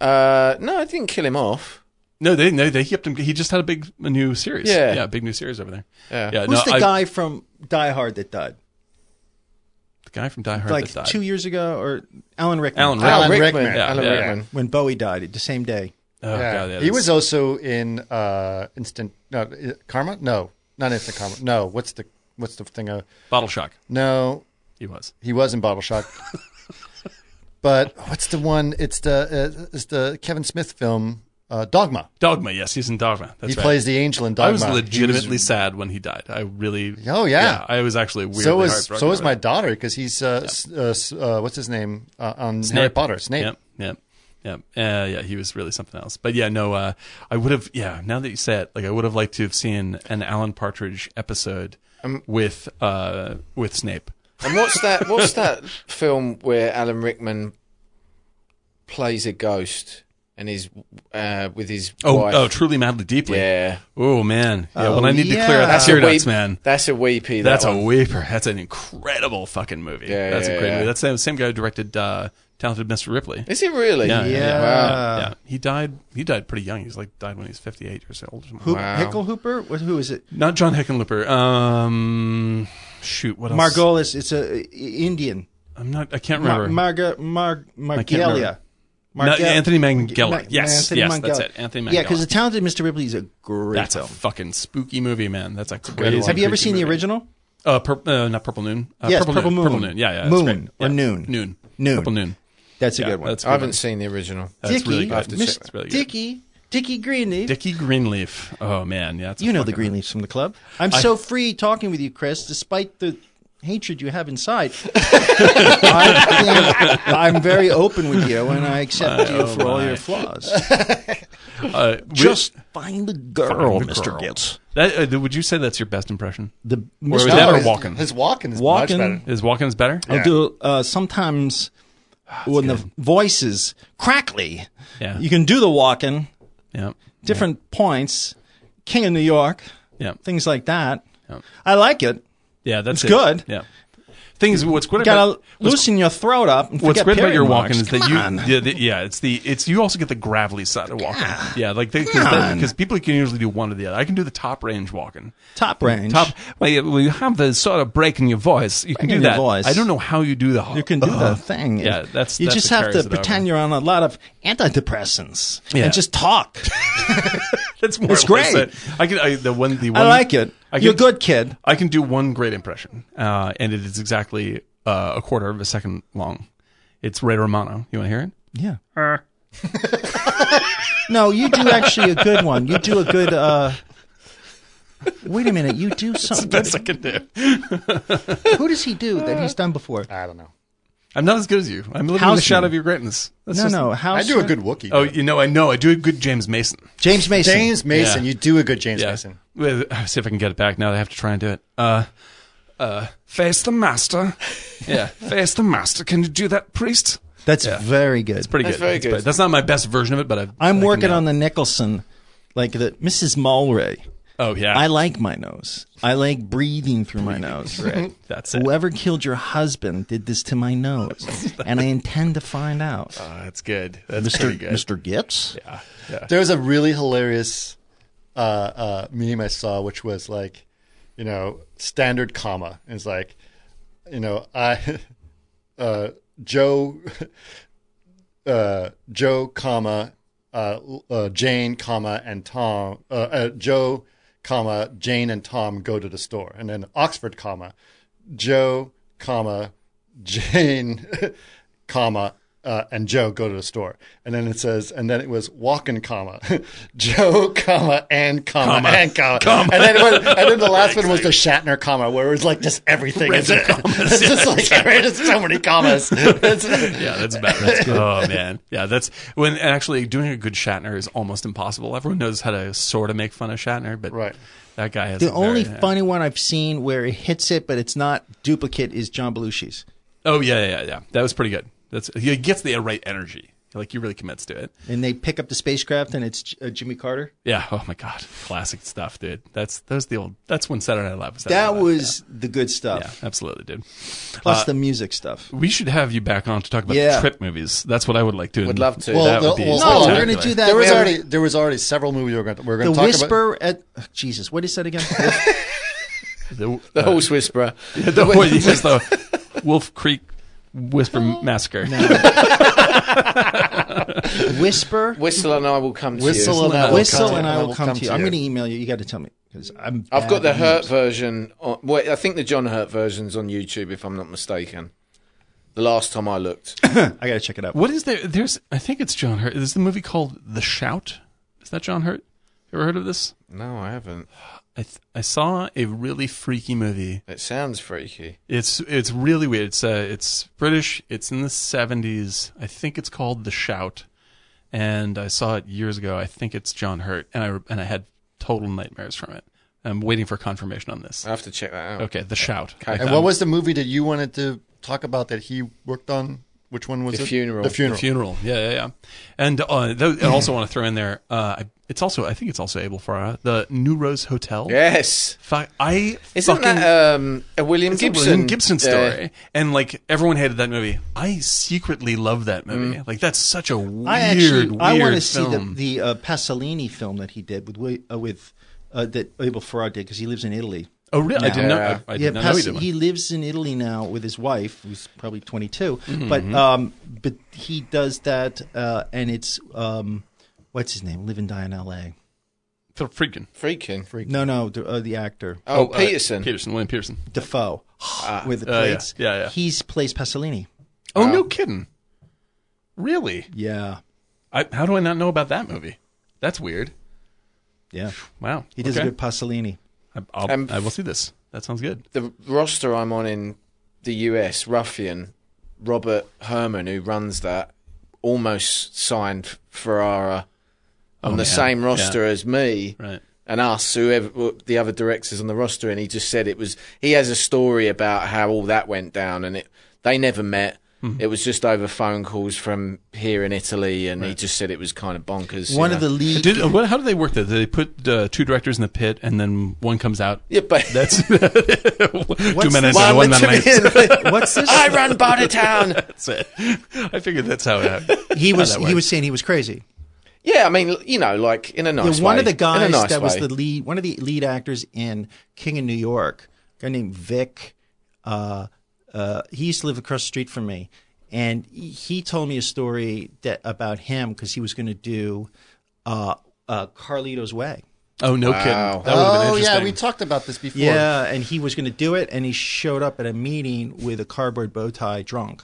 uh, no, I didn't kill him off. No, they no, they kept him. He just had a big a new series. Yeah. yeah, big new series over there. Yeah. Who's no, the I- guy from Die Hard that died? The guy from Die Hard Like that died. two years ago, or Alan Rickman? Alan Alan Rickman. Rickman. Yeah, Alan yeah. Rickman. When Bowie died, the same day. Oh, Yeah. God, he yeah, that's- was also in uh, Instant no, i- Karma. No, not Instant Karma. No, what's the what's the thing? Uh, Bottle Shock. no, He was. he was in Bottle Shock. but what's the one? It's the uh, it's the Kevin Smith film uh, Dogma. Dogma. Yes, he's in Dogma. That's he right. plays the angel in Dogma. I was He legitimately sad when he died. I really. Oh, yeah. I was actually weirdly so was heartbroken so was by my that. daughter because he's uh, s- uh, s- uh, what's his name uh, on Harry Potter Snape. Oh, Yep. Yep. Yep. Uh, yeah, he was really something else. But yeah, no, uh, I would have. Yeah, now that you say it, like I would have liked to have seen an Alan Partridge episode Um, with uh with Snape. And what's that? What's that film where Alan Rickman plays a ghost and is uh, with his Oh, wife? oh, truly, madly, deeply. yeah, Oh man. Yeah. when I need to yeah. clear out that's tear a weep, ducts, man. That's a weepy. that That's a one. weeper. That's an incredible fucking movie. Yeah, That's yeah, a great yeah. movie. That's the same guy who directed uh, Talented Mr. Ripley. Is it really? Yeah, yeah, yeah. Wow. Yeah. He died. He died pretty young. He's like died when he's fifty eight years old. or something. Who, Wow. Hickle Hooper? What, who is it? Not John Hickenlooper. Um, shoot, what else? Margolis. It's a i- Indian. I'm not. I can't Mar- remember. Marga Mar can't Margelia. remember. No, Anthony Mangella. Ma- yes, Anthony yes, Mangella. that's it. Anthony Mangella. Yeah, because the talented Mr. Ripley is a great that's a film. fucking spooky movie, man. That's a crazy. Have you ever freaky seen the movie. original? Uh, pur- uh, not Purple Noon. Uh, Yes, Purple, Purple Noon. Moon. Purple Noon. Yeah, yeah. that's Moon great. or Yeah. Noon? Noon. Noon. Purple Noon. That's a Yeah, good one. that's a I good haven't one. seen the original. That's really Dickie, good. Miss- It's really good. Dickie, Dickie Greenleaf. Dickie Greenleaf. Oh man, yeah. that's a you know the fucking- Greenleafs from the club. I'm so free talking with you, Chris, despite the hatred you have inside. I think I'm very open with you, and I accept you for all oh my. your flaws. Uh, Just find the girl, Find the Mr. girl. Gitz. That, uh, would you say that's your best impression? The Or is Mr. that or his, Walken? His walking is Walken- much better. Is Walken's better? I'll do uh, sometimes when the voice is crackly. Ah, Yeah. You can do the walking, Yeah. different points, King of New York, Yeah. things like that. Yeah. I like it. Yeah, that's It's it. good. Yeah. Thing is, what's great You gotta about loosen your throat up. And what's forget great about period your marks. walking is that Come you on. yeah, the, yeah it's the it's you also get the gravelly side of walking yeah, like Come on. because people can usually do one or the other I can do the top range walking top range. top well you, well, you have the sort of break in your voice you can Break do in your that voice. I don't know how you do the You can do the thing. Uh-huh. yeah, that's- you that's just what have carries to it over. pretend you're on a lot of antidepressants Yeah. and just talk. that's more It's or less great. it. I can I, the one the one I like it. I can- you're good, kid. I can do one great impression, uh, and it is exactly uh, a quarter of a second long. It's Ray Romano. You want to hear it? Yeah. no, you do actually a good one. You do a good. uh Wait a minute. You do something. I can do. Uh, Who does he do that he's done before? I don't know. I'm not as good as you. I'm living in the How's shadow you? of your greatness. That's No, just- no. How I do a good Wookiee. Oh, you know, I know. I do a good James Mason. James Mason. James Mason. Yeah. You do a good James Yeah. Mason. With, uh, see if I can get it back now. I have to try and do it. Uh, uh, face the master. Yeah, face the master. Can you do that, priest? That's very good. Pretty That's good. very good. pretty- that's not my best version of it, but I, I'm working on the Nicholson, like the Mrs. Mulray. Oh yeah, I like my nose. I like breathing through my nose. Right. that's it. Whoever killed your husband did this to my nose, and I intend to find out. Oh, that's good. That's pretty Mr. good. Mr. Gibbs. Yeah, yeah. There was a really hilarious uh, uh, meme I saw, which was like, you know, standard comma. And It's like, you know, I, uh, Joe, uh, Joe, comma, uh, uh, Jane, comma, and Tom, uh, uh, Joe, comma, Jane and Tom go to the store. And then Oxford, comma, Joe, comma, Jane, comma, uh, and Joe go to the store. And then it says, and then it was walking, comma, Joe, comma, and comma, Comma. and comma. Comma. And then, it was, and then the last one was the Shatner comma, where it was like just everything. It's, it's just like, there's so many commas. It's- Yeah, that's about that's good. Oh man, yeah, that's when actually doing a good Shatner is almost impossible. Everyone knows how to sort of make fun of Shatner, but Right. that guy has The only fun. funny one I've seen where it hits it, but it's not duplicate, is John Belushi's. Oh yeah, yeah, yeah. That was pretty good. That's he gets the right energy. Like he really commits to it. And they pick up the spacecraft, and it's J- uh, Jimmy Carter. Yeah. Oh my god, classic stuff, dude. That's that's the old. That's when Saturday Night Live was. Saturday That Night Live. was the good stuff. Yeah, absolutely, dude. Plus the music stuff. We should have you back on to talk about Yeah. the trip movies. That's what I would like to. Would love to. Well, That the- would be well, No, Oh, we're going to spectacular. do that. there was man. already there was already several movies we were going to, we are going the to talk about. whisper at oh, Jesus. What is that again? the, The Horse Whisperer. the, well, he says the Wolf Creek Whisper Massacre. whisper, Whistle and I will come to Whistle you. and I will whistle, come and to you. I will come, to you. I'm going to email you. You got to tell me because I'm. I've bad got the at Hurt names. version. On, wait, I think the John Hurt version's on YouTube, if I'm not mistaken. The last time I looked. I got to check it out. What is there? There's, I think it's John Hurt. There's the movie called The Shout. Is that John Hurt? You ever heard of this? no, I haven't. I, th- I saw a really freaky movie. It sounds freaky. It's it's really weird. It's uh, it's British. It's in the seventies. I think it's called The Shout, and I saw it years ago. I think it's John Hurt, and I re- and I had total nightmares from it. I'm waiting for confirmation on this. I have to check that out. Okay, The Shout. Okay. And what was the movie that you wanted to talk about that he worked on? Which one was The it? Funeral. The funeral. The funeral. Yeah, yeah, yeah. And uh, th- I also want to throw in there. Uh, I- it's also I think it's also Abel Farah, the New Rose Hotel. Yes. Fuck, I Isn't fucking that um, a William it's a Gibson? William Gibson Yeah. story, and like everyone hated that movie. I secretly love that movie. Mm-hmm. Like that's such a weird, I actually, weird I film. want to see the the uh, Pasolini film that he did with Wi- uh, with uh, that Abel Ferrara did because he lives in Italy. oh really? I didn't Yeah. know. I, I did not know he Pas- did one. he lives in Italy now with his wife, who's probably 22. Mm-hmm. But um, but he does that, uh, and it's um, what's his name? Live and die in L.A. Phil Friedkin. Freaking. No, no, the, uh, the actor Oh, uh, Peterson. Peterson. William Peterson. Defoe with the uh, yeah, plates. yeah, yeah. He's plays Pasolini. Oh no, kidding. Really? Yeah, I, how do I not know about that movie? That's weird. yeah. Wow. He does Okay. a good Pasolini. I, I'll, Um, I will see this. That sounds good. the roster I'm on in the US, Ruffian, Robert Herman, who runs that, almost signed Ferrara Oh, on the yeah. same roster as me Right. and us, whoever well, the other directors on the roster, and he just said it was. He has a story about how all that went down, and it they never met. Hmm. It was just over phone calls from here in Italy, and he just said it was kind of bonkers. you One of know. the lead. Did, uh, what, how do they work that? Do they put uh, two directors in the pit and then one comes out? yeah, but That's two men and Why one would man you and be in a- the- What's this? I run Barter Town. That's it. I figured that's how it. he was that he was works. saying he was crazy. Yeah, I mean, you know, like in a nice Yeah, one way. of the in a guys nice that was way. the lead, one of the lead actors in King of New York, a guy named Vic. Uh, uh, he used to live across the street from me, and he told me a story that about him because he was going to do uh, uh, Carlito's Way, Oh no, Wow. kidding. That would have been Oh interesting. yeah, we talked about this before. Yeah, and he was going to do it, and he showed up at a meeting with a cardboard bow tie drunk.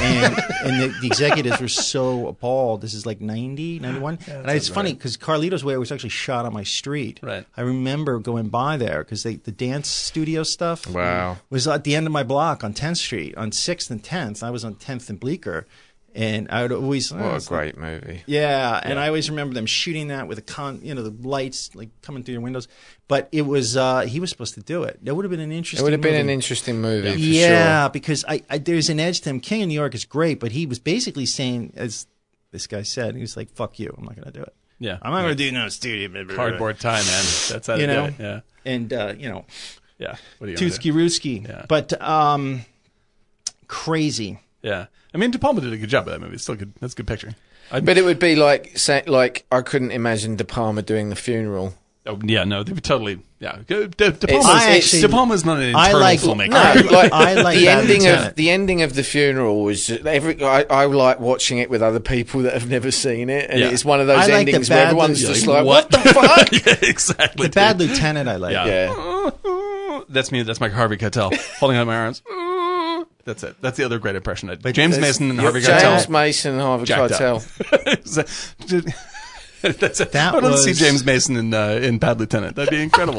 And, and the, the executives were so appalled. This is like 90, 91. and it's funny because Carlito's Way was actually shot on my street. Right. I remember going by there because the dance studio stuff Wow. was at the end of my block on 10th Street, on 6th and 10th. I was on 10th and Bleecker. And I would always. "Oh, What a it's not great movie. yeah, and I always remember them shooting that with a con, you know, the lights like coming through your windows. But it was uh he was supposed to do it. That would have been an It interesting. would have been an movie. interesting movie for yeah, sure. because I, I there's an edge to him. King of New York is great, but he was basically saying, as this guy said, he was like, "Fuck you, I'm not going to do it. yeah. I'm not going to do no studio." blah, blah, blah." cardboard tie, man. That's how You you know? do it. Yeah, and uh, you know, yeah. What are you gonna Tutsky do? Rutsky, Yeah. but um, crazy. Yeah, I mean, De Palma did a good job with that movie. It's still good. That's a good picture. I, But it would be like sa- like I couldn't imagine De Palma doing the funeral. oh, yeah, no, they were totally. Yeah, De, De, De It's- Palma's, I actually- De Palma's not an I internal like- filmmaker. No. I- I like the that ending lieutenant. of the ending of the funeral was just- every. I, I like watching it with other people that have never seen it, and Yeah. it's one of I those like the endings where bad everyone's lieutenant. just like, "What, the fuck?" yeah, exactly. The Bad Lieutenant, I like. Yeah. yeah, That's me. That's my Harvey Keitel holding out my arms. That's it. That's the other great impression. I, James Mason and Harvey James Keitel. Mason and Harvey jacked Keitel. up. That's it. That I would love to see was- James Mason in uh, in Bad Lieutenant. That'd be incredible.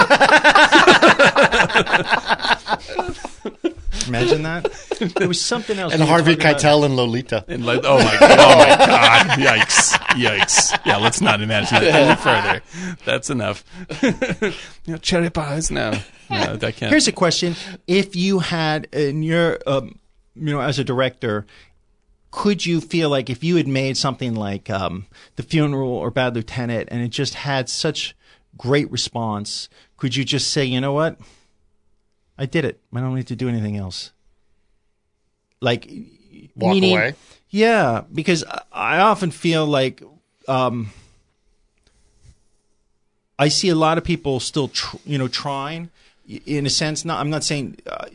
Imagine that. There was something else. And we were Harvey talking about. Keitel and Lolita. And like, oh my, god, oh my god, yikes, yikes. Yeah, let's not imagine that any further. That's enough. you know, cherry pies? No, no, that can't. Here's a question: If you had in your, um, you know, as a director, could you feel like if you had made something like um, the funeral or Bad Lieutenant, and it just had such great response, could you just say, you know what, I did it. I don't need to do anything else. Like, Walk meaning- away. Yeah, because I- I often feel like um, I see a lot of people still, tr- you know, trying. y- In a sense, not I'm not saying, uh,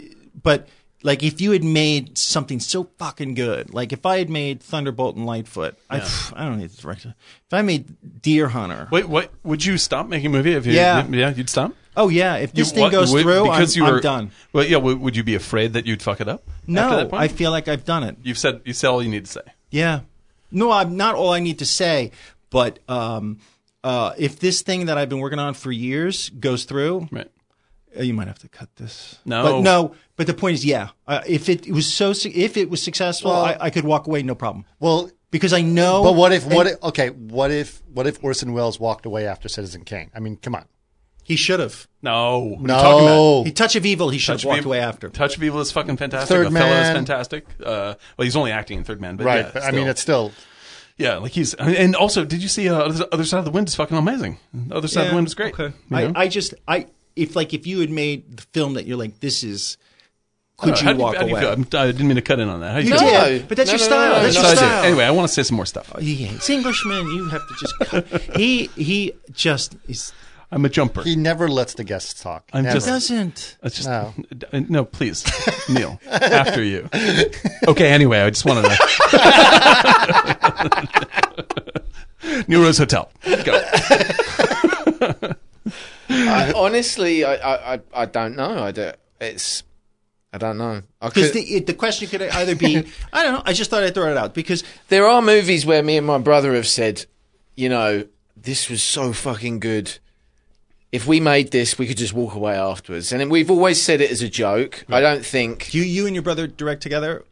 but like if you had made something so fucking good, like if I had made Thunderbolt and Lightfoot, I, pff, I don't need to direct it. If I made Deer Hunter, Wait, what? Would you stop making a movie if you? Yeah. yeah, you'd stop. oh yeah, if this You- thing what- goes would- through, I'm, you I'm were- done. Well, yeah. Would, would you be afraid that you'd fuck it up? after No, that point? I feel like I've done it. you've said you said all you need to say. Yeah. No, I'm not all I need to say, but um, uh, if this thing that I've been working on for years goes through, Right. uh, you might have to cut this. No. but no. But the point is, yeah, uh, if it, was so, su- if it was successful, I, I could walk away, no problem, Well, because I know. but what if what? If, okay, what if what if Orson Welles walked away after Citizen Kane? I mean, come on. he should have? No. What Are you Oh. talking about? No, He touch of evil. He should have Touch of walked Evil- away after. Touch of Evil is fucking fantastic. Third Othello is Man. fantastic. Uh, well, he's only acting in Third Man, but right? yeah, but, I mean, still. it's still Yeah, like he's I mean, and also, did you see uh, other, other side of the wind is fucking amazing. Other side of the Yeah, wind is great. Okay. You know? I, I just I if like if you had made the film that you're like this is, I don't could know. Uh, How you do walk how do away? feel? I'm- I didn't mean to cut in on that. How do you You feel? No. did, but that's No, your no, no, style. no, that's no, So your I did. style. Anyway, I want to say some more stuff. He hates Englishmen. You have to just. cut. he he just is, I'm a jumper. he never lets the guests talk. I'm Never. just- doesn't. It's Uh, just No. no, please, Neil. After you. Okay. Anyway, I just wanted to. New Rose Hotel. Go. I, honestly, I, I, I- I don't know. I do, it's I don't know. I Because could, the, it- the question could either be, I don't know. I just thought I'd throw it out because there are movies where me and my brother have said, you know, this was so fucking good. If we made this, we could just walk away afterwards. And we've always said it as a joke. I don't think. you you and your brother direct together.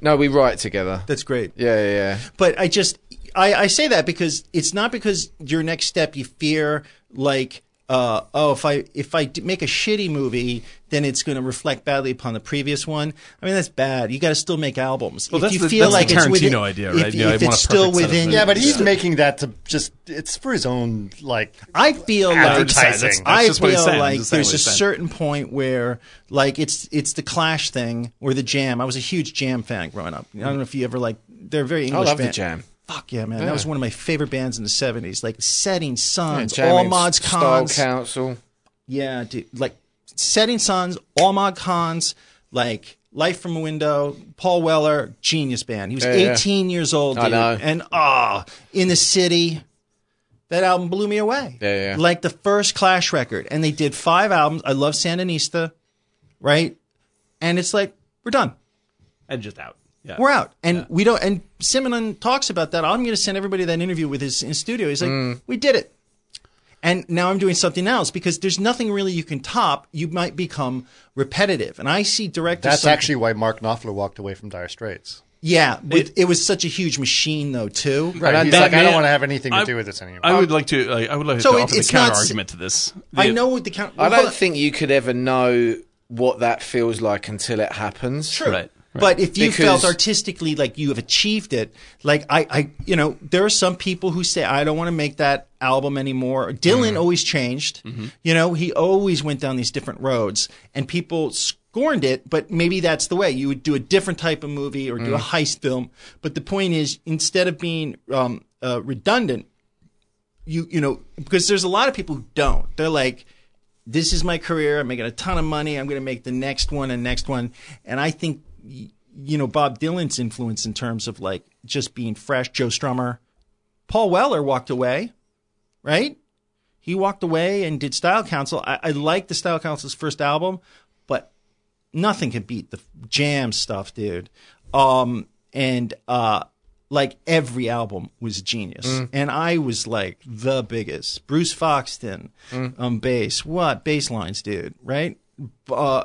No, we write together. That's great. Yeah, yeah, yeah. But I just I, I say that because it's not because your next step you fear like. Uh, oh, if I if I d- make a shitty movie, then it's going to reflect badly upon the previous one. I mean, that's bad. You got to still make albums. Well, if that's you the- feel that's like the it's within, Tarantino idea, right? If, You know, I if want a it's still perfect set of within, movies. yeah, but he's making that to just it's for his own like. I feel like Advertising. That's I just what feel he's saying. I'm like just saying there's what a he's saying. certain point where, like, it's it's the Clash thing or the Jam. I was a huge Jam fan growing up. I don't know if you ever like. They're a very English. love the band. Jam. Fuck yeah, man! That was one of my favorite bands in the '70s. Like Setting Suns, Jamming All Mods Style Cons. Council. yeah, dude. Like Setting Suns, All Mod Cons, like Life from a Window. Paul Weller, genius band. He was yeah. 18 years old, I dude, know. and ah, in the city. That album blew me away. Yeah, yeah. Like the first Clash record. And they did five albums. I love Sandinista, right? And it's like, we're done. and just out. Yeah. We're out. And we don't and Simonon talks about that. I'm gonna send everybody that interview with his in studio. He's like, We did it. And now I'm doing something else because there's nothing really you can top. You might become repetitive. And I see directors That's some- actually why Mark Knopfler walked away from Dire Straits. Yeah, with, it, was such a huge machine though too. Right. He's that like, I man- don't want to have anything to I- do with this anymore. I would like to. Like, I would like So to it- offer the it's not counter s- argument to this. I The- know what the count. I hold on. don't think you could ever know what that feels like until it happens. True. Right, right. But if you Because- felt artistically like you have achieved it, like I, I, you know, there are some people who say, I don't want to make that album anymore. Dylan always changed. You know, he always went down these different roads and people scorned it, but maybe that's the way you would do a different type of movie or do a heist film. But the point is, instead of being um, uh, redundant, you you know because there's a lot of people who don't they're like this is my career i'm making a ton of money i'm going to make the next one and next one and i think y- you know bob dylan's influence in terms of like just being fresh joe strummer paul weller walked away right he walked away and did style council i, I like the style council's first album but nothing can beat the jam stuff dude um and uh like every album was genius Mm. and i was like the biggest bruce foxton Mm. on bass what bass lines dude right uh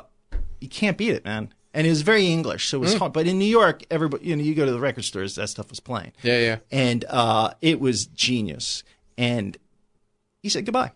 you can't beat it man and it was very english so it Mm. was hard but in new york everybody you know you go to the record stores that stuff was playing Yeah, yeah. and uh it was genius and he said goodbye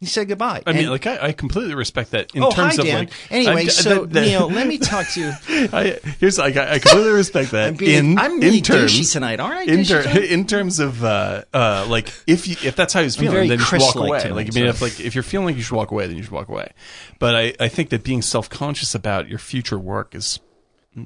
he said goodbye I mean, And- like I, I completely respect that in oh terms hi of dan like. uh, anyway I- so that- that- neil let me talk to you I, here's like I, I completely respect that. I'm being- in I'm really in terms, douchey tonight, all right, in, douchey tonight? in terms of uh, uh, like if you, if that's how he's very feeling, then you should walk Chris-like away. tonight, like I mean, if so. like if you're feeling like you should walk away, then you should walk away. But I, I think that being self conscious about your future work is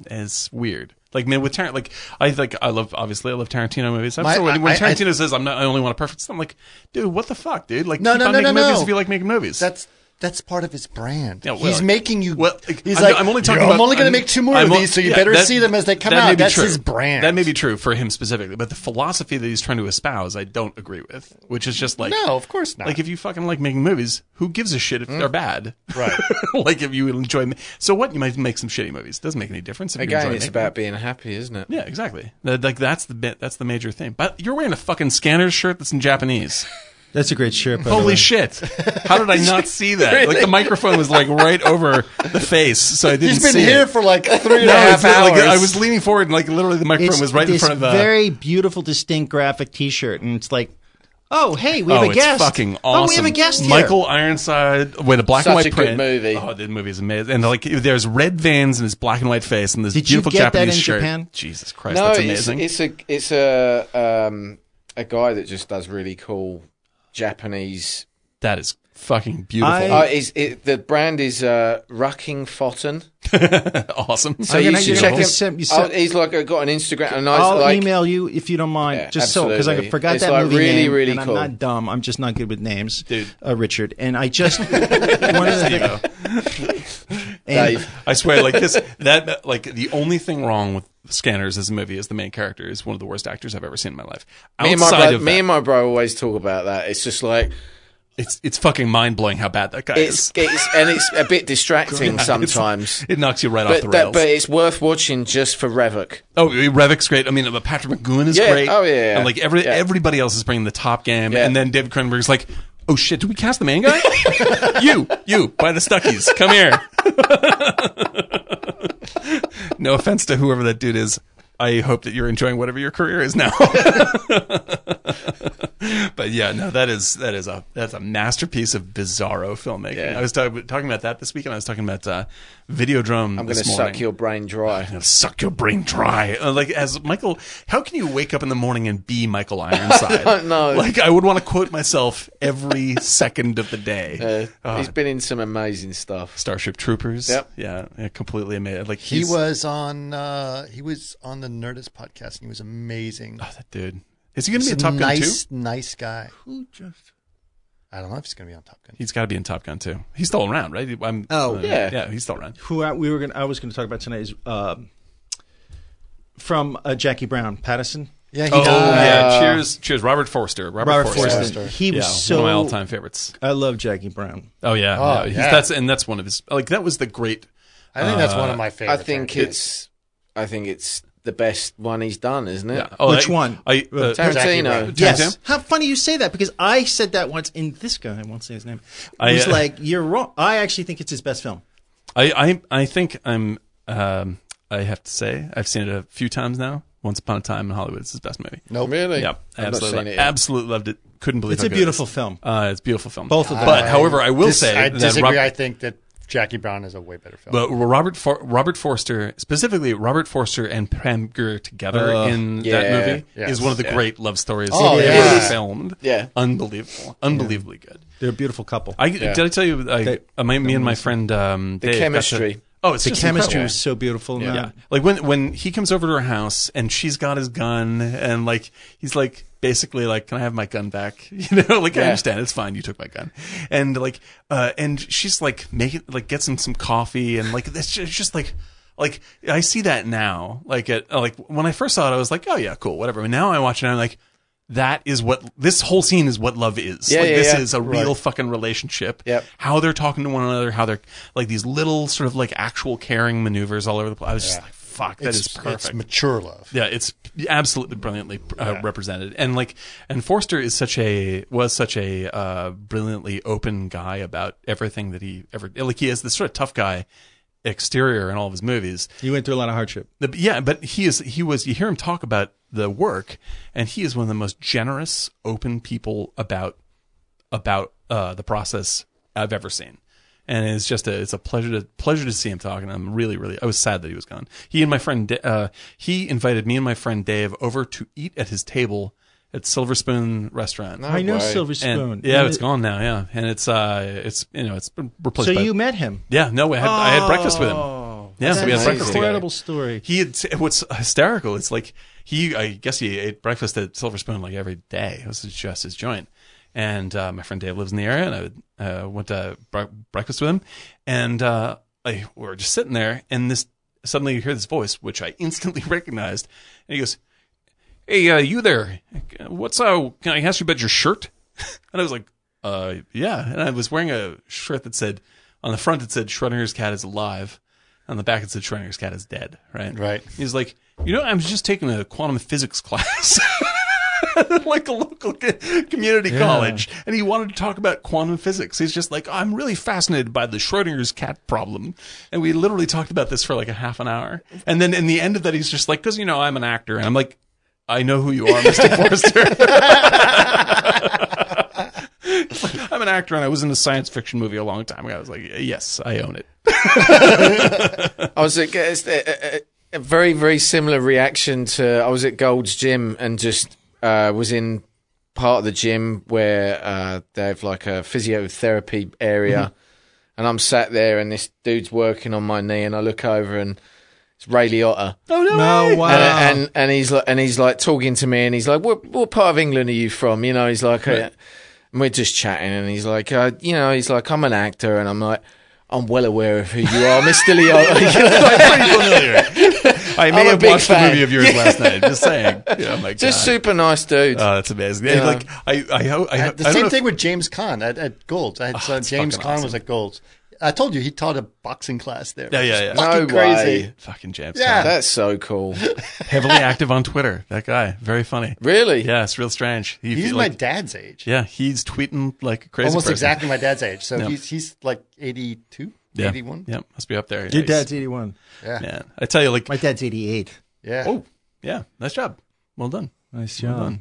is weird. Like man, with Tarantino, like I like I love obviously I love Tarantino movies. I'm My- sure when, I- when I- Tarantino says I'm not I only want a perfect, I'm like, dude, what the fuck, dude? Like No, keep no, on no, making no, movies no. if you like making movies. That's that's part of his brand. Yeah, well, he's making you. Well, he's I'm, like, I'm only talking. "Yo, I'm about- only going to make two more I'm of on- these, so you yeah, better that- see them as they come that out. may be That's true. his brand. That may be true for him specifically, but the philosophy that he's trying to espouse, I don't agree with. Which is just like, No, of course not. Mm. Like if you fucking like making movies, who gives a shit if they're bad? Right. like if you enjoy, ma- so what? You might make some shitty movies. Doesn't make any difference. If you Again, enjoy it's making about being happy, isn't it? yeah, exactly. That- like that's the bit. That's the major thing. But you're wearing a fucking scanner shirt that's in Japanese. that's a great shirt by the Holy way. shit! How did I not see that? Like the microphone was like right over the face, so I didn't he's been see here it. for like three and a No, half it's been, like, hours. I was leaning forward, and like literally, the microphone was right in this front of the. very beautiful, distinct graphic T-shirt, and it's like, oh hey, we have oh, a it's guest. fucking awesome! Oh, we have a guest here. Michael Ironside with a black Such and white a good print. movie. Oh, that movie's amazing! And like, there's red vans and this black and white face and this Did you beautiful get that Japanese in shirt. Japan? Jesus Christ, No, that's it's, amazing! it's a it's a um, a guy that just does really cool Japanese. that is fucking beautiful, I- Uh, is it, the brand is uh, Rucking Fotten. awesome. So gonna- you should you're check gonna him. send- you oh, send- he's like uh, got an Instagram, and I I'll was like, email you if you don't mind, Yeah, just so because I absolutely. forgot It's that like movie really, name, really and I'm cool. not dumb. I'm just not good with names, Dude. Uh, Richard, and I just one of the There you things. go. and- Dave, I swear, like this, that, like the only thing wrong with Scanners as a movie is the main character is one of the worst actors I've ever seen in my life. me and my Outside bro, of me that, and my bro always talk about that. It's just like it's it's fucking mind blowing how bad that guy is. it's it's and it's a bit distracting sometimes. It knocks you right off the But, that, rails. but it's worth watching just for Revok. oh, Revik's great. I mean, but Patrick McGoon is Yeah. great. Oh, yeah, yeah. And like every Yeah. everybody else is bringing the top game, Yeah. and then David Cronenberg's like, oh shit, did we cast the main guy? you, you, by the Stuckies, come here. no offense to whoever that dude is. I hope that you're enjoying whatever your career is now. but yeah, no, that is that is a that's a masterpiece of bizarro filmmaking. I was talk, talking about that this weekend. I was talking about uh, Videodrome. I'm this going to morning suck your brain dry. gonna suck your brain dry. Uh, like as Michael, how can you wake up in the morning and be Michael Ironside? know. Like I would want to quote myself every second of the day. Oh, Uh, he's been in some amazing stuff. Starship Troopers. Yep. Yeah, yeah, completely amazing. Like he he's- was on. Uh, he was on the Nerdist podcast, and he was amazing. Oh, that dude. Is he gonna be He's in Top Gun nice, too? nice guy. Who I don't know if he's going to be on Top Gun. He's got to be in Top Gun too. He's still around, right? I'm, uh, Oh. Yeah. yeah. He's still around. who I, we were going to I was going to talk about tonight is um, from uh, Jackie uh, Brown Patterson. Yeah, he Oh died. Uh, yeah, cheers, cheers, Robert Forster. Robert, Robert Forster. Forster. He Yeah, was so. one of my all-time favorites. I love Jackie Brown. Oh yeah, Oh, yeah. He's- yeah. That's and that's one of his. Like that was the great. I think that's one of my Uh, I favorites. think right? it's, I think it's the best one he's done, isn't it? Yeah. Oh, Which I- one? I, uh, Jackie Tarantino. Brown. Yes. Tarantino? How funny you say that because I said that once, and this guy, I won't say his name, I, was uh, like, You're wrong. I actually think it's his best film. I, I, I think I'm. Um, I have to say, I've seen it a few times now. Once upon a time in Hollywood, it's his best movie. No, really. Yep, I've not absolutely, seen it yet. absolutely loved it. Couldn't believe It's how a good it beautiful is. film. Uh, it's a beautiful film. Both of them. But however, I will Dis- say I that disagree. Rob- I think that Jackie Brown is a way better film. But Robert For- Robert Forster, specifically Robert Forster and Pam Grier together in that yeah. movie, Yeah. is one of the great love stories Oh, ever yeah. filmed. Yeah. unbelievable, unbelievably good. They're a beautiful couple. I did I tell you, I, uh, my, me and my friend um, the chemistry. oh, it's the just chemistry incredible. was so beautiful. in Yeah. that. Yeah. Like when when he comes over to her house and she's got his gun and like he's like basically like can I have my gun back? You know, like I Yeah. understand it's fine you took my gun. And like uh and she's like making like gets him some coffee and like it's just, just like like I see that now. Like at uh, like when I first saw it I was like, "Oh yeah, cool, whatever." And now I watch it and I'm like that is what this whole scene is what love is. Yeah, like yeah, this yeah. is a real fucking relationship. Yep. How they're talking to one another, how they're like these little sort of like actual caring maneuvers all over the place. I was just like, fuck, that it's, is perfect. It's mature love. yeah, it's absolutely brilliantly uh, represented, and like, and Forster is such a was such a uh, brilliantly open guy about everything that he ever like. He is this sort of tough guy exterior in all of his movies, He went through a lot of hardship. the, yeah, but he is he was you hear him talk about the work, and he is one of the most generous, open people about about uh, the process I've ever seen. And it's just a it's a pleasure to pleasure to see him talking. I'm really really I was sad that he was gone. He and my friend Da- uh, he invited me and my friend Dave over to eat at his table at Silver Spoon Restaurant. I know way. Silver And- Spoon. yeah, And it's it- gone now. Yeah, and it's uh it's you know it's been replaced. So by, you met him. yeah no I had, I had breakfast with him. Yeah, we had That's an breakfast together. incredible story. He had, what's hysterical. It's like he, I guess he ate breakfast at Silver Spoon like every day. It was just his joint. And uh, my friend Dave lives in the area, and I would, uh, went to bre- breakfast with him. And uh, I, we were just sitting there, and this suddenly you hear this voice, which I instantly recognized. And he goes, "Hey, uh, you there? What's uh? Can I ask you about your shirt?" And I was like, uh, yeah. And I was wearing a shirt that said, on the front it said, Schrodinger's cat is alive. On the back it said, Schrodinger's cat is dead. Right. Right. He's like, you know, I was just taking a quantum physics class. like a local co- community college and he wanted to talk about quantum physics he's just like i'm really fascinated by the schrodinger's cat problem and we literally talked about this for like a half an hour and then in the end of that he's just like because you know i'm an actor and i'm like i know who you are mr forster I'm an actor and I was in a science fiction movie a long time ago. I was like, yes, I own it. I was at it's a, a, a very very similar reaction to I was at Gold's Gym and just uh, was in part of the gym where uh, they have like a physiotherapy area, and I'm sat there and this dude's working on my knee, and I look over and it's Ray Liotta. Oh no! No, wow. And, and and he's like and he's like talking to me and he's like what what part of England are you from you know he's like uh, and we're just chatting and he's like uh, you know he's like I'm an actor and I'm like I'm well aware of who you are Mr Leo I may I'm a have big watched a fan. movie of yours last night. Just saying. Yeah, my just God. super nice dude Oh, that's amazing. Yeah, Yeah. Like I, I, ho- I, ho- I Uh, the don't know same if- thing with James Caan at, at Gold's. I saw that's James Ah, fucking Caan awesome. was at Gold's. I told you he taught a boxing class there. Yeah, yeah, yeah. It's fucking No crazy. way. Fucking James. Yeah. Caan. That's so cool. heavily active on Twitter. That guy, very funny. Really? Yeah, it's real strange. He He's feel my like, dad's age. Yeah, he's tweeting like a crazy. Almost person. exactly my dad's age. So Yeah. he's he's like 82, Yeah. 81. Yeah, must be up there. Your Nice. dad's 81. Yeah, I tell you, like, My dad's 88. Yeah. oh, yeah, nice job. Well done. Nice job.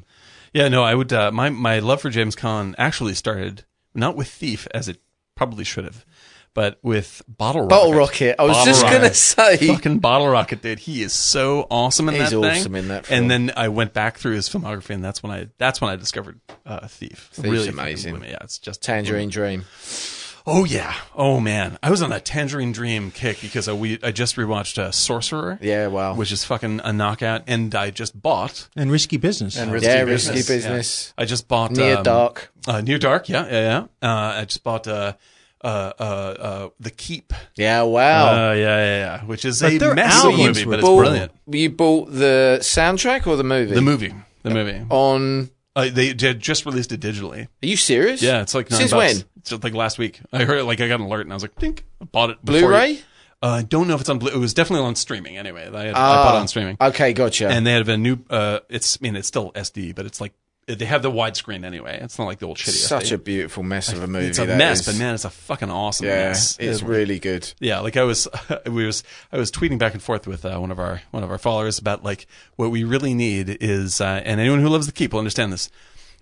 Yeah, no, I would. Uh, my my love for James Caan actually started not with Thief, as it probably should have, but with Bottle Bottle Rocket. Rocket. I was just gonna say. fucking Bottle Rocket, dude. He is so awesome in He's that thing. awesome in that And film. then I went back through his filmography, and that's when I that's when I discovered uh, Thief. Thief's amazing. Yeah, it's just Tangerine Dream. Oh yeah. Oh man, I was on a Tangerine Dream kick because I, we I just rewatched uh, Sorcerer. Yeah, wow. Which is fucking a knockout, and I just bought And risky business. And risky Yeah, business. risky business. I just bought Near um, Dark. Uh, Near Dark, yeah, yeah, yeah. Uh, I just bought uh, uh, uh, uh, The Keep. Yeah, wow. Uh, yeah, yeah, yeah. Which is But a their massive albums movie, were but it's Bought- brilliant. You bought the soundtrack or the movie? The movie. The movie. On. Uh, they j- just released it digitally. Are you serious? Yeah, it's like nine Since bucks. when? It's like last week. I heard like I got an alert and I was like, "Think, I bought it." before Blu-ray. you- Uh, I don't know if it's on. Blu- it was definitely on streaming anyway. I, had, I Ah, bought it on streaming, Okay, gotcha. and they had a new. Uh, it's I mean it's still SD, but it's like they have the widescreen anyway. It's not like the old shitty. Such SD. a beautiful mess of a movie. It's a that mess, is. but man, it's a fucking awesome yeah, mess. it's really good. Yeah, like I was, we was, I was tweeting back and forth with uh, one of our one of our followers about like what we really need is, uh, and anyone who loves the keep will understand this.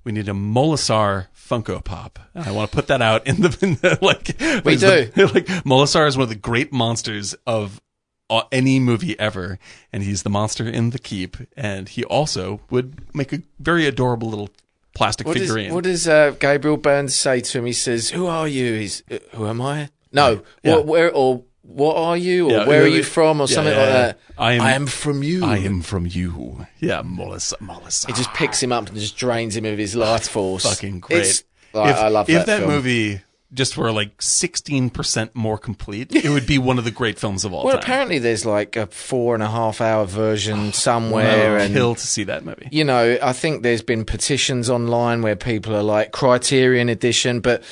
We need a Molasar Funko Pop. And I want to put that out in the, in the like. We like do. the- like Molasar is one of the great monsters of uh, any movie ever, and he's the monster in the keep, and he also would make a very adorable little plastic What does, figurine. what does uh, Gabriel Burns say to him? He says, "Who are you?" He's, uh, "Who am I?" No, Yeah. what, where or what are you or Yeah, where are yeah, you from or yeah, something yeah, like yeah. that. I am- from you. I am from you. Yeah, Molasar. Molasar. It just picks him up and just drains him of his life force. fucking great. It's- like, I love if that, film. movie just were like 16% more complete, it would be one of the great films of all Well, time. apparently there's like a four and a half hour version somewhere, I would and kill to see that movie. you know, I think there's been petitions online where people are like Criterion Edition, but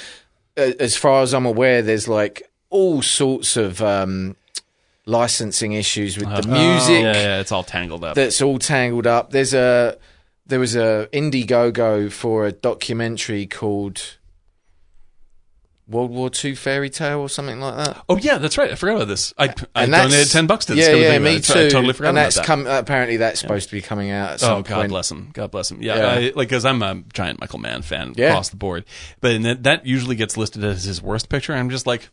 uh, as far as I'm aware, there's like all sorts of um, licensing issues with the music Uh-huh. Oh, Yeah, yeah, it's all tangled up. that's all tangled up. There's a there was a Indiegogo for a documentary called World War Two Fairy Tale or something like that. oh, yeah, that's right. I forgot about this. I, I And that's- donated 10 bucks to this. Yeah, Come to yeah, think me about it. I too. totally forgot and about that's that. Come, apparently that's supposed to be coming out. At some Oh God point. bless him. God bless him. Yeah, Yeah. I, like because I'm a giant Michael Mann fan Yeah. across the board, but and that, that usually gets listed as his worst picture. I'm just like,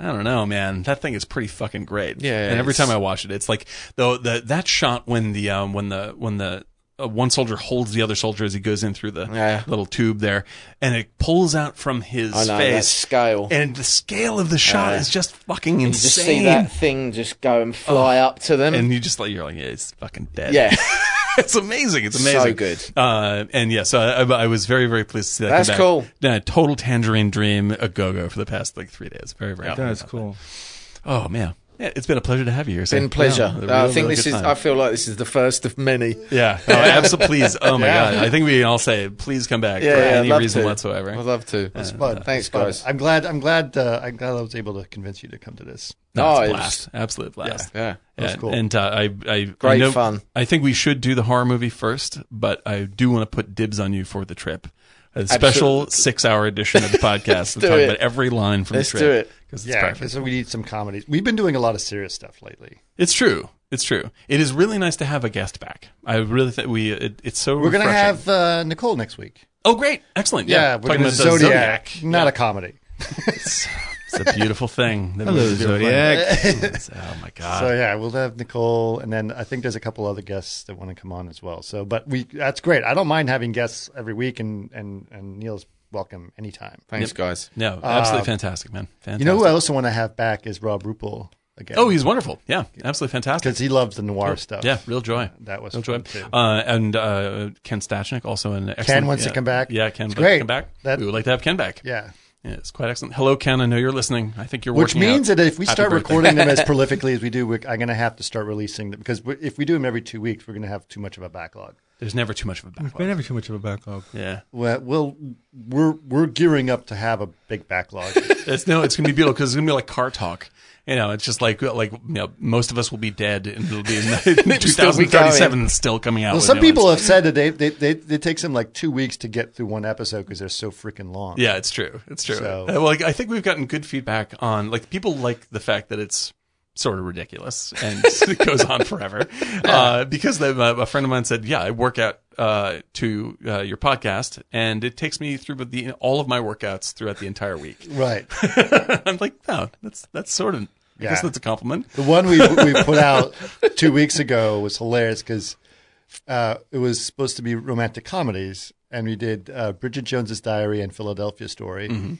I don't know, man. That thing is pretty fucking great. Yeah, And every it's- time I watch it, it's like though the that shot when the um when the when the uh, one soldier holds the other soldier as he goes in through the Yeah. little tube there, and it pulls out from his I know that face. scale. and the scale of the shot is just fucking You just insane. see that thing just go and fly up to them. and you just like you're like, yeah, it's fucking dead. yeah, it's amazing. It's So amazing. good. Uh, and yes, I, I, I was very, very pleased to see that. That's come back. cool. Yeah, total tangerine dream, a go go for the past like three days. Very, very. happy That's about cool. that. Oh man, yeah, it's been a pleasure to have you here. Sam. been pleasure. Yeah, a I really, think really this good is. time. I feel like this is the first of many. yeah, oh, absolutely. Please. Oh my god, I think we can all say, please come back for I'd any love reason to. whatsoever. I'd love to. That's fun. Thanks, But guys. I'm glad. I'm glad. Uh, I'm glad I was able to convince you to come to this. No, it's Oh, a it blast. Absolute blast. Yeah. That's And- cool. And uh, I, I, I Great know, fun. I think we should do the horror movie first, but I do want to put dibs on you for the trip. A special six-hour edition of the podcast. do talk it. about every line from Let's the do trip. it. 'cause it's Yeah, perfect. 'cause we need some comedies. We've been doing a lot of serious stuff lately. It's true. It's true. It is really nice to have a guest back. I really think we. It, it's so. We're gonna refreshing. have uh, Nicole next week. Oh, great! Excellent. Yeah, we're gonna the Zodiac, not a comedy. It's, it's a beautiful thing. That Hello, oh my god. So yeah, we'll have Nicole, and then I think there's a couple other guests that want to come on as well. So, but we that's great. I don't mind having guests every week, and and and Neil's welcome anytime. Thanks, guys. no, absolutely fantastic, man. Fantastic. uh, You know who I also want to have back is Rob Rupel again. Oh, he's wonderful. Yeah, absolutely fantastic. because he loves the noir stuff. Yeah, real joy. That was real fun, joy. too. Uh, and uh, Ken Stachnik also an excellent. wants to yeah. come back. Yeah, Ken It's would like to great. come back. That- we would like to have Ken back. yeah. Yeah, it's quite excellent. Hello, Ken. I know you're listening. I think you're Which working. means out. that if we Happy start birthday. recording them as prolifically as we do, we're, I'm going to have to start releasing them because we- if we do them every two weeks, we're going to have too much of a backlog. there's never too much of a We backlog. never too much of a backlog. Yeah, Well, we'll we're we're gearing up to have a big backlog. it's no, it's gonna be beautiful because it's gonna be like car talk. You know, it's just like like you know, most of us will be dead and it'll be in 2037 and still coming out. Well, with some new ones. people have said that they, they, they it takes them like two weeks to get through one episode because they're so freaking long. Yeah, it's true. It's true. So- Uh, well, like, I think we've gotten good feedback on like people like the fact that it's sort of ridiculous and it goes on forever. Uh, because they, uh, a friend of mine said, "Yeah, I work out uh, to uh, your podcast, and it takes me through the all of my workouts throughout the entire week." Right. I'm like, "No, that's that's sort of." I Yeah. guess that's a compliment. The one we we put out two weeks ago was hilarious because uh, it was supposed to be romantic Mm-hmm. comedies, and we did uh, Bridget Jones's Diary and Philadelphia Story.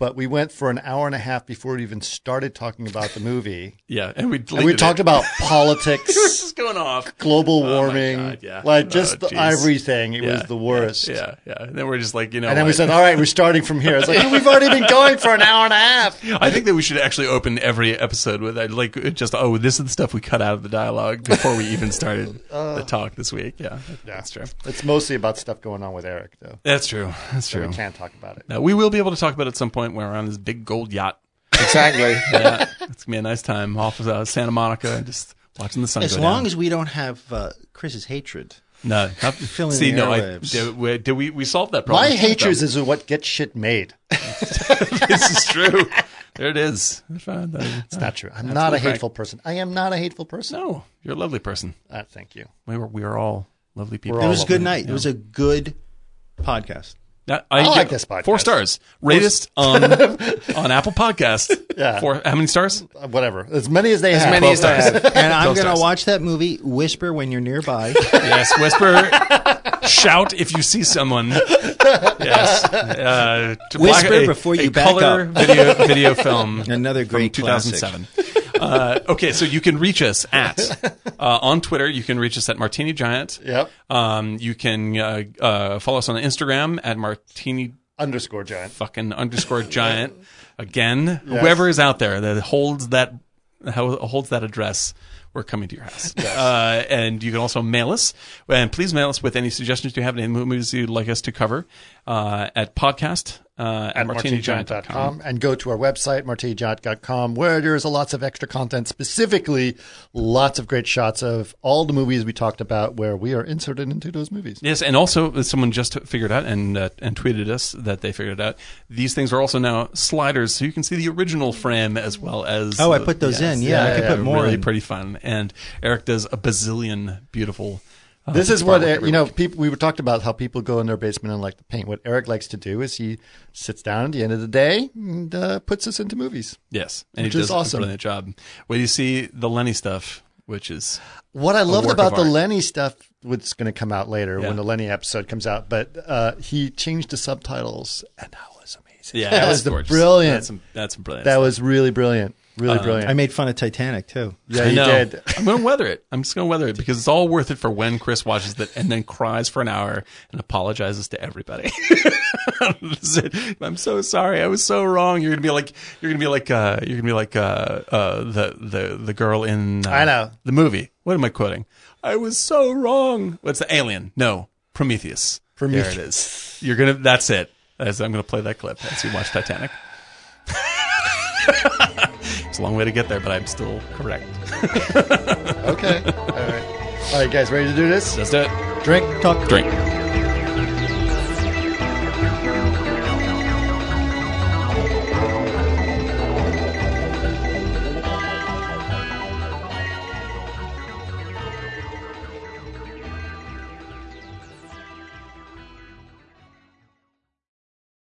But we went for an hour and a half before we even started talking about the movie. Yeah, and we and we talked about this politics, is going off. global Oh my warming, God, yeah. like Oh, just the, geez. everything. It was Yeah, the worst. Yeah, yeah. yeah. And then we're just like, you know, And then we what? said, all right, we're starting from here. It's like, we've already been going for an hour and a half. I think that we should actually open every episode with that, like it just oh, this is the stuff we cut out of the dialogue before we even started Uh. the talk this week. Yeah, that's true. It's mostly about stuff going on with Eric, though. That's true. That's We true. can't talk about it. Now we will be able to talk about it at some point when we're on this big gold yacht. Exactly. Yeah, it's gonna be a nice time off of uh, Santa Monica and just watching the sun. As go long down. as we don't have uh, Chris's hatred. no, not, Fill in see, the no, I, airwaves. did, we, did we we solved that My problem? hatred is what gets shit made. this is true. There it is. I found that- It's not true. I'm not a Frank. hateful person. I am not a hateful person. No, you're a lovely person. Uh, thank you. We were we are all lovely people. We're all It was a good lovely. night. It was a good podcast. I, like give- this podcast. Four stars. Rate us on on Apple Podcast. Yeah. Four, how many stars? Uh, whatever. As many as they have. many as I have. And I'm Twelve going stars. to watch that movie, Whisper When You're Nearby. Yes. Whisper. shout if you see someone. Yes. Uh, to Whisper black- a- before a you back color up. video video film. Another great from classic. 2007. uh, okay, so you can reach us at uh, on Twitter. You can reach us at Martini Giant. Yep. Um, you can uh, uh, follow us on Instagram at Martini Underscore giant. fucking underscore giant again. Whoever is out there that holds that ho- holds that address, we're coming to your house. Uh, and you can also mail us. And please mail us with any suggestions you have, any movies you'd like us to cover uh, at podcast uh, at, At martinigiant.com. martinigiant.com and go to our website, martinigiant.com, where there's lots of extra content, specifically lots of great shots of all the movies we talked about where we are inserted into those movies. Yes, and also uh, someone just figured out and uh, and tweeted us that they figured it out. These things are also now sliders, so you can see the original frame as well as. Oh, I put those in. Yeah, I could put more Really in. pretty fun. And Eric does a bazillion beautiful. uh, This is artwork what uh, every you know. People, we were talked about how people go in their basement and like to paint. What Eric likes to do is he sits down at the end of the day and uh, puts us into movies. Yes, and Which he is does awesome. a brilliant job. Well, you see the Lenny stuff, which is What I loved work about of the art. Lenny stuff, what's going to come out later Yeah. when the Lenny episode comes out, but uh, he changed the subtitles, and that was amazing. yeah, that that's was the gorgeous. brilliant. That's some, that's some brilliant. that stuff. was really brilliant, really brilliant. I made fun of Titanic, too. yeah, I you know. did. I'm going to weather it. I'm just going to weather it because it's all worth it for when Chris watches it and then cries for an hour and apologizes to everybody. That's it. I'm so sorry. I was so wrong. You're going to be like you're going to be like uh, you're going to be like uh, uh, the the the girl in uh, I know. the movie. What am I quoting? I was so wrong. What's the alien? No, Prometheus. Prometheus. There it is. You're gonna. That's it. That's- I'm gonna play that clip as you watch Titanic. it's a long way to get there, but I'm still correct. Okay, all right, all right, guys, ready to do this? Let's do it. Drink, talk, Drink.